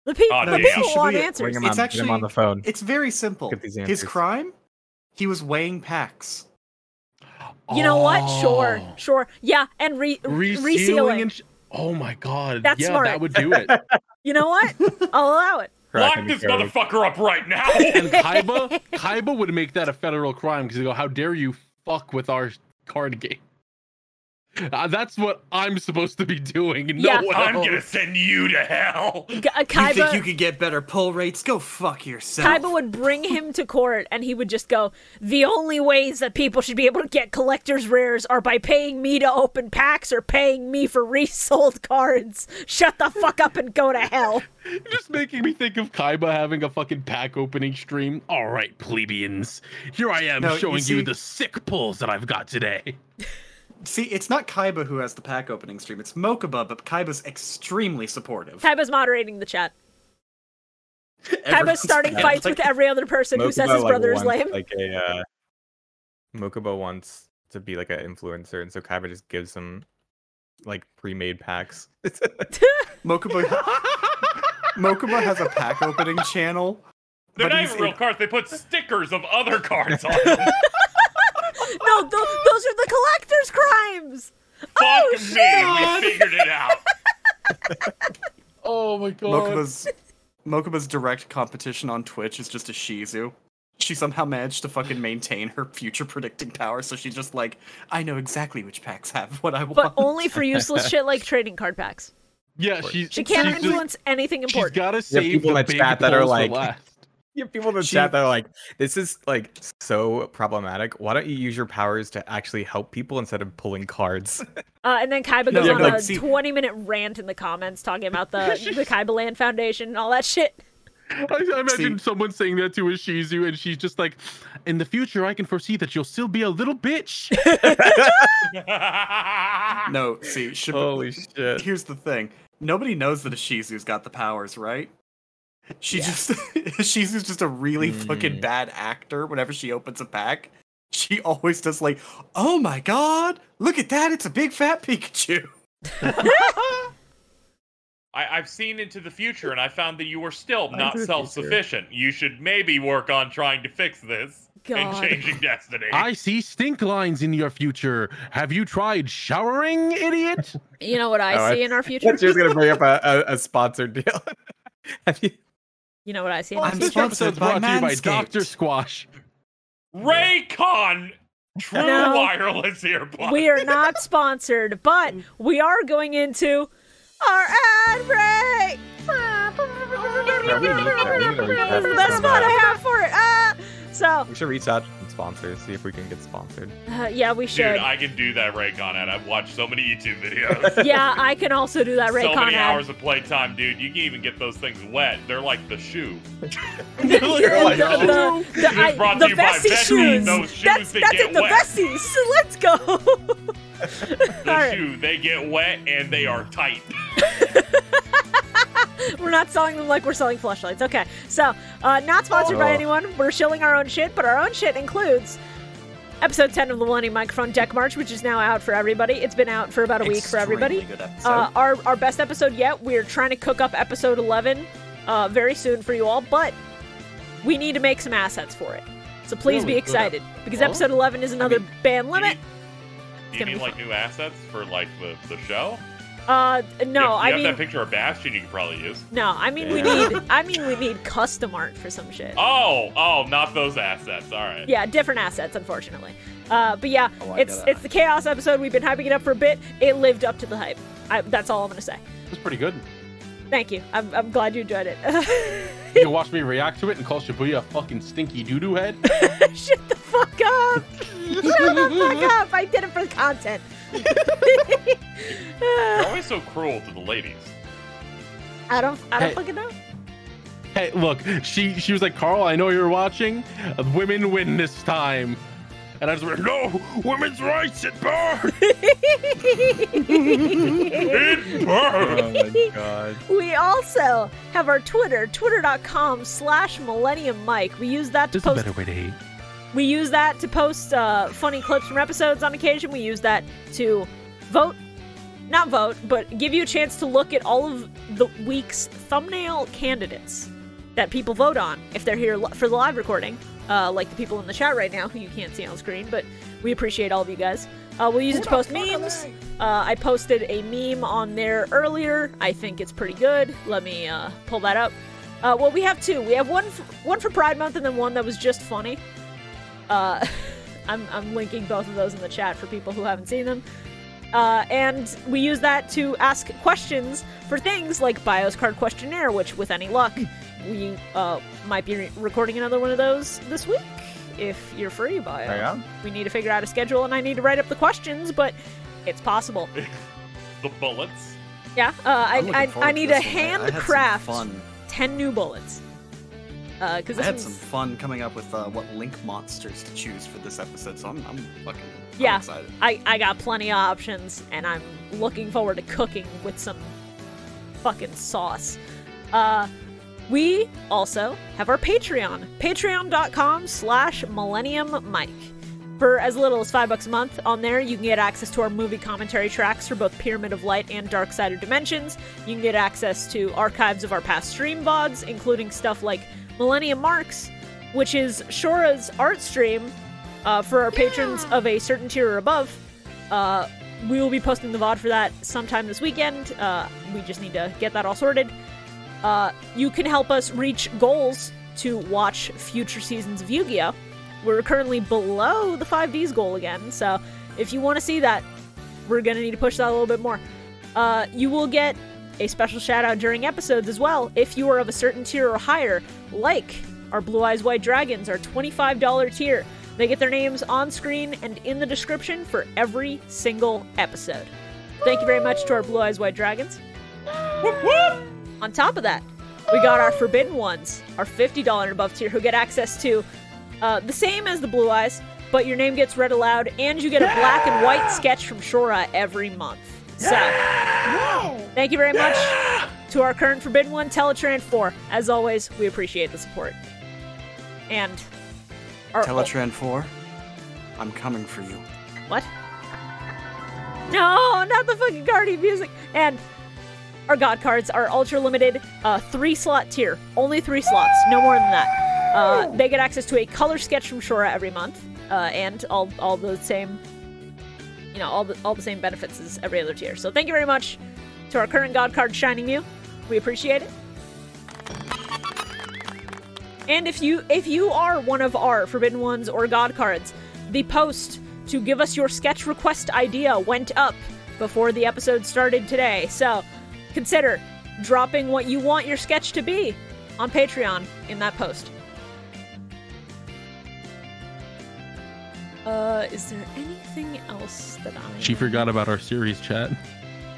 Speaker 1: The, pe-
Speaker 4: Oh,
Speaker 1: the
Speaker 4: yeah.
Speaker 1: people want
Speaker 5: Shibuya-
Speaker 2: Bring
Speaker 1: answers.
Speaker 2: him,
Speaker 5: It's
Speaker 2: on, get him
Speaker 5: actually-
Speaker 2: on the phone.
Speaker 5: It's very simple.
Speaker 2: Get these
Speaker 5: His
Speaker 2: answers.
Speaker 5: crime? He was weighing packs.
Speaker 1: You know what?
Speaker 5: Oh.
Speaker 4: Oh.
Speaker 1: Sure, sure. Yeah, and re- resealing.
Speaker 3: Resealing, and sh- oh my god,
Speaker 1: That's
Speaker 3: yeah,
Speaker 1: smart.
Speaker 3: that would do it.
Speaker 1: you know what? I'll allow it.
Speaker 4: Lock this motherfucker up right now.
Speaker 3: and Kaiba, Kaiba would make that a federal crime because they go, "How dare you fuck with our card game. Uh, that's what I'm supposed to be doing. No
Speaker 1: Yeah.
Speaker 3: one
Speaker 4: I'm
Speaker 3: else.
Speaker 4: gonna send you to hell.
Speaker 1: G- uh,
Speaker 5: You think you
Speaker 1: Kaiba,
Speaker 5: could get better pull rates? Go fuck yourself.
Speaker 1: Kaiba would bring him to court, and he would just go, The only ways that people should be able to get collector's rares are by paying me to open packs or paying me for resold cards. Shut the fuck up and go to hell.
Speaker 3: You're just making me think of Kaiba having a fucking pack opening stream. Oh, All right, plebeians, here I am
Speaker 5: No, you
Speaker 3: showing you,
Speaker 5: see-
Speaker 3: the sick pulls that I've got today.
Speaker 5: See, it's not Kaiba who has the pack opening stream. It's Mokuba, but Kaiba's extremely supportive.
Speaker 1: Kaiba's moderating the chat.
Speaker 5: Everyone's
Speaker 1: Kaiba's starting
Speaker 5: mad,
Speaker 1: fights
Speaker 5: like,
Speaker 1: with every other person who says his
Speaker 2: like,
Speaker 1: brother is
Speaker 2: wants,
Speaker 1: lame.
Speaker 2: Like a uh, Mokuba wants to be like an influencer, and so Kaiba just gives him like pre-made packs.
Speaker 5: Mokuba. Mokuba has a pack opening channel.
Speaker 4: They're
Speaker 5: but
Speaker 4: not
Speaker 5: he's
Speaker 4: even real
Speaker 5: in-
Speaker 4: cards. They put stickers of other cards on them. Fuck
Speaker 1: No, th- those are the collector's crimes. Oh,
Speaker 4: me. We figured it out.
Speaker 3: Oh my god.
Speaker 5: Mokuba's Mokuba's direct competition on Twitch is just a Shizu. She somehow managed to fucking maintain her future predicting power, so she's just like, I know exactly which packs have what I want.
Speaker 1: But only for useless shit like trading card packs.
Speaker 3: yeah, she's
Speaker 1: She can't
Speaker 3: she's just-
Speaker 1: influence anything
Speaker 3: she's
Speaker 1: important.
Speaker 3: gotta save
Speaker 2: people
Speaker 3: the
Speaker 2: in the
Speaker 3: big
Speaker 2: chat that are
Speaker 3: pulls for
Speaker 2: like-
Speaker 3: last.
Speaker 2: You have people in the
Speaker 5: She-
Speaker 2: chat that are like, "This is like so problematic. Why don't you use your powers to actually help people instead of pulling cards?"
Speaker 1: Uh, and then Kaiba
Speaker 5: No,
Speaker 1: goes
Speaker 5: yeah,
Speaker 1: on
Speaker 5: but, like,
Speaker 1: a
Speaker 5: see-
Speaker 1: 20 minute rant in the comments talking about the, the Kaiba Land Foundation and all that shit.
Speaker 3: I, I imagine
Speaker 5: See-
Speaker 3: someone saying that to a Shizu, and she's just like, "In the future, I can foresee that you'll still be a little bitch."
Speaker 5: No, see, Shib-
Speaker 2: shit!
Speaker 5: here's the thing. Nobody knows that a Shizu's got the powers, right? She just Shizu's just a really fucking
Speaker 2: Mm.
Speaker 5: bad actor whenever she opens a pack. She always does like, oh my god, look at that, it's a big fat Pikachu.
Speaker 4: I, I've seen into the future, and I found that you are still
Speaker 2: Into
Speaker 4: not
Speaker 2: the future.
Speaker 4: self-sufficient. You should maybe work on trying to fix this and
Speaker 1: God.
Speaker 4: changing destiny.
Speaker 3: I see stink lines in your future. Have you tried showering, idiot?
Speaker 1: You know what I
Speaker 2: Oh, I-
Speaker 1: see in our future?
Speaker 2: She was gonna bring up a, a, a sponsored deal. have you?
Speaker 1: You know what I see in our
Speaker 5: I'm
Speaker 1: future?
Speaker 3: this
Speaker 5: sponsored
Speaker 3: episode's
Speaker 5: by
Speaker 3: brought to you by
Speaker 5: Manscaped.
Speaker 3: Doctor Squash.
Speaker 4: Raycon True
Speaker 1: No.
Speaker 4: Wireless Earbuds.
Speaker 1: We are not sponsored, but we are going into our ad break.
Speaker 2: we need that. We need to reach out
Speaker 1: That's the
Speaker 2: to
Speaker 1: best spot
Speaker 2: somebody.
Speaker 1: I have for it. Ah! So,
Speaker 2: We should reach out to some sponsors, see if we can get sponsored.
Speaker 1: uh, yeah, we
Speaker 4: Dude,
Speaker 1: should.
Speaker 4: I can do that Raycon ad. I've watched so many YouTube videos.
Speaker 1: yeah, I can also do that
Speaker 4: so
Speaker 1: Raycon
Speaker 4: many
Speaker 1: ad.
Speaker 4: hours of playtime, dude. You can even get those things wet. They're like the shoe.
Speaker 1: the, the, the,
Speaker 4: This is
Speaker 1: I-
Speaker 4: brought
Speaker 1: the
Speaker 4: to you by
Speaker 1: Vessi
Speaker 4: Vessi,
Speaker 1: shoes.
Speaker 4: those shoes
Speaker 1: that's
Speaker 4: that
Speaker 1: that's
Speaker 4: get
Speaker 1: it, the
Speaker 4: wet.
Speaker 1: Vessis. Let's go.
Speaker 4: The
Speaker 1: Alright.
Speaker 4: shoe, they get wet and they are tight.
Speaker 1: we're not selling them like we're selling flashlights. Okay, so uh, not sponsored by
Speaker 2: Oh.
Speaker 1: anyone. We're shilling our own shit, but our own shit includes episode 10 of the Millennium Microphone Deck March, which is now out for everybody. It's been out for about a week for everybody.
Speaker 5: Extremely good episode.
Speaker 1: Uh, our, our best episode yet. We're trying to cook up episode 11 uh, very soon for you all, but we need to make some assets for it. So please
Speaker 3: Really
Speaker 1: be
Speaker 3: good
Speaker 1: excited because
Speaker 3: Well,
Speaker 1: episode 11 is another ban
Speaker 4: You
Speaker 1: limit.
Speaker 4: need- Do you
Speaker 1: gonna be
Speaker 4: need like new assets for like the, the show?
Speaker 1: Uh,
Speaker 4: If
Speaker 1: no,
Speaker 4: you
Speaker 1: I
Speaker 4: have
Speaker 1: mean,
Speaker 4: that picture of Bastion. You can probably use.
Speaker 1: no, I mean we
Speaker 2: Yeah.
Speaker 1: need, I mean we need custom art for some shit.
Speaker 4: Oh, oh, not those assets. All right.
Speaker 1: Yeah, different assets, unfortunately. Uh, but yeah,
Speaker 5: Oh, I
Speaker 1: it's
Speaker 5: gotta-
Speaker 1: it's the chaos episode. We've been hyping it up for a bit. It lived up to the hype. I, that's all I'm gonna say.
Speaker 3: It's pretty good.
Speaker 1: Thank you. I'm, I'm glad you enjoyed it.
Speaker 3: You can watch me react to it and call Shibuya a fucking stinky doo doo head.
Speaker 1: Shut the fuck up. Shut the fuck up. I did it for the content.
Speaker 4: You're always so cruel to the ladies.
Speaker 1: I don't I don't
Speaker 3: Hey.
Speaker 1: fucking know.
Speaker 3: Hey, look, she she was like, Carl, I know you're watching. Women win this time. And I was like, no, women's rights at burn.
Speaker 4: It burns.
Speaker 2: Oh my god!
Speaker 1: We also have our Twitter, twitter.com slash millennium mike. We use that to
Speaker 3: There's a
Speaker 1: post
Speaker 3: better way to hate.
Speaker 1: We use that to post uh, funny clips from episodes on occasion. We use that to vote, not vote, but give you a chance to look at all of the week's thumbnail candidates that people vote on if they're here li- for the live recording, uh, like the people in the chat right now who you can't see on screen. But we appreciate all of you guys. Uh, we'll use it to post memes. Uh, I posted a meme on there earlier. I think it's pretty good. Let me uh, pull that up. Uh, well, we have two. We have one, f- one for Pride Month, and then one that was just funny. Uh, I'm, I'm linking both of those in the chat for people who haven't seen them. Uh, and we use that to ask questions for things like Bio's card questionnaire, which, with any luck, we uh, might be re- recording another one of those this week if you're free, Bio.
Speaker 2: Yeah.
Speaker 1: We need to figure out a schedule, and I need to write up the questions, but it's possible.
Speaker 4: The bullets.
Speaker 1: Yeah, uh,
Speaker 5: I'm looking
Speaker 1: I, I,
Speaker 5: forward
Speaker 1: I
Speaker 5: to
Speaker 1: need to
Speaker 5: this one, man. I had some
Speaker 1: handcraft
Speaker 5: Fun.
Speaker 1: 10 new bullets. Because
Speaker 5: I
Speaker 1: this
Speaker 5: had
Speaker 1: one's
Speaker 5: some fun coming up with uh, what link monsters to choose for this episode, so I'm, I'm fucking I'm
Speaker 1: Yeah.
Speaker 5: excited.
Speaker 1: I, I got plenty of options, and I'm looking forward to cooking with some fucking sauce. Uh, we also have our Patreon, patreon.com slash millennium mike. For as little as five bucks a month on there, you can get access to our movie commentary tracks for both Pyramid of Light and Dark Side of Dimensions. You can get access to archives of our past stream VODs, including stuff like Millennium Marks, which is Shora's art stream uh, for our patrons of a certain tier or above. Uh, we will be posting the VOD for that sometime this weekend. Uh, we just need to get that all sorted. Uh, you can help us reach goals to watch future seasons of Yu Gi Oh! We're currently below the 5Ds goal again, so if you want to see that, we're going to need to push that a little bit more. Uh, you will get a special shout out during episodes as well if you are of a certain tier or higher, like our Blue Eyes White Dragons, our $25 tier. They get their names on screen and in the description for every single episode. Thank you very much to our Blue Eyes White Dragons. On top of that, we got our Forbidden Ones, our $50 and above tier, who get access to uh, the same as the Blue Eyes, but your name gets read aloud and you get a black and white sketch from Shora every month. So, thank you very much to our current Forbidden One, Teletran 4. As always, we appreciate the support. And our,
Speaker 5: Teletran 4, I'm coming for you.
Speaker 1: what? No, not the fucking Guardian music. And our God cards are ultra limited, uh, three slot tier. Only three slots, no more than that. Uh, they get access to a color sketch from Shora every month, uh, and all all the same, you know, all the all the same benefits as every other tier. So thank you very much to our current God card shining you. We appreciate it. And if you if you are one of our Forbidden Ones or God cards, the post to give us your sketch request idea went up before the episode started today. So consider dropping what you want your sketch to be on Patreon in that post. Uh, is there anything else that I
Speaker 3: She forgot about our series chat.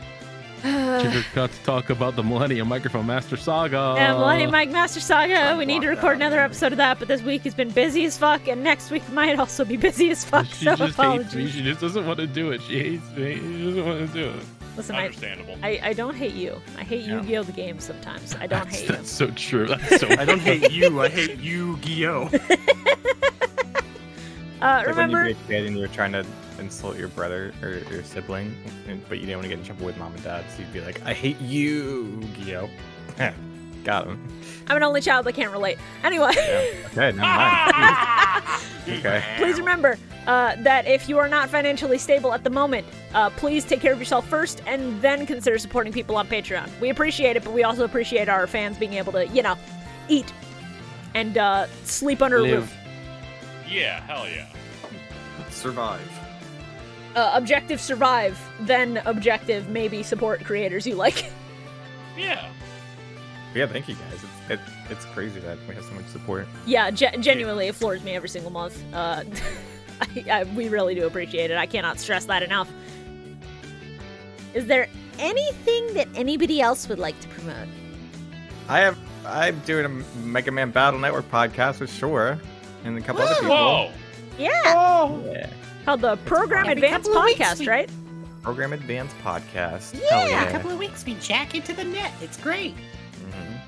Speaker 3: she forgot to talk about the Millennium Microphone Master Saga.
Speaker 1: Uh, Millennium Mike Master Saga.
Speaker 5: Trying
Speaker 1: We
Speaker 5: to
Speaker 1: need to
Speaker 5: block
Speaker 1: record
Speaker 5: that out.
Speaker 1: another episode of that, but this week has been busy as fuck, and next week might also be busy as fuck.
Speaker 3: She
Speaker 1: so
Speaker 3: just hates me.
Speaker 1: apologies.
Speaker 3: She just doesn't want to do it. She hates me. She doesn't want to do it.
Speaker 1: Listen, I,
Speaker 4: Understandable.
Speaker 1: I, I don't hate you. I hate
Speaker 2: Yeah.
Speaker 1: Yu-Gi-Oh the game sometimes. I don't
Speaker 3: That's,
Speaker 1: hate
Speaker 3: that's
Speaker 1: you.
Speaker 3: so true. That's so.
Speaker 5: I don't hate you, I hate you, Gio.
Speaker 1: Uh,
Speaker 2: It's like
Speaker 1: remember?
Speaker 2: when you were a kid and you were trying to insult your brother or your sibling, and, but you didn't want to get in trouble with mom and dad, so you'd be like, "I hate you, Gio." Got him.
Speaker 1: I'm an only child. I can't relate. Anyway.
Speaker 2: Okay, never mind. okay.
Speaker 1: Please remember uh, that if you are not financially stable at the moment, uh, please take care of yourself first and then consider supporting people on Patreon. We appreciate it, but we also appreciate our fans being able to, you know, eat and uh, sleep under a roof.
Speaker 4: Yeah, hell yeah.
Speaker 5: Survive.
Speaker 1: Uh, objective survive, then objective maybe support creators you like.
Speaker 4: Yeah.
Speaker 2: Yeah, thank you guys. It's it, it's crazy that we have so much support.
Speaker 1: yeah, ge- genuinely, it floors me every single month. Uh, I, I, we really do appreciate it. I cannot stress that enough. Is there anything that anybody else would like to promote?
Speaker 2: I have I'm doing a Mega Man Battle Network podcast with Shore and a couple other people.
Speaker 4: Whoa.
Speaker 1: Yeah,
Speaker 2: Yeah.
Speaker 1: called the Program
Speaker 7: Every
Speaker 1: Advanced
Speaker 7: couple of weeks
Speaker 1: Podcast,
Speaker 7: we-
Speaker 1: right?
Speaker 2: Program Advanced podcast.
Speaker 7: Yeah,
Speaker 2: Hell
Speaker 7: a
Speaker 2: yeah.
Speaker 7: couple of weeks we jack into the net. It's great.
Speaker 2: Mhm.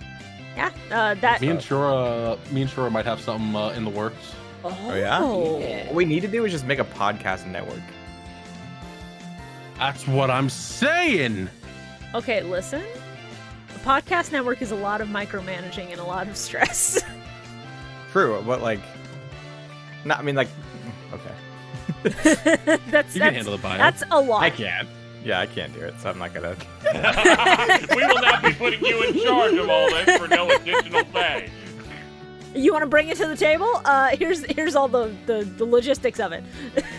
Speaker 1: Yeah, uh, that.
Speaker 3: Me and Shura, me and Shura might have something uh, in the works.
Speaker 1: Oh,
Speaker 2: yeah? What we need to do is just make a podcast network.
Speaker 3: That's what I'm saying.
Speaker 1: Okay, listen. The podcast network is a lot of micromanaging and a lot of stress.
Speaker 2: True, but like, not. I mean, like, okay,
Speaker 1: that's
Speaker 3: You
Speaker 1: that's,
Speaker 3: can handle the bio.
Speaker 1: that's a lot.
Speaker 2: I can't. Yeah, I can't do it, so I'm not gonna.
Speaker 4: we will not be putting you in charge of all this for no additional pay.
Speaker 1: You want to bring it to the table? Uh, here's here's all the, the, the logistics of it.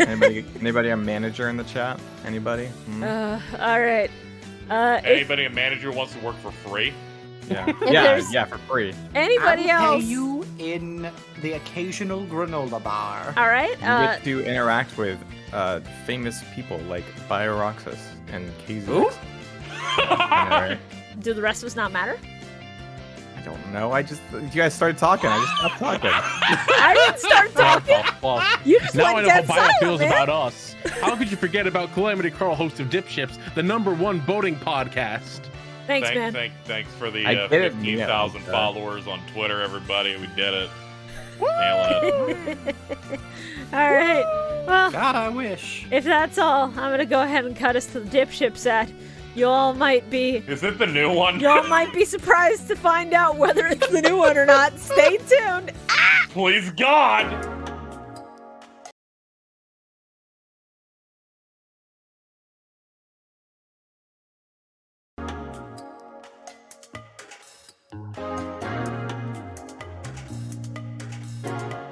Speaker 2: anybody, anybody a manager in the chat? Anybody? Hmm?
Speaker 1: Uh, all right. Uh, if
Speaker 4: Anybody a manager wants to work for free?
Speaker 2: yeah, yeah,
Speaker 1: there's-
Speaker 2: yeah, for free.
Speaker 1: anybody
Speaker 8: I'll
Speaker 1: else,
Speaker 8: pay you in the occasional granola bar.
Speaker 1: all right.
Speaker 2: You
Speaker 1: Uh,
Speaker 2: get to interact with uh, famous people like Bioroxus and Kazix.
Speaker 3: Who?
Speaker 2: Yeah, right.
Speaker 1: do the rest of us not matter?
Speaker 2: I don't know. I just you guys started talking. I just stopped talking.
Speaker 1: I didn't start talking.
Speaker 3: Well,
Speaker 1: You just
Speaker 3: now I
Speaker 1: went
Speaker 3: know how
Speaker 1: dead
Speaker 3: Bio
Speaker 1: silent,
Speaker 3: feels
Speaker 1: man.
Speaker 3: about us. How could you forget about Calamity Carl, host of Dip Ships, the number one boating podcast?
Speaker 1: Thanks,
Speaker 4: thank,
Speaker 1: man.
Speaker 4: thank, thanks for the
Speaker 2: I
Speaker 4: uh,
Speaker 2: did it, yeah,
Speaker 4: 15,000
Speaker 2: uh,
Speaker 4: followers on Twitter, everybody. We did it. Nail it.
Speaker 1: All right. Well,
Speaker 8: God, I wish.
Speaker 1: if that's all, I'm gonna go ahead and cut us to the dip ships at. You all might be
Speaker 4: Is it the new one?
Speaker 1: y'all might be surprised to find out whether it's the new one or not. Stay tuned.
Speaker 4: Please, God!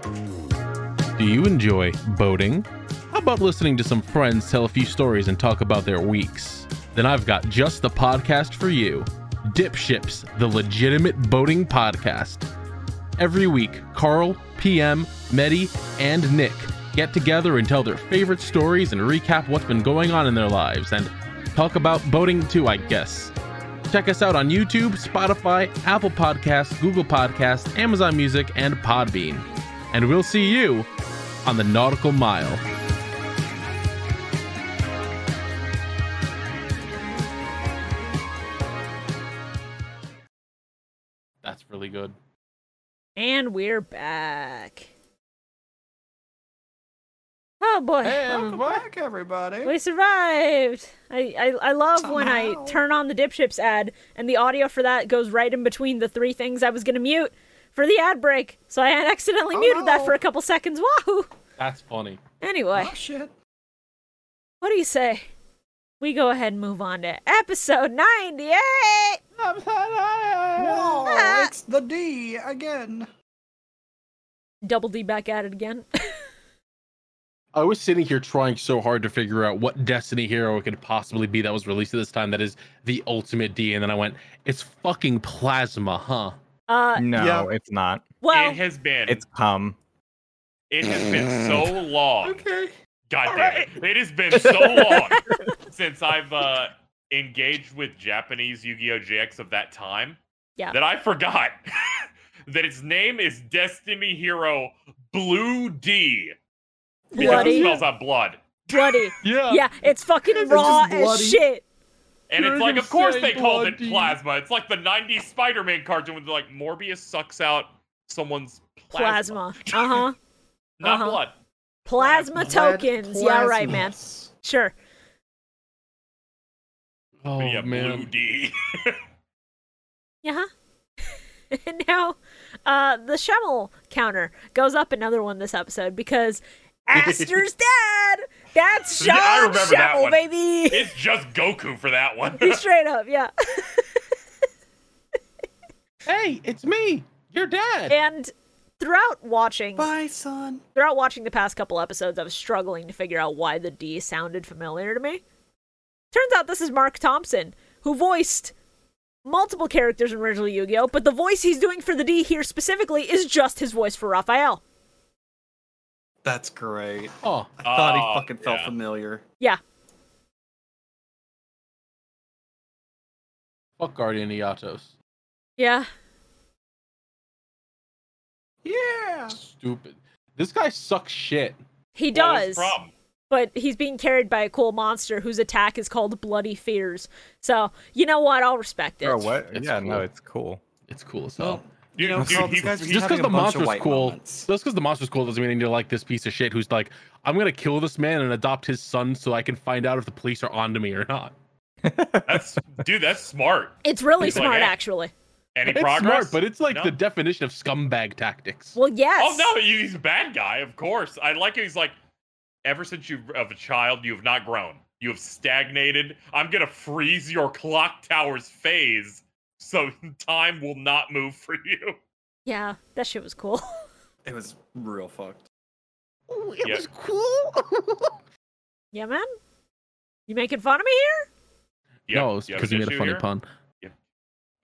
Speaker 3: Do you enjoy boating? How about listening to some friends tell a few stories and talk about their weeks? Then I've got just the podcast for you Dip Ships, the legitimate boating podcast. Every week, Carl, PM, Medi, and Nick get together and tell their favorite stories and recap what's been going on in their lives and talk about boating too, I guess. Check us out on YouTube, Spotify, Apple Podcasts, Google Podcasts, Amazon Music, and Podbean. And we'll see you on the Nautical Mile. That's really good.
Speaker 1: And we're back. Oh boy.
Speaker 5: Welcome back, everybody.
Speaker 1: We survived. I, I, I love when I
Speaker 8: Somehow.
Speaker 1: turn on the dip ships ad and the audio for that goes right in between the three things I was gonna mute for the ad break. So I accidentally
Speaker 8: Oh,
Speaker 1: muted that
Speaker 8: no.
Speaker 1: for a couple seconds. Wahoo!
Speaker 3: That's funny.
Speaker 1: Anyway,
Speaker 8: Oh, shit.
Speaker 1: what do you say? We go ahead and move on to episode 98!
Speaker 8: Whoa,
Speaker 1: Ah.
Speaker 8: it's the D again.
Speaker 1: Double D back at it again.
Speaker 3: I was sitting here trying so hard to figure out what Destiny hero it could possibly be that was released at this time that is the ultimate D, and then I went, it's fucking plasma, huh?
Speaker 1: Uh,
Speaker 2: No,
Speaker 5: Yeah.
Speaker 2: it's not.
Speaker 1: well,
Speaker 4: it has been.
Speaker 2: It's cum.
Speaker 4: it has been so long.
Speaker 3: Okay.
Speaker 4: God damn it. It has been so long since I've uh, engaged with Japanese Yu Gi Oh! GX of that time
Speaker 1: Yeah.
Speaker 4: that I forgot that its name is Destiny Hero Blue D. Because it
Speaker 1: Bloody.
Speaker 4: smells out blood.
Speaker 1: bloody.
Speaker 3: Yeah.
Speaker 1: Yeah, it's fucking
Speaker 5: It's
Speaker 1: raw
Speaker 5: just
Speaker 1: as
Speaker 5: bloody.
Speaker 1: shit.
Speaker 4: And
Speaker 3: You're
Speaker 4: it's like,
Speaker 3: gonna
Speaker 4: of course
Speaker 3: say
Speaker 4: they called it
Speaker 3: bloody.
Speaker 4: plasma. It's like the 90s Spider Man cartoon with like Morbius sucks out someone's plasma.
Speaker 1: Plasma. Uh huh.
Speaker 4: Not
Speaker 1: uh-huh.
Speaker 4: blood.
Speaker 1: Plasma tokens. Yeah, right, man.
Speaker 5: Plasmas.
Speaker 1: Sure.
Speaker 3: Oh,
Speaker 4: yeah, Blue
Speaker 3: man.
Speaker 4: D.
Speaker 1: Yeah. Uh-huh. and now, uh, the Shemel counter goes up another one this episode because Aster's dad. That's Sean
Speaker 4: Yeah, I remember that
Speaker 1: Shemel,
Speaker 4: one.
Speaker 1: baby.
Speaker 4: it's just Goku for that one.
Speaker 1: Straight up, yeah.
Speaker 3: Hey, it's me, your dad.
Speaker 1: And throughout watching,
Speaker 5: Bye, son.
Speaker 1: throughout watching the past couple episodes, I was struggling to figure out why the D sounded familiar to me. Turns out this is Mark Thompson, who voiced multiple characters in original Yu-Gi-Oh, but the voice he's doing for the D here specifically is just his voice for Raphael.
Speaker 5: That's great.
Speaker 3: Oh,
Speaker 5: I thought
Speaker 4: Oh,
Speaker 5: he fucking felt
Speaker 4: yeah.
Speaker 5: familiar.
Speaker 1: Yeah.
Speaker 3: fuck Guardian Iatos.
Speaker 1: Yeah.
Speaker 8: Yeah.
Speaker 3: Stupid. This guy sucks shit.
Speaker 1: He
Speaker 4: What was
Speaker 1: does.
Speaker 4: the problem?
Speaker 1: but he's being carried by a cool monster whose attack is called Bloody Fears. So, you know what? I'll respect it.
Speaker 2: Bro, what?
Speaker 3: it's
Speaker 2: yeah, no,
Speaker 3: cool.
Speaker 2: it's cool.
Speaker 3: It's cool as
Speaker 5: Well,
Speaker 3: hell.
Speaker 4: Dude,
Speaker 5: You know,
Speaker 4: dude,
Speaker 5: Carl, these
Speaker 4: he-
Speaker 5: guys are
Speaker 4: he-
Speaker 5: just
Speaker 3: just because
Speaker 5: having a
Speaker 3: the
Speaker 5: bunch of
Speaker 3: monster's
Speaker 5: white
Speaker 3: cool,
Speaker 5: moments.
Speaker 3: just because the monster's cool doesn't mean I need to like this piece of shit who's like, I'm gonna kill this man and adopt his son so I can find out if the police are onto me or not.
Speaker 4: that's dude, that's smart.
Speaker 1: It's really
Speaker 4: He's like,
Speaker 1: smart,
Speaker 4: "Hey."
Speaker 1: actually.
Speaker 4: Any
Speaker 3: It's
Speaker 4: progress?
Speaker 3: smart, but it's like
Speaker 4: No.
Speaker 3: the definition of scumbag tactics.
Speaker 1: Well, yes.
Speaker 4: Oh no, he- he's a bad guy, of course. I like he's like, ever since you of a child, you have not grown. You have stagnated. I'm gonna freeze your clock tower's phase so time will not move for you.
Speaker 1: Yeah, that shit was cool.
Speaker 5: It was real fucked.
Speaker 8: Ooh, it
Speaker 4: Yeah.
Speaker 8: was cool.
Speaker 1: yeah, man. You making fun of me here?
Speaker 4: Yep.
Speaker 3: no, it's
Speaker 4: You have
Speaker 3: because
Speaker 4: an
Speaker 3: you made a
Speaker 4: issue
Speaker 3: funny
Speaker 4: here?
Speaker 3: pun.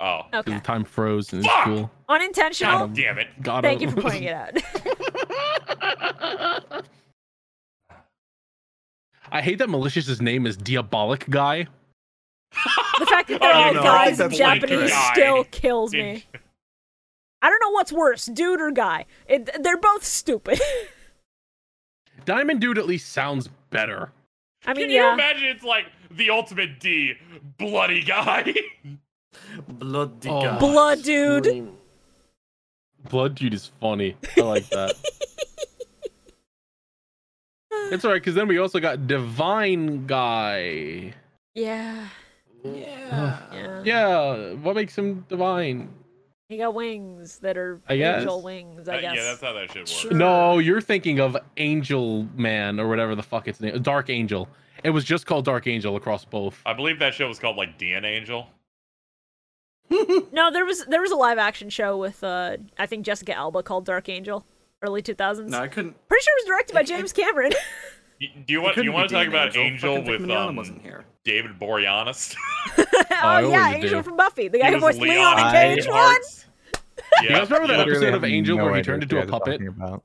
Speaker 4: Oh,
Speaker 3: Because
Speaker 1: Okay.
Speaker 3: the time froze and it's
Speaker 4: Fuck!
Speaker 3: cool.
Speaker 1: Unintentional.
Speaker 4: god damn it!
Speaker 3: God,
Speaker 1: Thank you for pointing it out.
Speaker 3: I hate that Malicious's name is Diabolic Guy.
Speaker 1: The fact that
Speaker 4: Oh,
Speaker 1: that
Speaker 5: no,
Speaker 1: guy's
Speaker 5: that's
Speaker 1: Japanese
Speaker 4: blinker.
Speaker 1: still
Speaker 4: Guy.
Speaker 1: kills me. I don't know what's worse, dude or guy. It, they're both stupid.
Speaker 3: Diamond Dude at least sounds better.
Speaker 1: I mean,
Speaker 4: Can you
Speaker 1: yeah.
Speaker 4: imagine? It's like the ultimate D, bloody guy.
Speaker 5: Bloody
Speaker 3: Oh.
Speaker 5: god.
Speaker 1: Blood dude.
Speaker 8: Scream.
Speaker 3: Blood Dude is funny. I like that. it's alright, because then we also got Divine Guy.
Speaker 1: Yeah.
Speaker 8: Yeah.
Speaker 1: Yeah.
Speaker 3: Yeah, what makes him divine?
Speaker 1: He got wings that are
Speaker 3: I guess.
Speaker 1: angel wings,
Speaker 4: Uh,
Speaker 1: I guess.
Speaker 4: yeah, that's how that shit works.
Speaker 5: Sure.
Speaker 3: No, you're thinking of Angel Man or whatever the fuck its name. Dark Angel. It was just called Dark Angel across both.
Speaker 4: I believe that show was called like DN Angel.
Speaker 1: no, there was there was a live action show with uh I think Jessica Alba called Dark Angel, early 2000s.
Speaker 5: No, I couldn't.
Speaker 1: Pretty sure it was directed by James Cameron.
Speaker 4: Y- Do you
Speaker 5: I
Speaker 4: want
Speaker 5: couldn't
Speaker 4: you
Speaker 5: be
Speaker 4: want to talk
Speaker 5: Dean
Speaker 4: about Angel,
Speaker 5: Fucking
Speaker 4: with
Speaker 5: Pygmalion
Speaker 4: um,
Speaker 5: wasn't here.
Speaker 4: David Boreanaz?
Speaker 1: oh
Speaker 3: I
Speaker 1: yeah,
Speaker 3: always do.
Speaker 1: Angel from Buffy, the guy who voiced Leon in
Speaker 2: I-
Speaker 1: Page One.
Speaker 4: Arts.
Speaker 3: You guys remember that
Speaker 4: yeah.
Speaker 3: episode of
Speaker 2: Literally
Speaker 3: Angel
Speaker 2: have
Speaker 3: where he
Speaker 2: idea
Speaker 3: turned
Speaker 2: what
Speaker 3: into
Speaker 2: you
Speaker 3: a
Speaker 2: guys are
Speaker 3: puppet?
Speaker 2: talking about.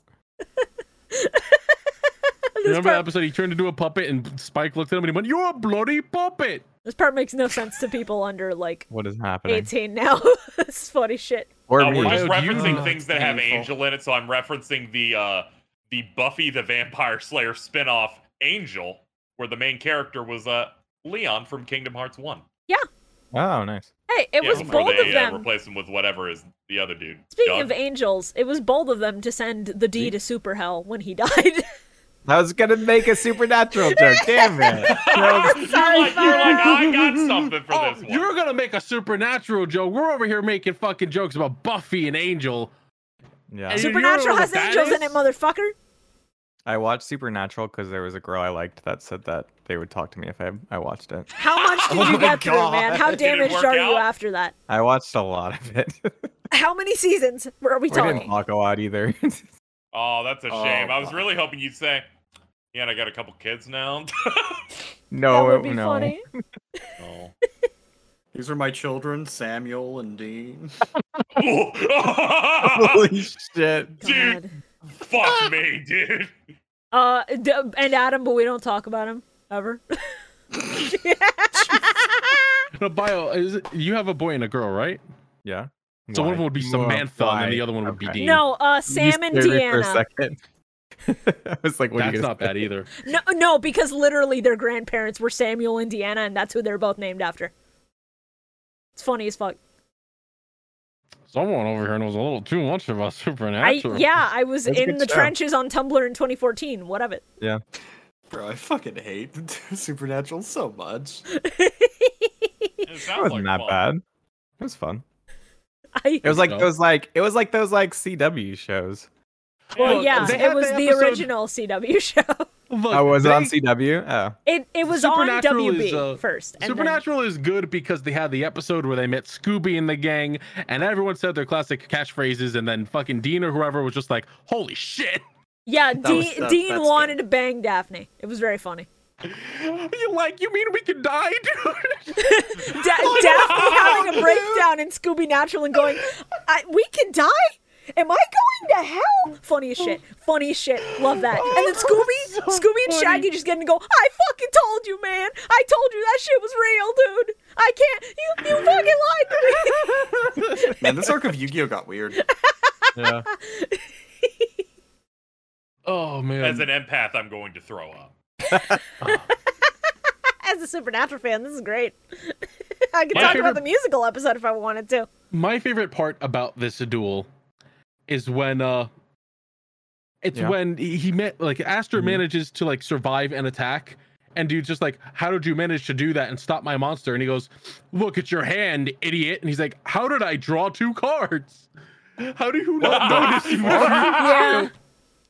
Speaker 3: Remember that
Speaker 1: part-
Speaker 3: episode he turned into a puppet and Spike looked at him and he went, You're a bloody puppet!
Speaker 1: This part makes no sense to people under like
Speaker 2: What is happening?
Speaker 1: 18 now. this is funny shit.
Speaker 2: Or
Speaker 4: No, we're
Speaker 2: me.
Speaker 4: just
Speaker 3: Why would you-
Speaker 4: referencing
Speaker 3: Oh,
Speaker 4: things that
Speaker 5: that's
Speaker 4: have
Speaker 5: painful.
Speaker 4: Angel in it, so I'm referencing the uh the Buffy the Vampire Slayer spinoff Angel, where the main character was uh Leon from Kingdom Hearts One.
Speaker 2: Oh, nice.
Speaker 1: Hey, it
Speaker 4: Yeah,
Speaker 1: was
Speaker 4: before
Speaker 1: bold
Speaker 4: they
Speaker 1: of
Speaker 4: uh,
Speaker 1: them.
Speaker 4: replace him with whatever is the other dude.
Speaker 1: Speaking
Speaker 4: Doug?
Speaker 1: of angels, it was bold of them to send the D to Super Hell when he died.
Speaker 2: I was gonna make a supernatural joke. Damn it!
Speaker 4: you're, like, you're like, I got something for
Speaker 3: Oh,
Speaker 4: this one.
Speaker 3: you're gonna make a supernatural joke. We're over here making fucking jokes about Buffy and Angel.
Speaker 2: Yeah,
Speaker 3: And you- you don't know
Speaker 1: Supernatural
Speaker 3: what
Speaker 1: has
Speaker 3: that
Speaker 1: angels in it,
Speaker 3: is?
Speaker 1: motherfucker.
Speaker 2: I watched Supernatural because there was a girl I liked that said that they would talk to me if I, I watched it.
Speaker 1: How much did
Speaker 5: Oh
Speaker 1: you
Speaker 5: my
Speaker 1: get through,
Speaker 5: God.
Speaker 1: man? How
Speaker 4: Did it
Speaker 1: damaged
Speaker 4: work
Speaker 1: are
Speaker 4: out?
Speaker 1: you after that?
Speaker 2: I watched a lot of it.
Speaker 1: How many seasons were we
Speaker 2: we didn't
Speaker 1: talking?
Speaker 2: talk a lot either.
Speaker 4: Oh, that's a
Speaker 5: Oh,
Speaker 4: shame. I was
Speaker 5: fuck.
Speaker 4: really hoping you'd say, "Yeah, and I got a couple kids now."
Speaker 1: That
Speaker 2: no,
Speaker 1: would be
Speaker 2: no.
Speaker 1: funny.
Speaker 4: oh.
Speaker 5: These are my children, Samuel and Dean.
Speaker 2: Holy shit!
Speaker 4: Dude.
Speaker 1: God.
Speaker 4: Fuck me, dude.
Speaker 1: Uh, d- and Adam, but we don't talk about him ever.
Speaker 3: No, bio is it- you have a boy and a girl, right?
Speaker 2: Yeah.
Speaker 3: So one
Speaker 2: Why?
Speaker 3: of them would be
Speaker 2: Whoa,
Speaker 3: Samantha, and
Speaker 2: why?
Speaker 3: then the other one would be
Speaker 2: Okay.
Speaker 3: Dean.
Speaker 1: No, uh,
Speaker 2: You
Speaker 1: Sam and
Speaker 2: scared me For a
Speaker 1: Deanna.
Speaker 2: second. I was like, what are
Speaker 3: that's
Speaker 2: you
Speaker 3: not
Speaker 2: guys?
Speaker 3: bad either.
Speaker 1: No, no, because literally their grandparents were Samuel and Deanna, and that's who they're both named after. It's funny as fuck.
Speaker 3: Someone over here knows a little too much about
Speaker 1: I
Speaker 3: supernatural.
Speaker 1: yeah, I was
Speaker 2: That's a
Speaker 1: in
Speaker 2: good
Speaker 1: the
Speaker 2: show.
Speaker 1: trenches on Tumblr in 2014. What of it?
Speaker 5: Bro, I fucking hate Supernatural so much.
Speaker 4: It
Speaker 2: It
Speaker 4: sounds
Speaker 2: wasn't
Speaker 4: like
Speaker 2: that
Speaker 4: fun.
Speaker 2: bad. It was fun.
Speaker 1: I
Speaker 2: It was like
Speaker 3: No.
Speaker 2: those like it was like those like CW shows.
Speaker 1: well,
Speaker 3: Look,
Speaker 1: yeah,
Speaker 3: they
Speaker 1: it
Speaker 3: had
Speaker 1: was
Speaker 3: the
Speaker 1: the
Speaker 3: episode-
Speaker 1: original CW show.
Speaker 3: Look,
Speaker 2: oh, was it on
Speaker 3: they-
Speaker 2: CW? Oh,
Speaker 1: It it was on
Speaker 3: Supernatural
Speaker 1: WB
Speaker 3: is, uh,
Speaker 1: first. And then-
Speaker 3: Supernatural is good because they had the episode where they met Scooby and the gang, and everyone said their classic catchphrases, and then fucking Dean or whoever was just like, "Holy shit!"
Speaker 1: yeah,
Speaker 5: That was-
Speaker 1: Dean
Speaker 5: that-
Speaker 1: Dean
Speaker 5: that's
Speaker 1: wanted to bang Daphne. It was very funny.
Speaker 3: You like? You mean we can die, dude?
Speaker 5: Oh,
Speaker 1: Da- Daphne having a breakdown and Scooby Natural and going, I, "We can die." Am I going to hell? Funny as shit. Funny as shit. Love that. And then
Speaker 5: Oh,
Speaker 1: Scooby,
Speaker 3: So
Speaker 1: Scooby and
Speaker 3: funny.
Speaker 1: Shaggy just getting to go. I fucking told you, man. I told you that shit was real, dude. I can't. You you fucking lied to me.
Speaker 5: Man, this arc of Yu-Gi-Oh got weird.
Speaker 2: yeah.
Speaker 3: oh man.
Speaker 4: As an empath, I'm going to throw up.
Speaker 1: As a Supernatural fan, this is great. I could
Speaker 3: My
Speaker 1: talk
Speaker 3: favorite-
Speaker 1: about the musical episode if I wanted to.
Speaker 3: my favorite part about this duel is when uh it's
Speaker 2: Yeah.
Speaker 3: when he he met like Aster
Speaker 2: Mhm.
Speaker 3: manages to like survive an attack and dude's just like how did you manage to do that and stop my monster and he goes look at your hand idiot and he's like how did I draw two cards how do you not notice you
Speaker 1: Yeah.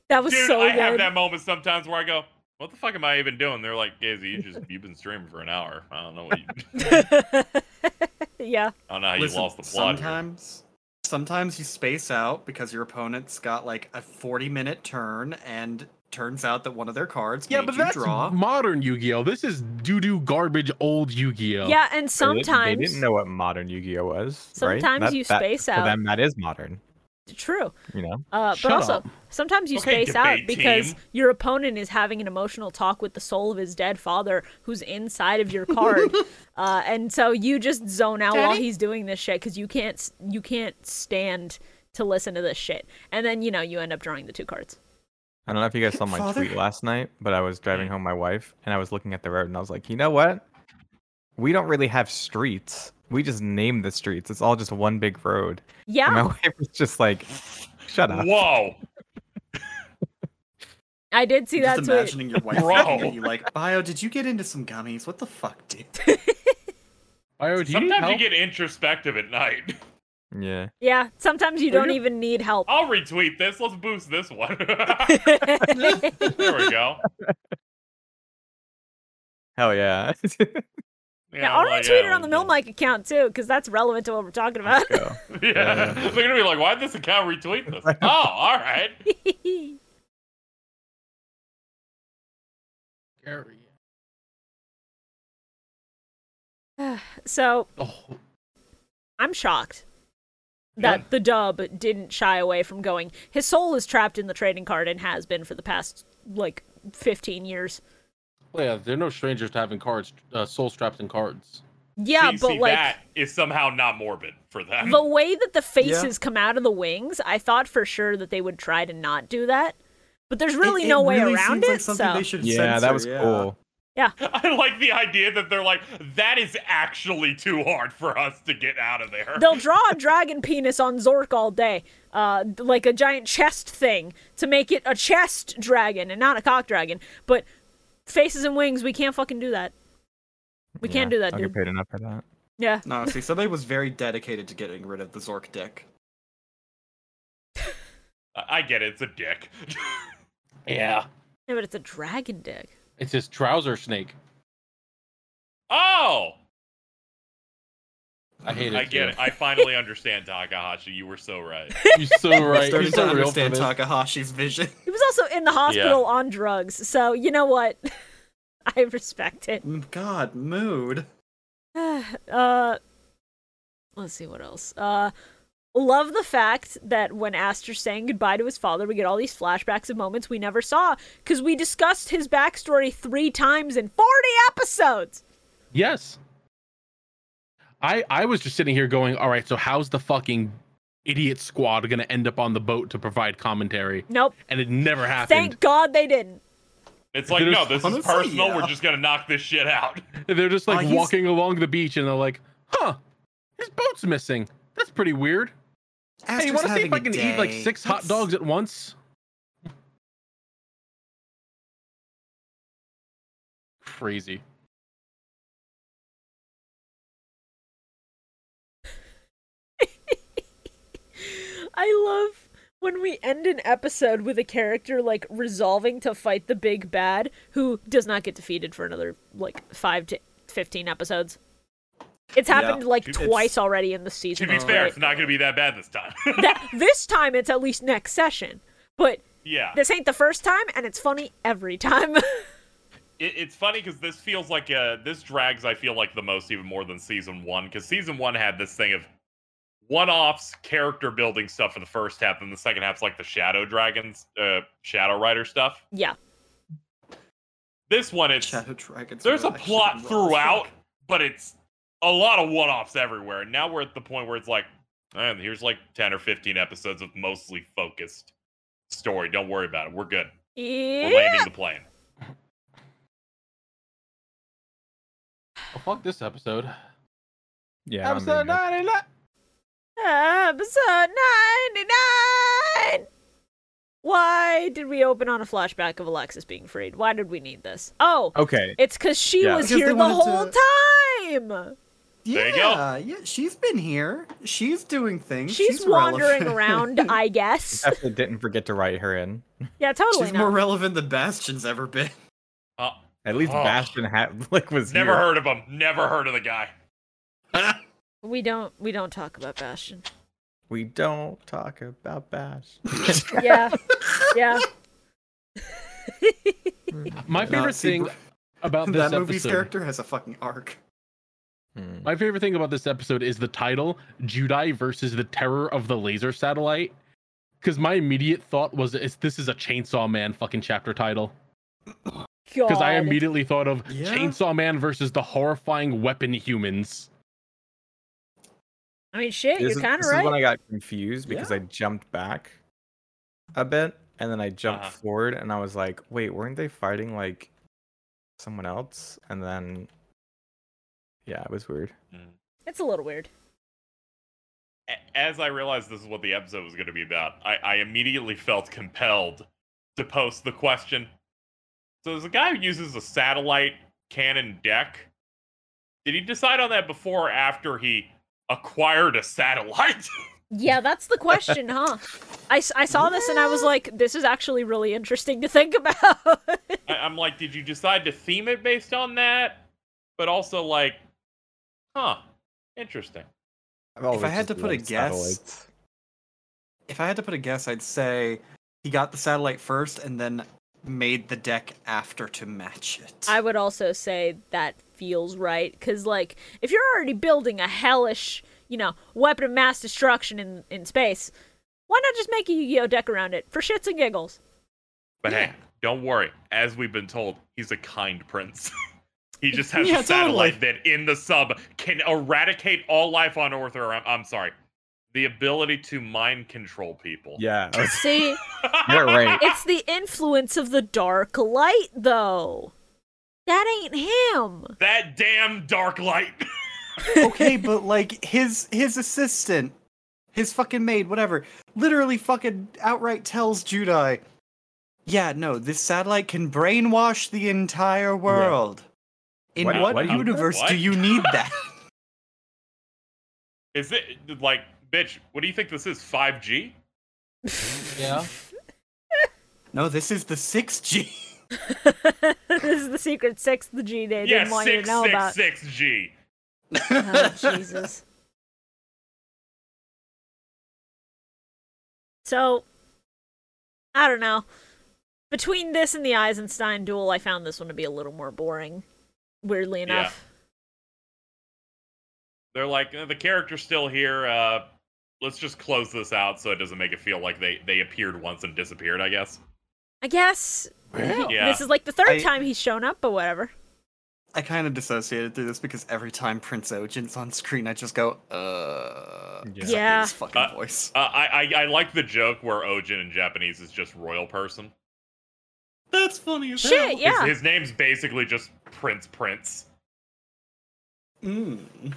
Speaker 1: That was
Speaker 4: Dude,
Speaker 1: so
Speaker 4: I
Speaker 1: good.
Speaker 4: have that moment sometimes where I go, "What the fuck am I even doing?" They're like, "Gazy, you just you've been streaming for an hour. I don't know what you,
Speaker 1: yeah.
Speaker 4: I don't know how you
Speaker 5: Listen,
Speaker 4: lost the plot." here."
Speaker 5: sometimes Sometimes you space out because your opponent's got like a 40 minute turn and turns out that one of their cards
Speaker 3: Yeah,
Speaker 5: made
Speaker 3: but
Speaker 5: you
Speaker 3: that's
Speaker 5: draw.
Speaker 3: modern Yu-Gi-Oh. This is doo-doo garbage old Yu-Gi-Oh.
Speaker 1: Yeah, and
Speaker 2: They didn't-
Speaker 1: sometimes
Speaker 2: they didn't know what modern Yu-Gi-Oh was. right?
Speaker 1: Sometimes you space
Speaker 2: For
Speaker 1: out.
Speaker 2: them, that is modern.
Speaker 1: true.
Speaker 2: You know,
Speaker 1: Uh, but
Speaker 3: Shut
Speaker 1: also,
Speaker 3: up.
Speaker 1: sometimes you
Speaker 4: Okay,
Speaker 1: space out
Speaker 4: debate
Speaker 1: because
Speaker 4: team.
Speaker 1: your opponent is having an emotional talk with the soul of his dead father, who's inside of your card, uh, and so you just zone out while
Speaker 8: Daddy?
Speaker 1: he's doing this shit because you can't s- you can't stand to listen to this shit, and then you know you end up drawing the two cards.
Speaker 2: I don't know if you guys saw my
Speaker 5: Father?
Speaker 2: tweet last night, but I was
Speaker 3: Mm.
Speaker 2: driving home my wife and I was looking at the road and I was like, you know what? We don't really have streets. We just name the streets. It's all just one big road.
Speaker 1: Yeah,
Speaker 2: And my wife was just like, shut up.
Speaker 4: Whoa.
Speaker 1: I did see that
Speaker 5: just
Speaker 1: tweet.
Speaker 5: imagining your wife
Speaker 4: Bro.
Speaker 5: looking at you like, Bio, did you get into some gummies? What the fuck, dude?
Speaker 3: Why would he
Speaker 4: Sometimes you
Speaker 3: help?
Speaker 4: get introspective at night.
Speaker 2: Yeah.
Speaker 1: Yeah, sometimes you
Speaker 3: Were
Speaker 1: don't
Speaker 3: you-
Speaker 1: even need help.
Speaker 4: I'll retweet this. Let's boost this one. there we go.
Speaker 2: Hell yeah.
Speaker 4: Yeah,
Speaker 1: Yeah, I'll
Speaker 4: like,
Speaker 1: retweet
Speaker 4: yeah,
Speaker 1: it on the
Speaker 4: we'll
Speaker 1: Mill
Speaker 4: do-
Speaker 1: Mike account too, because that's relevant to what we're talking about.
Speaker 2: Go.
Speaker 4: Yeah. They're gonna be like, why'd this account retweet this? oh, all right.
Speaker 1: so
Speaker 3: Oh,
Speaker 1: I'm shocked that the dub didn't shy away from going. His soul is trapped in the trading card and has been for the past like 15 years.
Speaker 3: yeah, they're no strangers to having cards, uh, soul strapped in cards.
Speaker 1: Yeah,
Speaker 4: see,
Speaker 1: but
Speaker 4: see,
Speaker 1: like
Speaker 4: that is somehow not morbid for them.
Speaker 1: the way that the faces come out of the wings, I thought for sure that they would try to not do that. But there's really
Speaker 5: It-
Speaker 1: no way
Speaker 5: really
Speaker 1: around
Speaker 5: seems like
Speaker 1: it.
Speaker 5: something
Speaker 1: so
Speaker 5: they should
Speaker 2: yeah,
Speaker 5: censor,
Speaker 2: that was
Speaker 5: yeah.
Speaker 2: cool.
Speaker 4: I like the idea that they're like, that is actually too hard for us to get out of there.
Speaker 1: They'll draw a dragon penis on Zork all day, uh, d- like a giant chest thing to make it a chest dragon and not a cock dragon. But faces and wings, we can't fucking do that. We can't
Speaker 2: Yeah,
Speaker 1: do that,
Speaker 2: I'll
Speaker 1: dude.
Speaker 2: get paid enough for that.
Speaker 1: Yeah.
Speaker 5: No, see, somebody was very dedicated to getting rid of the Zork dick.
Speaker 4: I I get it. It's a dick.
Speaker 3: Yeah,
Speaker 1: yeah, but it's a dragon dick.
Speaker 3: it's his trouser snake.
Speaker 4: oh,
Speaker 3: I hate it.
Speaker 4: I get
Speaker 3: too.
Speaker 4: it. I finally understand Takahashi. You were so right.
Speaker 3: You're so right. You're
Speaker 5: Starting to
Speaker 3: so real for
Speaker 5: understand
Speaker 3: this.
Speaker 5: Takahashi's vision.
Speaker 1: He was also in the hospital on drugs, so you know what? I respect it.
Speaker 5: Mm, God, mood.
Speaker 1: uh, let's see what else. Uh, love the fact that when Aster's saying goodbye to his father, we get all these flashbacks of moments we never saw because we discussed his backstory three times in 40 episodes.
Speaker 3: Yes. I I was just sitting here going, all right, so how's the fucking idiot squad gonna end up on the boat to provide commentary?
Speaker 1: Nope.
Speaker 3: And it never happened.
Speaker 1: Thank God they didn't.
Speaker 4: It's like,
Speaker 3: There's-
Speaker 4: no, this
Speaker 5: honestly,
Speaker 4: is personal.
Speaker 5: yeah.
Speaker 4: We're just gonna knock this shit out.
Speaker 3: They're just
Speaker 5: Uh,
Speaker 3: like
Speaker 5: he's-
Speaker 3: walking along the beach and they're like, huh, his boat's missing. That's pretty weird. hey, you
Speaker 5: Aster's
Speaker 3: wanna see
Speaker 5: having
Speaker 3: if I
Speaker 5: a
Speaker 3: can eat like
Speaker 5: day.
Speaker 3: six hot
Speaker 5: That's-
Speaker 3: dogs at once? Crazy.
Speaker 1: I love when we end an episode with a character like resolving to fight the big bad who does not get defeated for another like 5 to 15 episodes. It's
Speaker 5: Yeah.
Speaker 1: happened like
Speaker 4: It's-
Speaker 1: twice already in the
Speaker 4: To
Speaker 1: season.
Speaker 4: be fair, it's not gonna be that bad this time.
Speaker 1: that this time it's at least next session. But
Speaker 4: yeah.
Speaker 1: this ain't the first time, and it's funny every time.
Speaker 4: it, it's funny because this feels like uh this drags i feel like the most even more than season one because season one had this thing of one-offs character building stuff for the first half and the second half's like the shadow dragons uh shadow rider stuff
Speaker 1: yeah,
Speaker 4: this one it's
Speaker 5: Shadow Dragons.
Speaker 4: there's
Speaker 5: were
Speaker 4: a
Speaker 5: actually
Speaker 4: plot
Speaker 5: well,
Speaker 4: throughout
Speaker 5: fuck.
Speaker 4: but it's a lot of one-offs everywhere and now we're at the point where it's like man, here's like 10 or 15 episodes of mostly focused story don't worry about it we're good we're
Speaker 1: yeah.
Speaker 4: landing the plane
Speaker 3: Well, fuck this episode.
Speaker 2: Yeah. I'm
Speaker 3: episode
Speaker 2: reading it.
Speaker 3: 99.
Speaker 1: Episode ninety nine. Why did we open on a flashback of Alexis being freed? Why did we need this? Oh,
Speaker 2: Okay.
Speaker 1: it's because she
Speaker 2: Yeah.
Speaker 1: was
Speaker 5: Because
Speaker 1: here
Speaker 5: they
Speaker 1: the
Speaker 5: wanted
Speaker 1: whole
Speaker 5: to-
Speaker 1: time.
Speaker 5: Yeah,
Speaker 4: There you go.
Speaker 5: yeah, she's been here. She's doing things.
Speaker 1: She's, wandering
Speaker 5: relevant.
Speaker 1: around, I guess.
Speaker 2: Definitely didn't forget to write her in.
Speaker 1: Yeah, totally
Speaker 5: She's
Speaker 1: not.
Speaker 5: more relevant than Bastion's ever been.
Speaker 4: uh,
Speaker 2: At least
Speaker 4: Oh.
Speaker 2: Bastion had like was
Speaker 4: never
Speaker 2: here.
Speaker 4: heard of him never heard of the guy
Speaker 1: We don't. We don't talk about Bastion.
Speaker 2: We don't talk about Bash.
Speaker 1: Yeah. yeah.
Speaker 3: My
Speaker 5: No,
Speaker 3: favorite
Speaker 5: see,
Speaker 3: thing
Speaker 5: Br-
Speaker 3: about this
Speaker 5: that movie's
Speaker 3: episode.
Speaker 5: character has a fucking arc.
Speaker 2: Hmm.
Speaker 3: My favorite thing about this episode is the title Judai versus the Terror of the Laser Satellite. Because my immediate thought was it's, this is a Chainsaw Man fucking chapter title.
Speaker 1: God.
Speaker 3: Because I immediately thought of
Speaker 5: Yeah.
Speaker 3: Chainsaw Man versus the horrifying weapon humans.
Speaker 1: I mean, shit,
Speaker 2: This,
Speaker 1: you're
Speaker 2: is,
Speaker 1: kind
Speaker 2: this
Speaker 1: of
Speaker 2: is when
Speaker 1: right.
Speaker 2: I got confused because I jumped back a bit and then I jumped
Speaker 4: Uh-huh.
Speaker 2: forward and I was like, wait, weren't they fighting like someone else? And then, yeah, it was weird.
Speaker 4: Hmm.
Speaker 1: It's a little weird.
Speaker 4: A- As I realized this is what the episode was going to be about, I, I immediately felt compelled to post the question. So there's a guy who uses a satellite cannon deck. Did he decide on that before or after he acquired a satellite?
Speaker 1: Yeah, that's the question, huh? I, s- I saw this and I was like, this is actually really interesting to think about.
Speaker 4: I, I'm like, did you decide to theme it based on that? But also, like, huh, interesting.
Speaker 2: I've always
Speaker 5: I had
Speaker 2: just
Speaker 5: to put a
Speaker 2: loved
Speaker 5: guess-
Speaker 2: satellites.
Speaker 5: If I had to put a guess, I'd say he got the satellite first and then made the deck after to match it.
Speaker 1: I would also say that feels right because, like, if you're already building a hellish, you know, weapon of mass destruction in in space, why not just make a Yu-Gi-Oh deck around it for shits and giggles?
Speaker 4: But hey, don't worry. As we've been told, he's a kind prince. he just has
Speaker 5: Yeah,
Speaker 4: a satellite that in the sub can eradicate all life on Earth. Or I'm, I'm sorry, the ability to mind control people.
Speaker 2: Yeah, I was-
Speaker 1: See,
Speaker 2: you're right.
Speaker 1: it's the influence of the dark light, though. That ain't him.
Speaker 4: That damn dark light.
Speaker 5: okay, but like his his assistant, his fucking maid, whatever, literally fucking outright tells Judai, "Yeah, no, this satellite can brainwash the entire world." In
Speaker 2: Why-
Speaker 5: what,
Speaker 2: why do you-
Speaker 5: universe
Speaker 4: What?
Speaker 5: do you need that?
Speaker 4: Is it like, bitch? What do you think this is? 5G?
Speaker 8: Yeah.
Speaker 5: no, this is the 6G.
Speaker 1: this is the secret six, the G they
Speaker 4: yeah,
Speaker 1: didn't want you to know about.
Speaker 4: 666G.
Speaker 1: Oh, Jesus. So, I don't know. Between this and the Eisenstein duel, I found this one to be a little more boring. Weirdly enough.
Speaker 4: They're like, "Eh, the character's still here. Uh, let's just close this out so it doesn't make it feel like they, they appeared once and disappeared, I guess.
Speaker 1: I guess
Speaker 4: Yeah.
Speaker 1: this is like the third
Speaker 5: I-
Speaker 1: time he's shown up, but whatever.
Speaker 5: I kind of dissociated through this because every time Prince Ogent's on screen, I just go, uh, 'cause I hate
Speaker 1: Yeah.
Speaker 5: his fucking
Speaker 4: Uh,
Speaker 5: voice.
Speaker 4: Uh, I, I I like the joke where Ojin in Japanese is just royal person.
Speaker 5: That's funny as
Speaker 1: Shit,
Speaker 4: His,
Speaker 1: yeah.
Speaker 4: his name's basically just Prince Prince.
Speaker 5: Mm.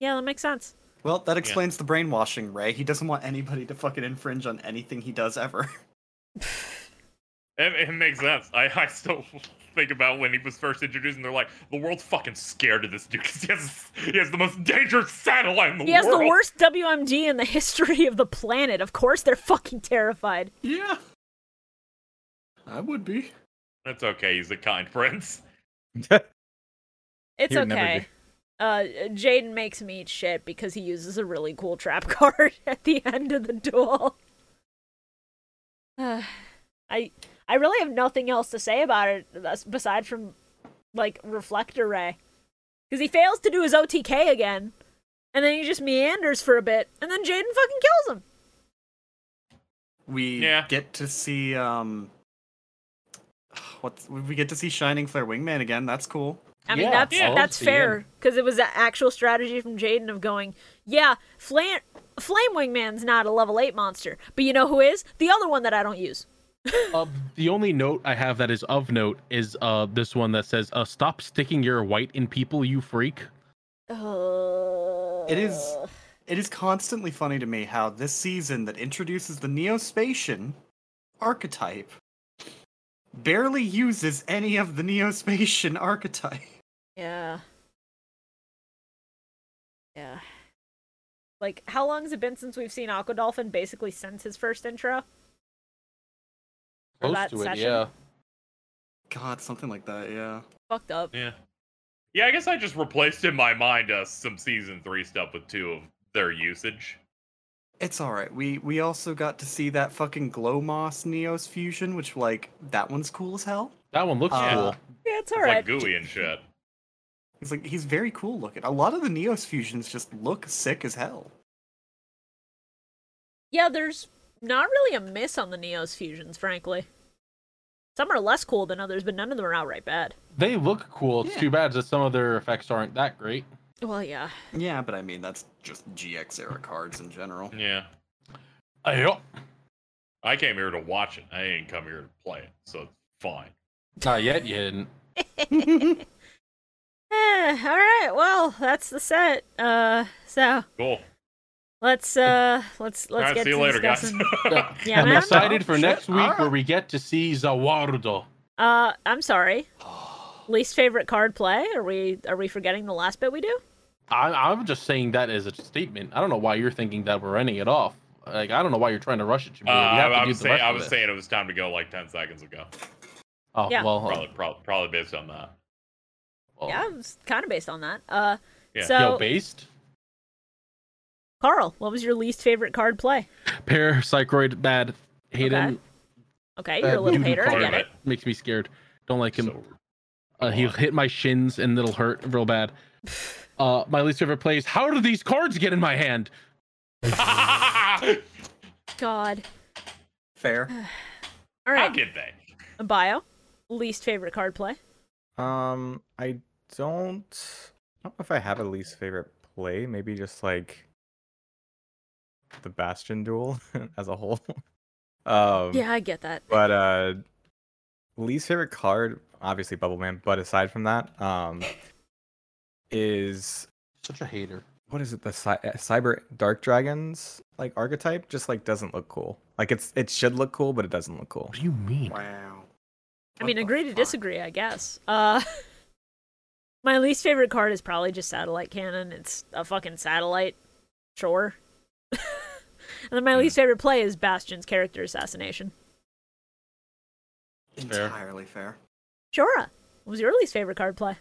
Speaker 1: Yeah, that makes sense.
Speaker 5: Well, that explains the brainwashing, Ray. He doesn't want anybody to fucking infringe on anything he does ever.
Speaker 4: It, it makes sense. I, I still think about when he was first introduced, and they're like, the world's fucking scared of this dude because he has he has the most dangerous satellite in the
Speaker 1: He has
Speaker 4: world.
Speaker 1: the worst WMD in the history of the planet. Of course, they're fucking terrified.
Speaker 5: Yeah. I would be.
Speaker 4: That's okay. He's a kind prince.
Speaker 1: It's
Speaker 2: He would never
Speaker 1: okay. Uh, Jaden makes me eat shit because he uses a really cool trap card at the end of the duel. Uh, I I really have nothing else to say about it thus- beside from like reflector ray because he fails to do his OTK again, and then he just meanders for a bit, and then Jaden fucking kills him.
Speaker 5: We
Speaker 4: Yeah.
Speaker 5: get to see um what we get to see Shining Flare Wingman again. That's cool.
Speaker 1: I mean
Speaker 8: Yeah,
Speaker 1: that's
Speaker 8: yeah.
Speaker 1: that's
Speaker 8: Towards the
Speaker 1: fair
Speaker 8: end.
Speaker 1: because it was the actual strategy from Jaden of going, yeah, flame flame wingman's not a level eight monster, but you know who is the other one that I don't use.
Speaker 3: Uh, the only note I have that is of note is uh, this one that says, uh, Stop sticking your white in people, you freak.
Speaker 1: Uh,
Speaker 5: It is it is constantly funny to me how this season that introduces the Neospatian archetype barely uses any of the Neospatian archetype.
Speaker 1: yeah, yeah. Like, how long has it been since we've seen Aqua Dolphin? Basically, since his first intro. Or that session?
Speaker 5: God, something like that, yeah.
Speaker 1: Fucked up.
Speaker 4: Yeah. Yeah, I guess I just replaced in my mind uh, some season three stuff with two of their usage.
Speaker 5: It's all right. We we also got to see that fucking glow moss Neos fusion, which like that one's cool as hell.
Speaker 3: That one looks
Speaker 5: Uh,
Speaker 3: cool.
Speaker 1: Yeah, it's
Speaker 4: It's
Speaker 1: alright.
Speaker 4: like gooey and shit.
Speaker 5: He's like he's very cool looking. A lot of the Neos fusions just look sick as hell.
Speaker 1: yeah, there's not really a miss on the Neos fusions, frankly. Some are less cool than others, but none of them are outright bad.
Speaker 3: They look cool. It's too bad that some of their effects aren't that great.
Speaker 1: Well, yeah.
Speaker 5: Yeah, but I mean that's just GX era cards in general.
Speaker 4: Yeah.
Speaker 3: Ayo.
Speaker 4: I came here to watch it. I ain't come here to play it, so it's fine.
Speaker 3: Not yet, you didn't.
Speaker 1: Eh, all right. Well, that's the set. Uh, so
Speaker 4: Cool.
Speaker 1: let's uh, let's let's
Speaker 4: All right,
Speaker 1: get
Speaker 4: see you
Speaker 1: to
Speaker 4: later, guys.
Speaker 1: discussing- Yeah,
Speaker 3: I'm
Speaker 1: man.
Speaker 3: excited for
Speaker 8: Shit,
Speaker 3: next week
Speaker 8: alright.
Speaker 3: where we get to see Zawardo.
Speaker 1: Uh, I'm sorry. Least favorite card play? Are we are we forgetting the last bit we do?
Speaker 3: I, I'm just saying that as a statement. I don't know why you're thinking that we're ending it off. Like I don't know why you're trying to rush it. Jameer.
Speaker 4: Uh,
Speaker 3: we have
Speaker 4: I,
Speaker 3: to
Speaker 4: I
Speaker 3: do
Speaker 4: was
Speaker 3: the
Speaker 4: saying,
Speaker 3: rest
Speaker 4: I
Speaker 3: of
Speaker 4: was
Speaker 3: it.
Speaker 4: saying it was time to go like ten seconds ago.
Speaker 3: Oh
Speaker 1: Yeah.
Speaker 3: well,
Speaker 4: Probably, probably, probably based on that.
Speaker 3: well,
Speaker 1: Yeah, it was kind of based on that. Uh,
Speaker 4: Yeah.
Speaker 1: so
Speaker 3: Oh. Yo, based
Speaker 1: Carl, what was your least favorite card play?
Speaker 3: parapsychroid bad. Hate
Speaker 1: Okay.
Speaker 3: him.
Speaker 1: Okay,
Speaker 3: Uh,
Speaker 1: you're a little
Speaker 3: Doodoo
Speaker 1: hater. I
Speaker 3: card.
Speaker 1: get it.
Speaker 3: Makes me scared. Don't like him.
Speaker 4: So-
Speaker 3: Uh, he'll hit my shins and it'll hurt real bad. Uh, my least favorite plays. How do these cards get in my hand?
Speaker 4: How
Speaker 1: God.
Speaker 5: Fair.
Speaker 1: All right.
Speaker 4: did they?
Speaker 1: Bio. Least favorite card play.
Speaker 2: Um, I don't. I don't know if I have a least favorite play. Maybe just like the Bastion duel as a whole. um,
Speaker 1: Yeah, I get that.
Speaker 2: But uh, least favorite card, obviously Bubble Man. But aside from that, um, is
Speaker 3: Such a hater.
Speaker 2: what is it? The cy- uh, Cyber Dark Dragons like archetype just like doesn't look cool. Like it's it should look cool, but it doesn't look cool.
Speaker 3: What do you mean?
Speaker 5: Wow.
Speaker 1: I
Speaker 5: What
Speaker 1: mean,
Speaker 4: uh,
Speaker 5: the
Speaker 1: agree to
Speaker 5: fuck?
Speaker 1: disagree, I guess. Uh, my least favorite card is probably just Satellite Cannon. It's a fucking satellite. Sure. and then my least favorite play is Bastion's character assassination.
Speaker 3: Fair.
Speaker 5: Entirely fair.
Speaker 1: Shura, what was your least favorite card play?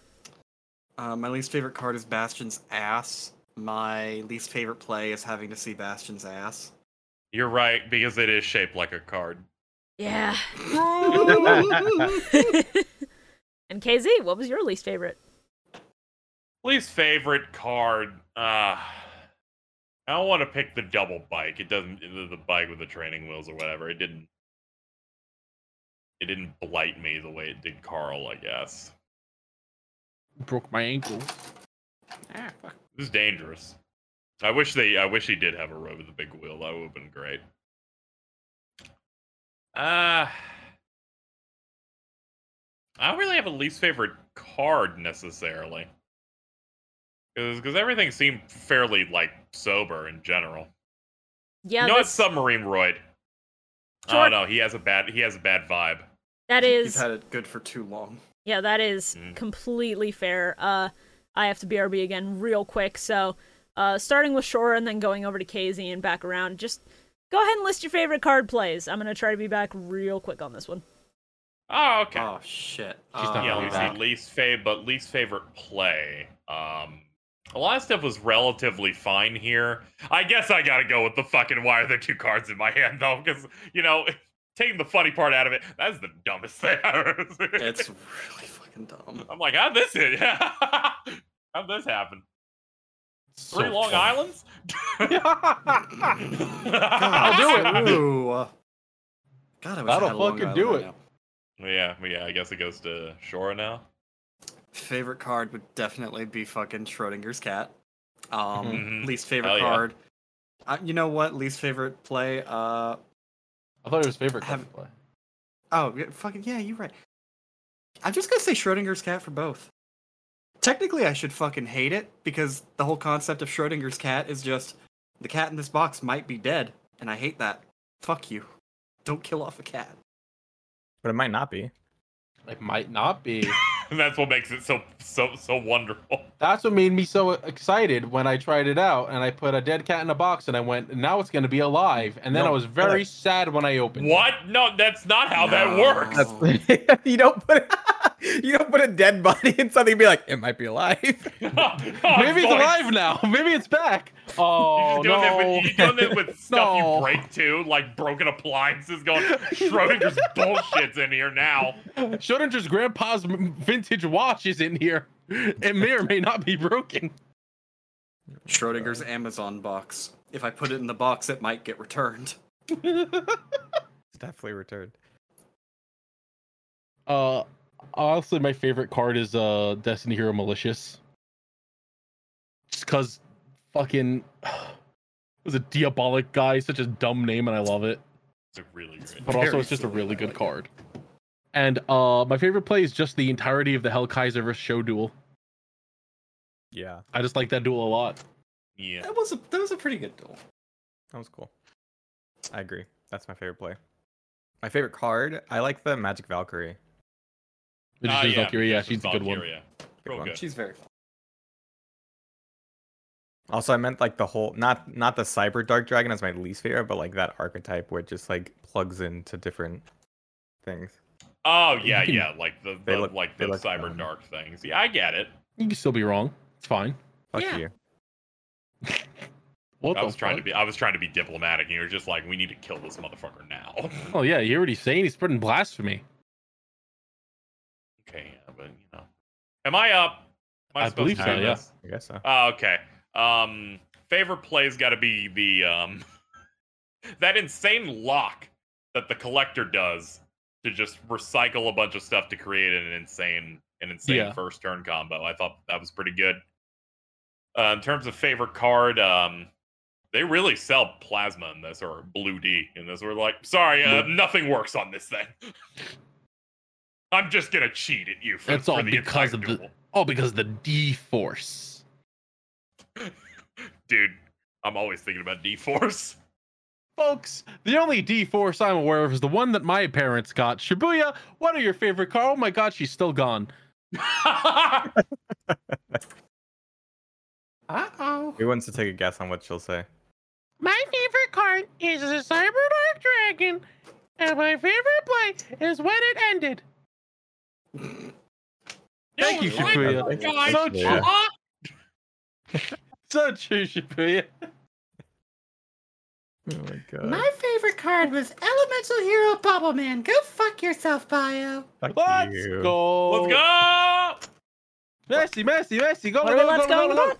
Speaker 5: Uh, my least favorite card is Bastion's ass. My least favorite play is having to see Bastion's ass.
Speaker 4: You're right because it is shaped like a card.
Speaker 1: Yeah.
Speaker 2: I
Speaker 1: and KZ, what was your least favorite?
Speaker 4: Least favorite card. Uh, I don't want to pick the double bike. It doesn't the, the bike with the training wheels or whatever. It didn't. It didn't blight me the way it did Carl. I guess
Speaker 3: Broke my ankle.
Speaker 4: this is dangerous. I wish they. I wish he did have a road with a big wheel. That would have been great. Uh I don't really have a least favorite card necessarily. Because everything seemed fairly like sober in general.
Speaker 1: Yeah,
Speaker 4: you know it's
Speaker 1: that's,
Speaker 4: submarine roid.
Speaker 1: Sure.
Speaker 4: Oh no, he has a bad he has a bad vibe.
Speaker 1: that
Speaker 5: You've
Speaker 1: is
Speaker 5: had it good for too long.
Speaker 1: Yeah, that is
Speaker 4: Mm.
Speaker 1: completely fair. Uh, I have to BRB again real quick. So, uh, starting with Shore and then going over to KZ and back around. Just go ahead and list your favorite card plays. I'm gonna try to be back real quick on this one.
Speaker 4: Oh okay.
Speaker 5: Oh shit.
Speaker 3: She's not
Speaker 4: yeah,
Speaker 3: really
Speaker 4: let me
Speaker 3: bad.
Speaker 4: see. Least fav, but least favorite play. Um, a lot of stuff was relatively fine here. I guess I gotta go with the fucking why are there two cards in my hand though? Because you know, taking the funny part out of it, that's the dumbest thing. I've ever seen.
Speaker 5: It's really fucking dumb.
Speaker 4: I'm like, how'd this hit? how'd this happen?
Speaker 3: So
Speaker 4: Three Long
Speaker 3: funny.
Speaker 4: Islands?
Speaker 3: I'll do it.
Speaker 5: Ooh. God, I wish I
Speaker 3: That'll
Speaker 5: had a Long
Speaker 3: fucking
Speaker 5: Island
Speaker 3: do
Speaker 5: right
Speaker 3: it.
Speaker 5: now.
Speaker 4: yeah, but yeah. I guess it goes to Shora now.
Speaker 5: Favorite card would definitely be fucking Schrodinger's cat. Um,
Speaker 4: Mhm.
Speaker 5: least favorite
Speaker 4: Hell yeah.
Speaker 5: card. Uh, you know what? Least favorite play. Uh,
Speaker 3: I thought it was favorite card
Speaker 5: Have-
Speaker 3: play.
Speaker 5: Oh, yeah, fucking yeah, you're right. I'm just gonna say Schrodinger's cat for both. Technically, I should fucking hate it because the whole concept of Schrodinger's cat is just the cat in this box might be dead, and I hate that. Fuck you. Don't kill off a cat.
Speaker 2: but it might not be.
Speaker 3: It might not be.
Speaker 4: And that's what makes it so so so wonderful.
Speaker 3: That's what made me so excited when I tried it out and I put a dead cat in a box and I went, now it's going to be alive. And then
Speaker 2: No,
Speaker 3: I was very sad when I opened it.
Speaker 4: What? No, that's not how that
Speaker 5: No.
Speaker 4: works.
Speaker 5: That's-
Speaker 2: you don't put it. you don't put a dead body in something and be like, it might be alive.
Speaker 4: Oh,
Speaker 3: Maybe it's alive now. Maybe it's back. Oh
Speaker 4: You're doing, that
Speaker 3: no!
Speaker 4: with, you doing that with stuff
Speaker 3: No.
Speaker 4: you break too, like broken appliances going, Schrodinger's bullshit's in here now.
Speaker 3: Schrodinger's grandpa's m- vintage watch is in here. It may or may not be broken.
Speaker 5: Schrodinger's Amazon box. If I put it in the box, it might get returned.
Speaker 2: It's definitely returned.
Speaker 3: Uh, honestly, my favorite card is uh Destiny Hero Malicious. Just cause fucking it was a diabolic guy, such a dumb name, and I love it.
Speaker 4: It's a really great.
Speaker 3: But also,
Speaker 5: Very
Speaker 3: it's just a
Speaker 5: silly,
Speaker 3: really
Speaker 5: I
Speaker 3: good
Speaker 5: like it.
Speaker 3: card. And uh, my favorite play is just the entirety of the Hell Kaiser versus Show duel.
Speaker 2: Yeah,
Speaker 3: I just like that duel a lot.
Speaker 4: Yeah. Uh,
Speaker 5: That was a that was a pretty good duel.
Speaker 2: that was cool. I agree. That's my favorite play. My favorite card. I like the Magic Valkyrie.
Speaker 3: Which
Speaker 4: Ah,
Speaker 3: is
Speaker 4: yeah,
Speaker 3: Valkyrie. Yeah,
Speaker 4: Mistress
Speaker 3: she's a good one.
Speaker 4: Valkyria. Real
Speaker 2: one.
Speaker 4: good.
Speaker 5: She's very fun.
Speaker 2: Also, I meant like the whole not not the cyber dark dragon as my least favorite, but like that archetype where it just like plugs into different things.
Speaker 4: Oh yeah,
Speaker 3: can-
Speaker 4: yeah, like the,
Speaker 2: they
Speaker 4: the
Speaker 2: look-
Speaker 4: like
Speaker 2: they
Speaker 4: the
Speaker 2: look
Speaker 4: cyber
Speaker 2: dumb.
Speaker 4: dark things. Yeah, I get it.
Speaker 3: You can still be wrong. It's fine.
Speaker 2: Fuck
Speaker 1: Yeah.
Speaker 2: you.
Speaker 3: What
Speaker 4: I
Speaker 3: the
Speaker 4: was trying to
Speaker 3: fuck?
Speaker 4: be I was trying to be diplomatic, and you were just like, we need to kill this motherfucker now.
Speaker 3: Oh yeah, you already saying he's spreading blasphemy.
Speaker 4: okay, yeah, but you know, am I up? Am
Speaker 3: I
Speaker 4: supposed
Speaker 3: believe
Speaker 4: to
Speaker 3: so,
Speaker 4: do
Speaker 3: yeah.
Speaker 4: this?
Speaker 2: I guess so.
Speaker 4: Oh, okay. Um, favorite play's got to be the um, that insane lock that the collector does to just recycle a bunch of stuff to create an insane, an insane
Speaker 3: Yeah.
Speaker 4: first turn combo. I thought that was pretty good. Uh, in terms of favorite card, um, they really sell plasma in this or blue D in this. We're like, sorry, uh, nothing works on this thing. I'm just gonna cheat at you for,
Speaker 3: That's
Speaker 4: for
Speaker 3: all
Speaker 4: the
Speaker 3: because
Speaker 4: entire
Speaker 3: of the-
Speaker 4: duel."
Speaker 3: Oh, because the D force.
Speaker 4: dude. I'm always thinking about D Force.
Speaker 3: Folks, the only D force I'm aware of is the one that my parents got. Shibuya, what are your favorite car? Oh my god, she's still gone.
Speaker 8: Uh oh.
Speaker 2: Who wants to take a guess on what she'll say?
Speaker 7: My favorite card is the Cyber Dark Dragon, and my favorite play is when it ended.
Speaker 3: Thank you, Shibuya. Oh
Speaker 2: Guys,
Speaker 3: So true.
Speaker 2: yeah.
Speaker 3: So true, Shibuya.
Speaker 2: Oh my god.
Speaker 7: My favorite card was Elemental Hero Bubble Man. Go fuck yourself, Bio.
Speaker 2: Fuck
Speaker 3: Let's
Speaker 2: you.
Speaker 3: go.
Speaker 4: Let's go.
Speaker 3: Messi, Messi, Messi. Go,
Speaker 1: What
Speaker 3: go,
Speaker 1: are we
Speaker 3: go,
Speaker 1: let's
Speaker 3: go,
Speaker 1: going
Speaker 3: go, go.
Speaker 1: about?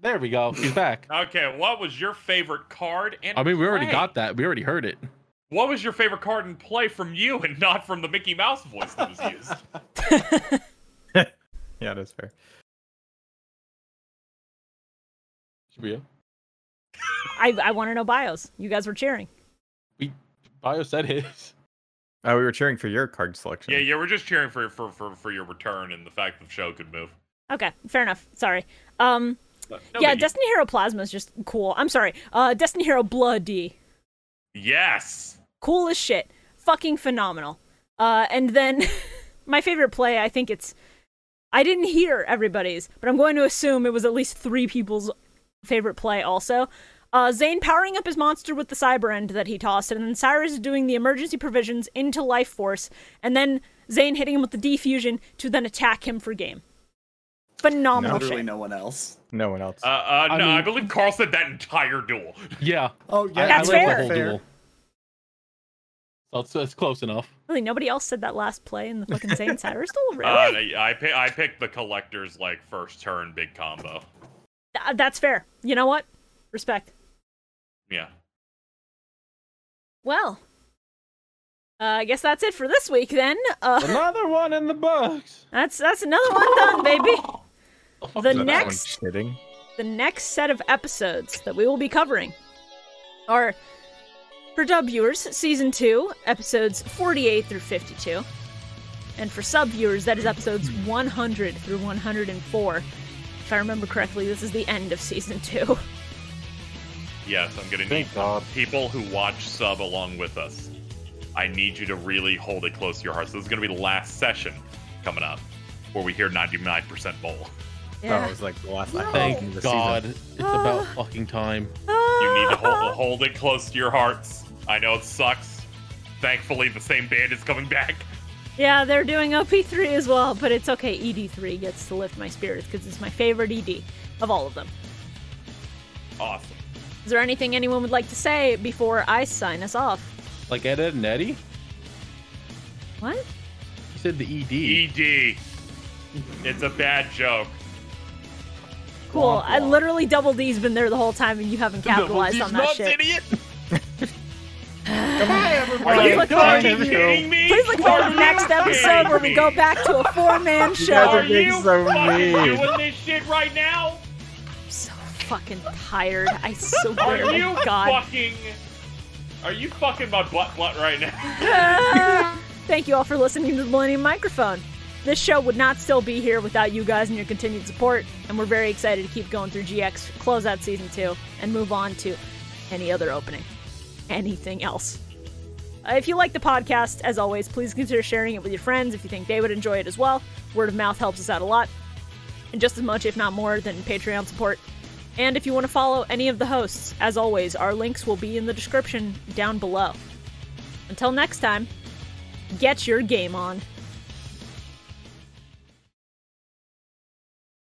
Speaker 3: There we go. She's back.
Speaker 4: Okay, what was your favorite card? And
Speaker 3: I mean, we already
Speaker 4: play?
Speaker 3: got that. We already heard it.
Speaker 4: What was your favorite card and play from you, and not from the Mickey Mouse voice that was used?
Speaker 2: Yeah, that's fair.
Speaker 3: Shibuya.
Speaker 1: I, I want to know bios. You guys were cheering.
Speaker 3: Bio said his.
Speaker 2: Oh, we were cheering for your card selection.
Speaker 4: yeah, yeah, we're just cheering for for for, for your return and the fact the show could move.
Speaker 1: Okay, fair enough. Sorry. Um,
Speaker 4: No
Speaker 1: yeah,
Speaker 4: biggie.
Speaker 1: Destiny Hero Plasma is just cool. I'm sorry. Uh, Destiny Hero Bloody.
Speaker 4: yes.
Speaker 1: cool as shit, fucking phenomenal. Uh, and then my favorite play, I think it's, I didn't hear everybody's, but I'm going to assume it was at least three people's favorite play also. Uh, Zane powering up his monster with the cyber end that he tossed, and then Cyrus doing the emergency provisions into life force, and then Zane hitting him with the defusion to then attack him for game. Phenomenal
Speaker 5: Literally
Speaker 1: shit.
Speaker 5: no one else.
Speaker 2: No one else.
Speaker 4: Uh, uh,
Speaker 3: I
Speaker 4: no, I
Speaker 3: mean-
Speaker 4: believe Carl said that entire duel.
Speaker 3: Yeah.
Speaker 8: Oh
Speaker 3: I-
Speaker 8: yeah,
Speaker 1: That's
Speaker 3: I, like
Speaker 1: fair.
Speaker 3: the whole duel. That's, that's close enough.
Speaker 1: Really, nobody else said that last play in the fucking Zane Cyrus duel, really?
Speaker 4: Uh, I pi- I picked the collector's like first turn big combo.
Speaker 1: Th- that's fair. You know what? Respect.
Speaker 4: Yeah.
Speaker 1: Well, uh, I guess that's it for this week then. Uh,
Speaker 3: Another one in the books.
Speaker 1: that's that's another one done, baby. The
Speaker 2: Is that that one
Speaker 1: next
Speaker 2: shitting?
Speaker 1: the next set of episodes that we will be covering are for dub viewers season 2 episodes 48 through 52 and for sub viewers that is episodes
Speaker 4: Hmm.
Speaker 1: 100 through 104 if i remember correctly this is the end of season 2
Speaker 4: Yes, I'm gonna need
Speaker 8: Thank God.
Speaker 4: people who watch sub along with us, I need you to really hold it close to your heart. So this is going to be the last session coming up where we hear 99% bowl.
Speaker 2: Oh,
Speaker 1: yeah
Speaker 2: it was like Oh, the last no.
Speaker 3: Thank God. It's about fucking time.
Speaker 4: You need to hold, hold it close to your hearts. I know it sucks. Thankfully, the same band is coming back.
Speaker 1: Yeah, they're doing OP3 as well, but it's okay. ED3 gets to lift my spirits because it's my favorite ED of all of them.
Speaker 4: Awesome.
Speaker 1: Is there anything anyone would like to say before I sign us off?
Speaker 3: Like Ed, Ed and Eddie? You
Speaker 1: What?
Speaker 3: said the E
Speaker 4: E
Speaker 3: ED.
Speaker 4: ED. It's a bad joke.
Speaker 1: Cool. I literally double D's been there the whole time and you haven't capitalized on that
Speaker 4: nuts,
Speaker 1: shit.
Speaker 4: idiot.
Speaker 8: Goodbye,
Speaker 4: Are
Speaker 8: everybody.
Speaker 4: you
Speaker 1: look
Speaker 4: fucking
Speaker 1: forward to-
Speaker 4: kidding me?
Speaker 1: Please look forward to the next episode where we go back to a four-man
Speaker 4: Are
Speaker 1: show.
Speaker 2: guys are being
Speaker 4: you
Speaker 2: so
Speaker 4: fucking
Speaker 2: mean.
Speaker 4: doing this shit right now?
Speaker 1: I'm so fucking tired. I so
Speaker 4: Are
Speaker 1: oh
Speaker 4: you
Speaker 1: God.
Speaker 4: fucking? Are you fucking my butt butt right now?
Speaker 1: Thank you all for listening to the Millennium Microphone. This show would not still be here without you guys and your continued support, and we're very excited to keep going through GX, close out season two, and move on to any other opening, anything else. Uh, if you like the podcast, as always, please consider sharing it with your friends if you think they would enjoy it as well. Word of mouth helps us out a lot, and just as much, if not more, than Patreon support. And if you want to follow any of the hosts, as always, our links will be in the description down below. Until next time, get your game on.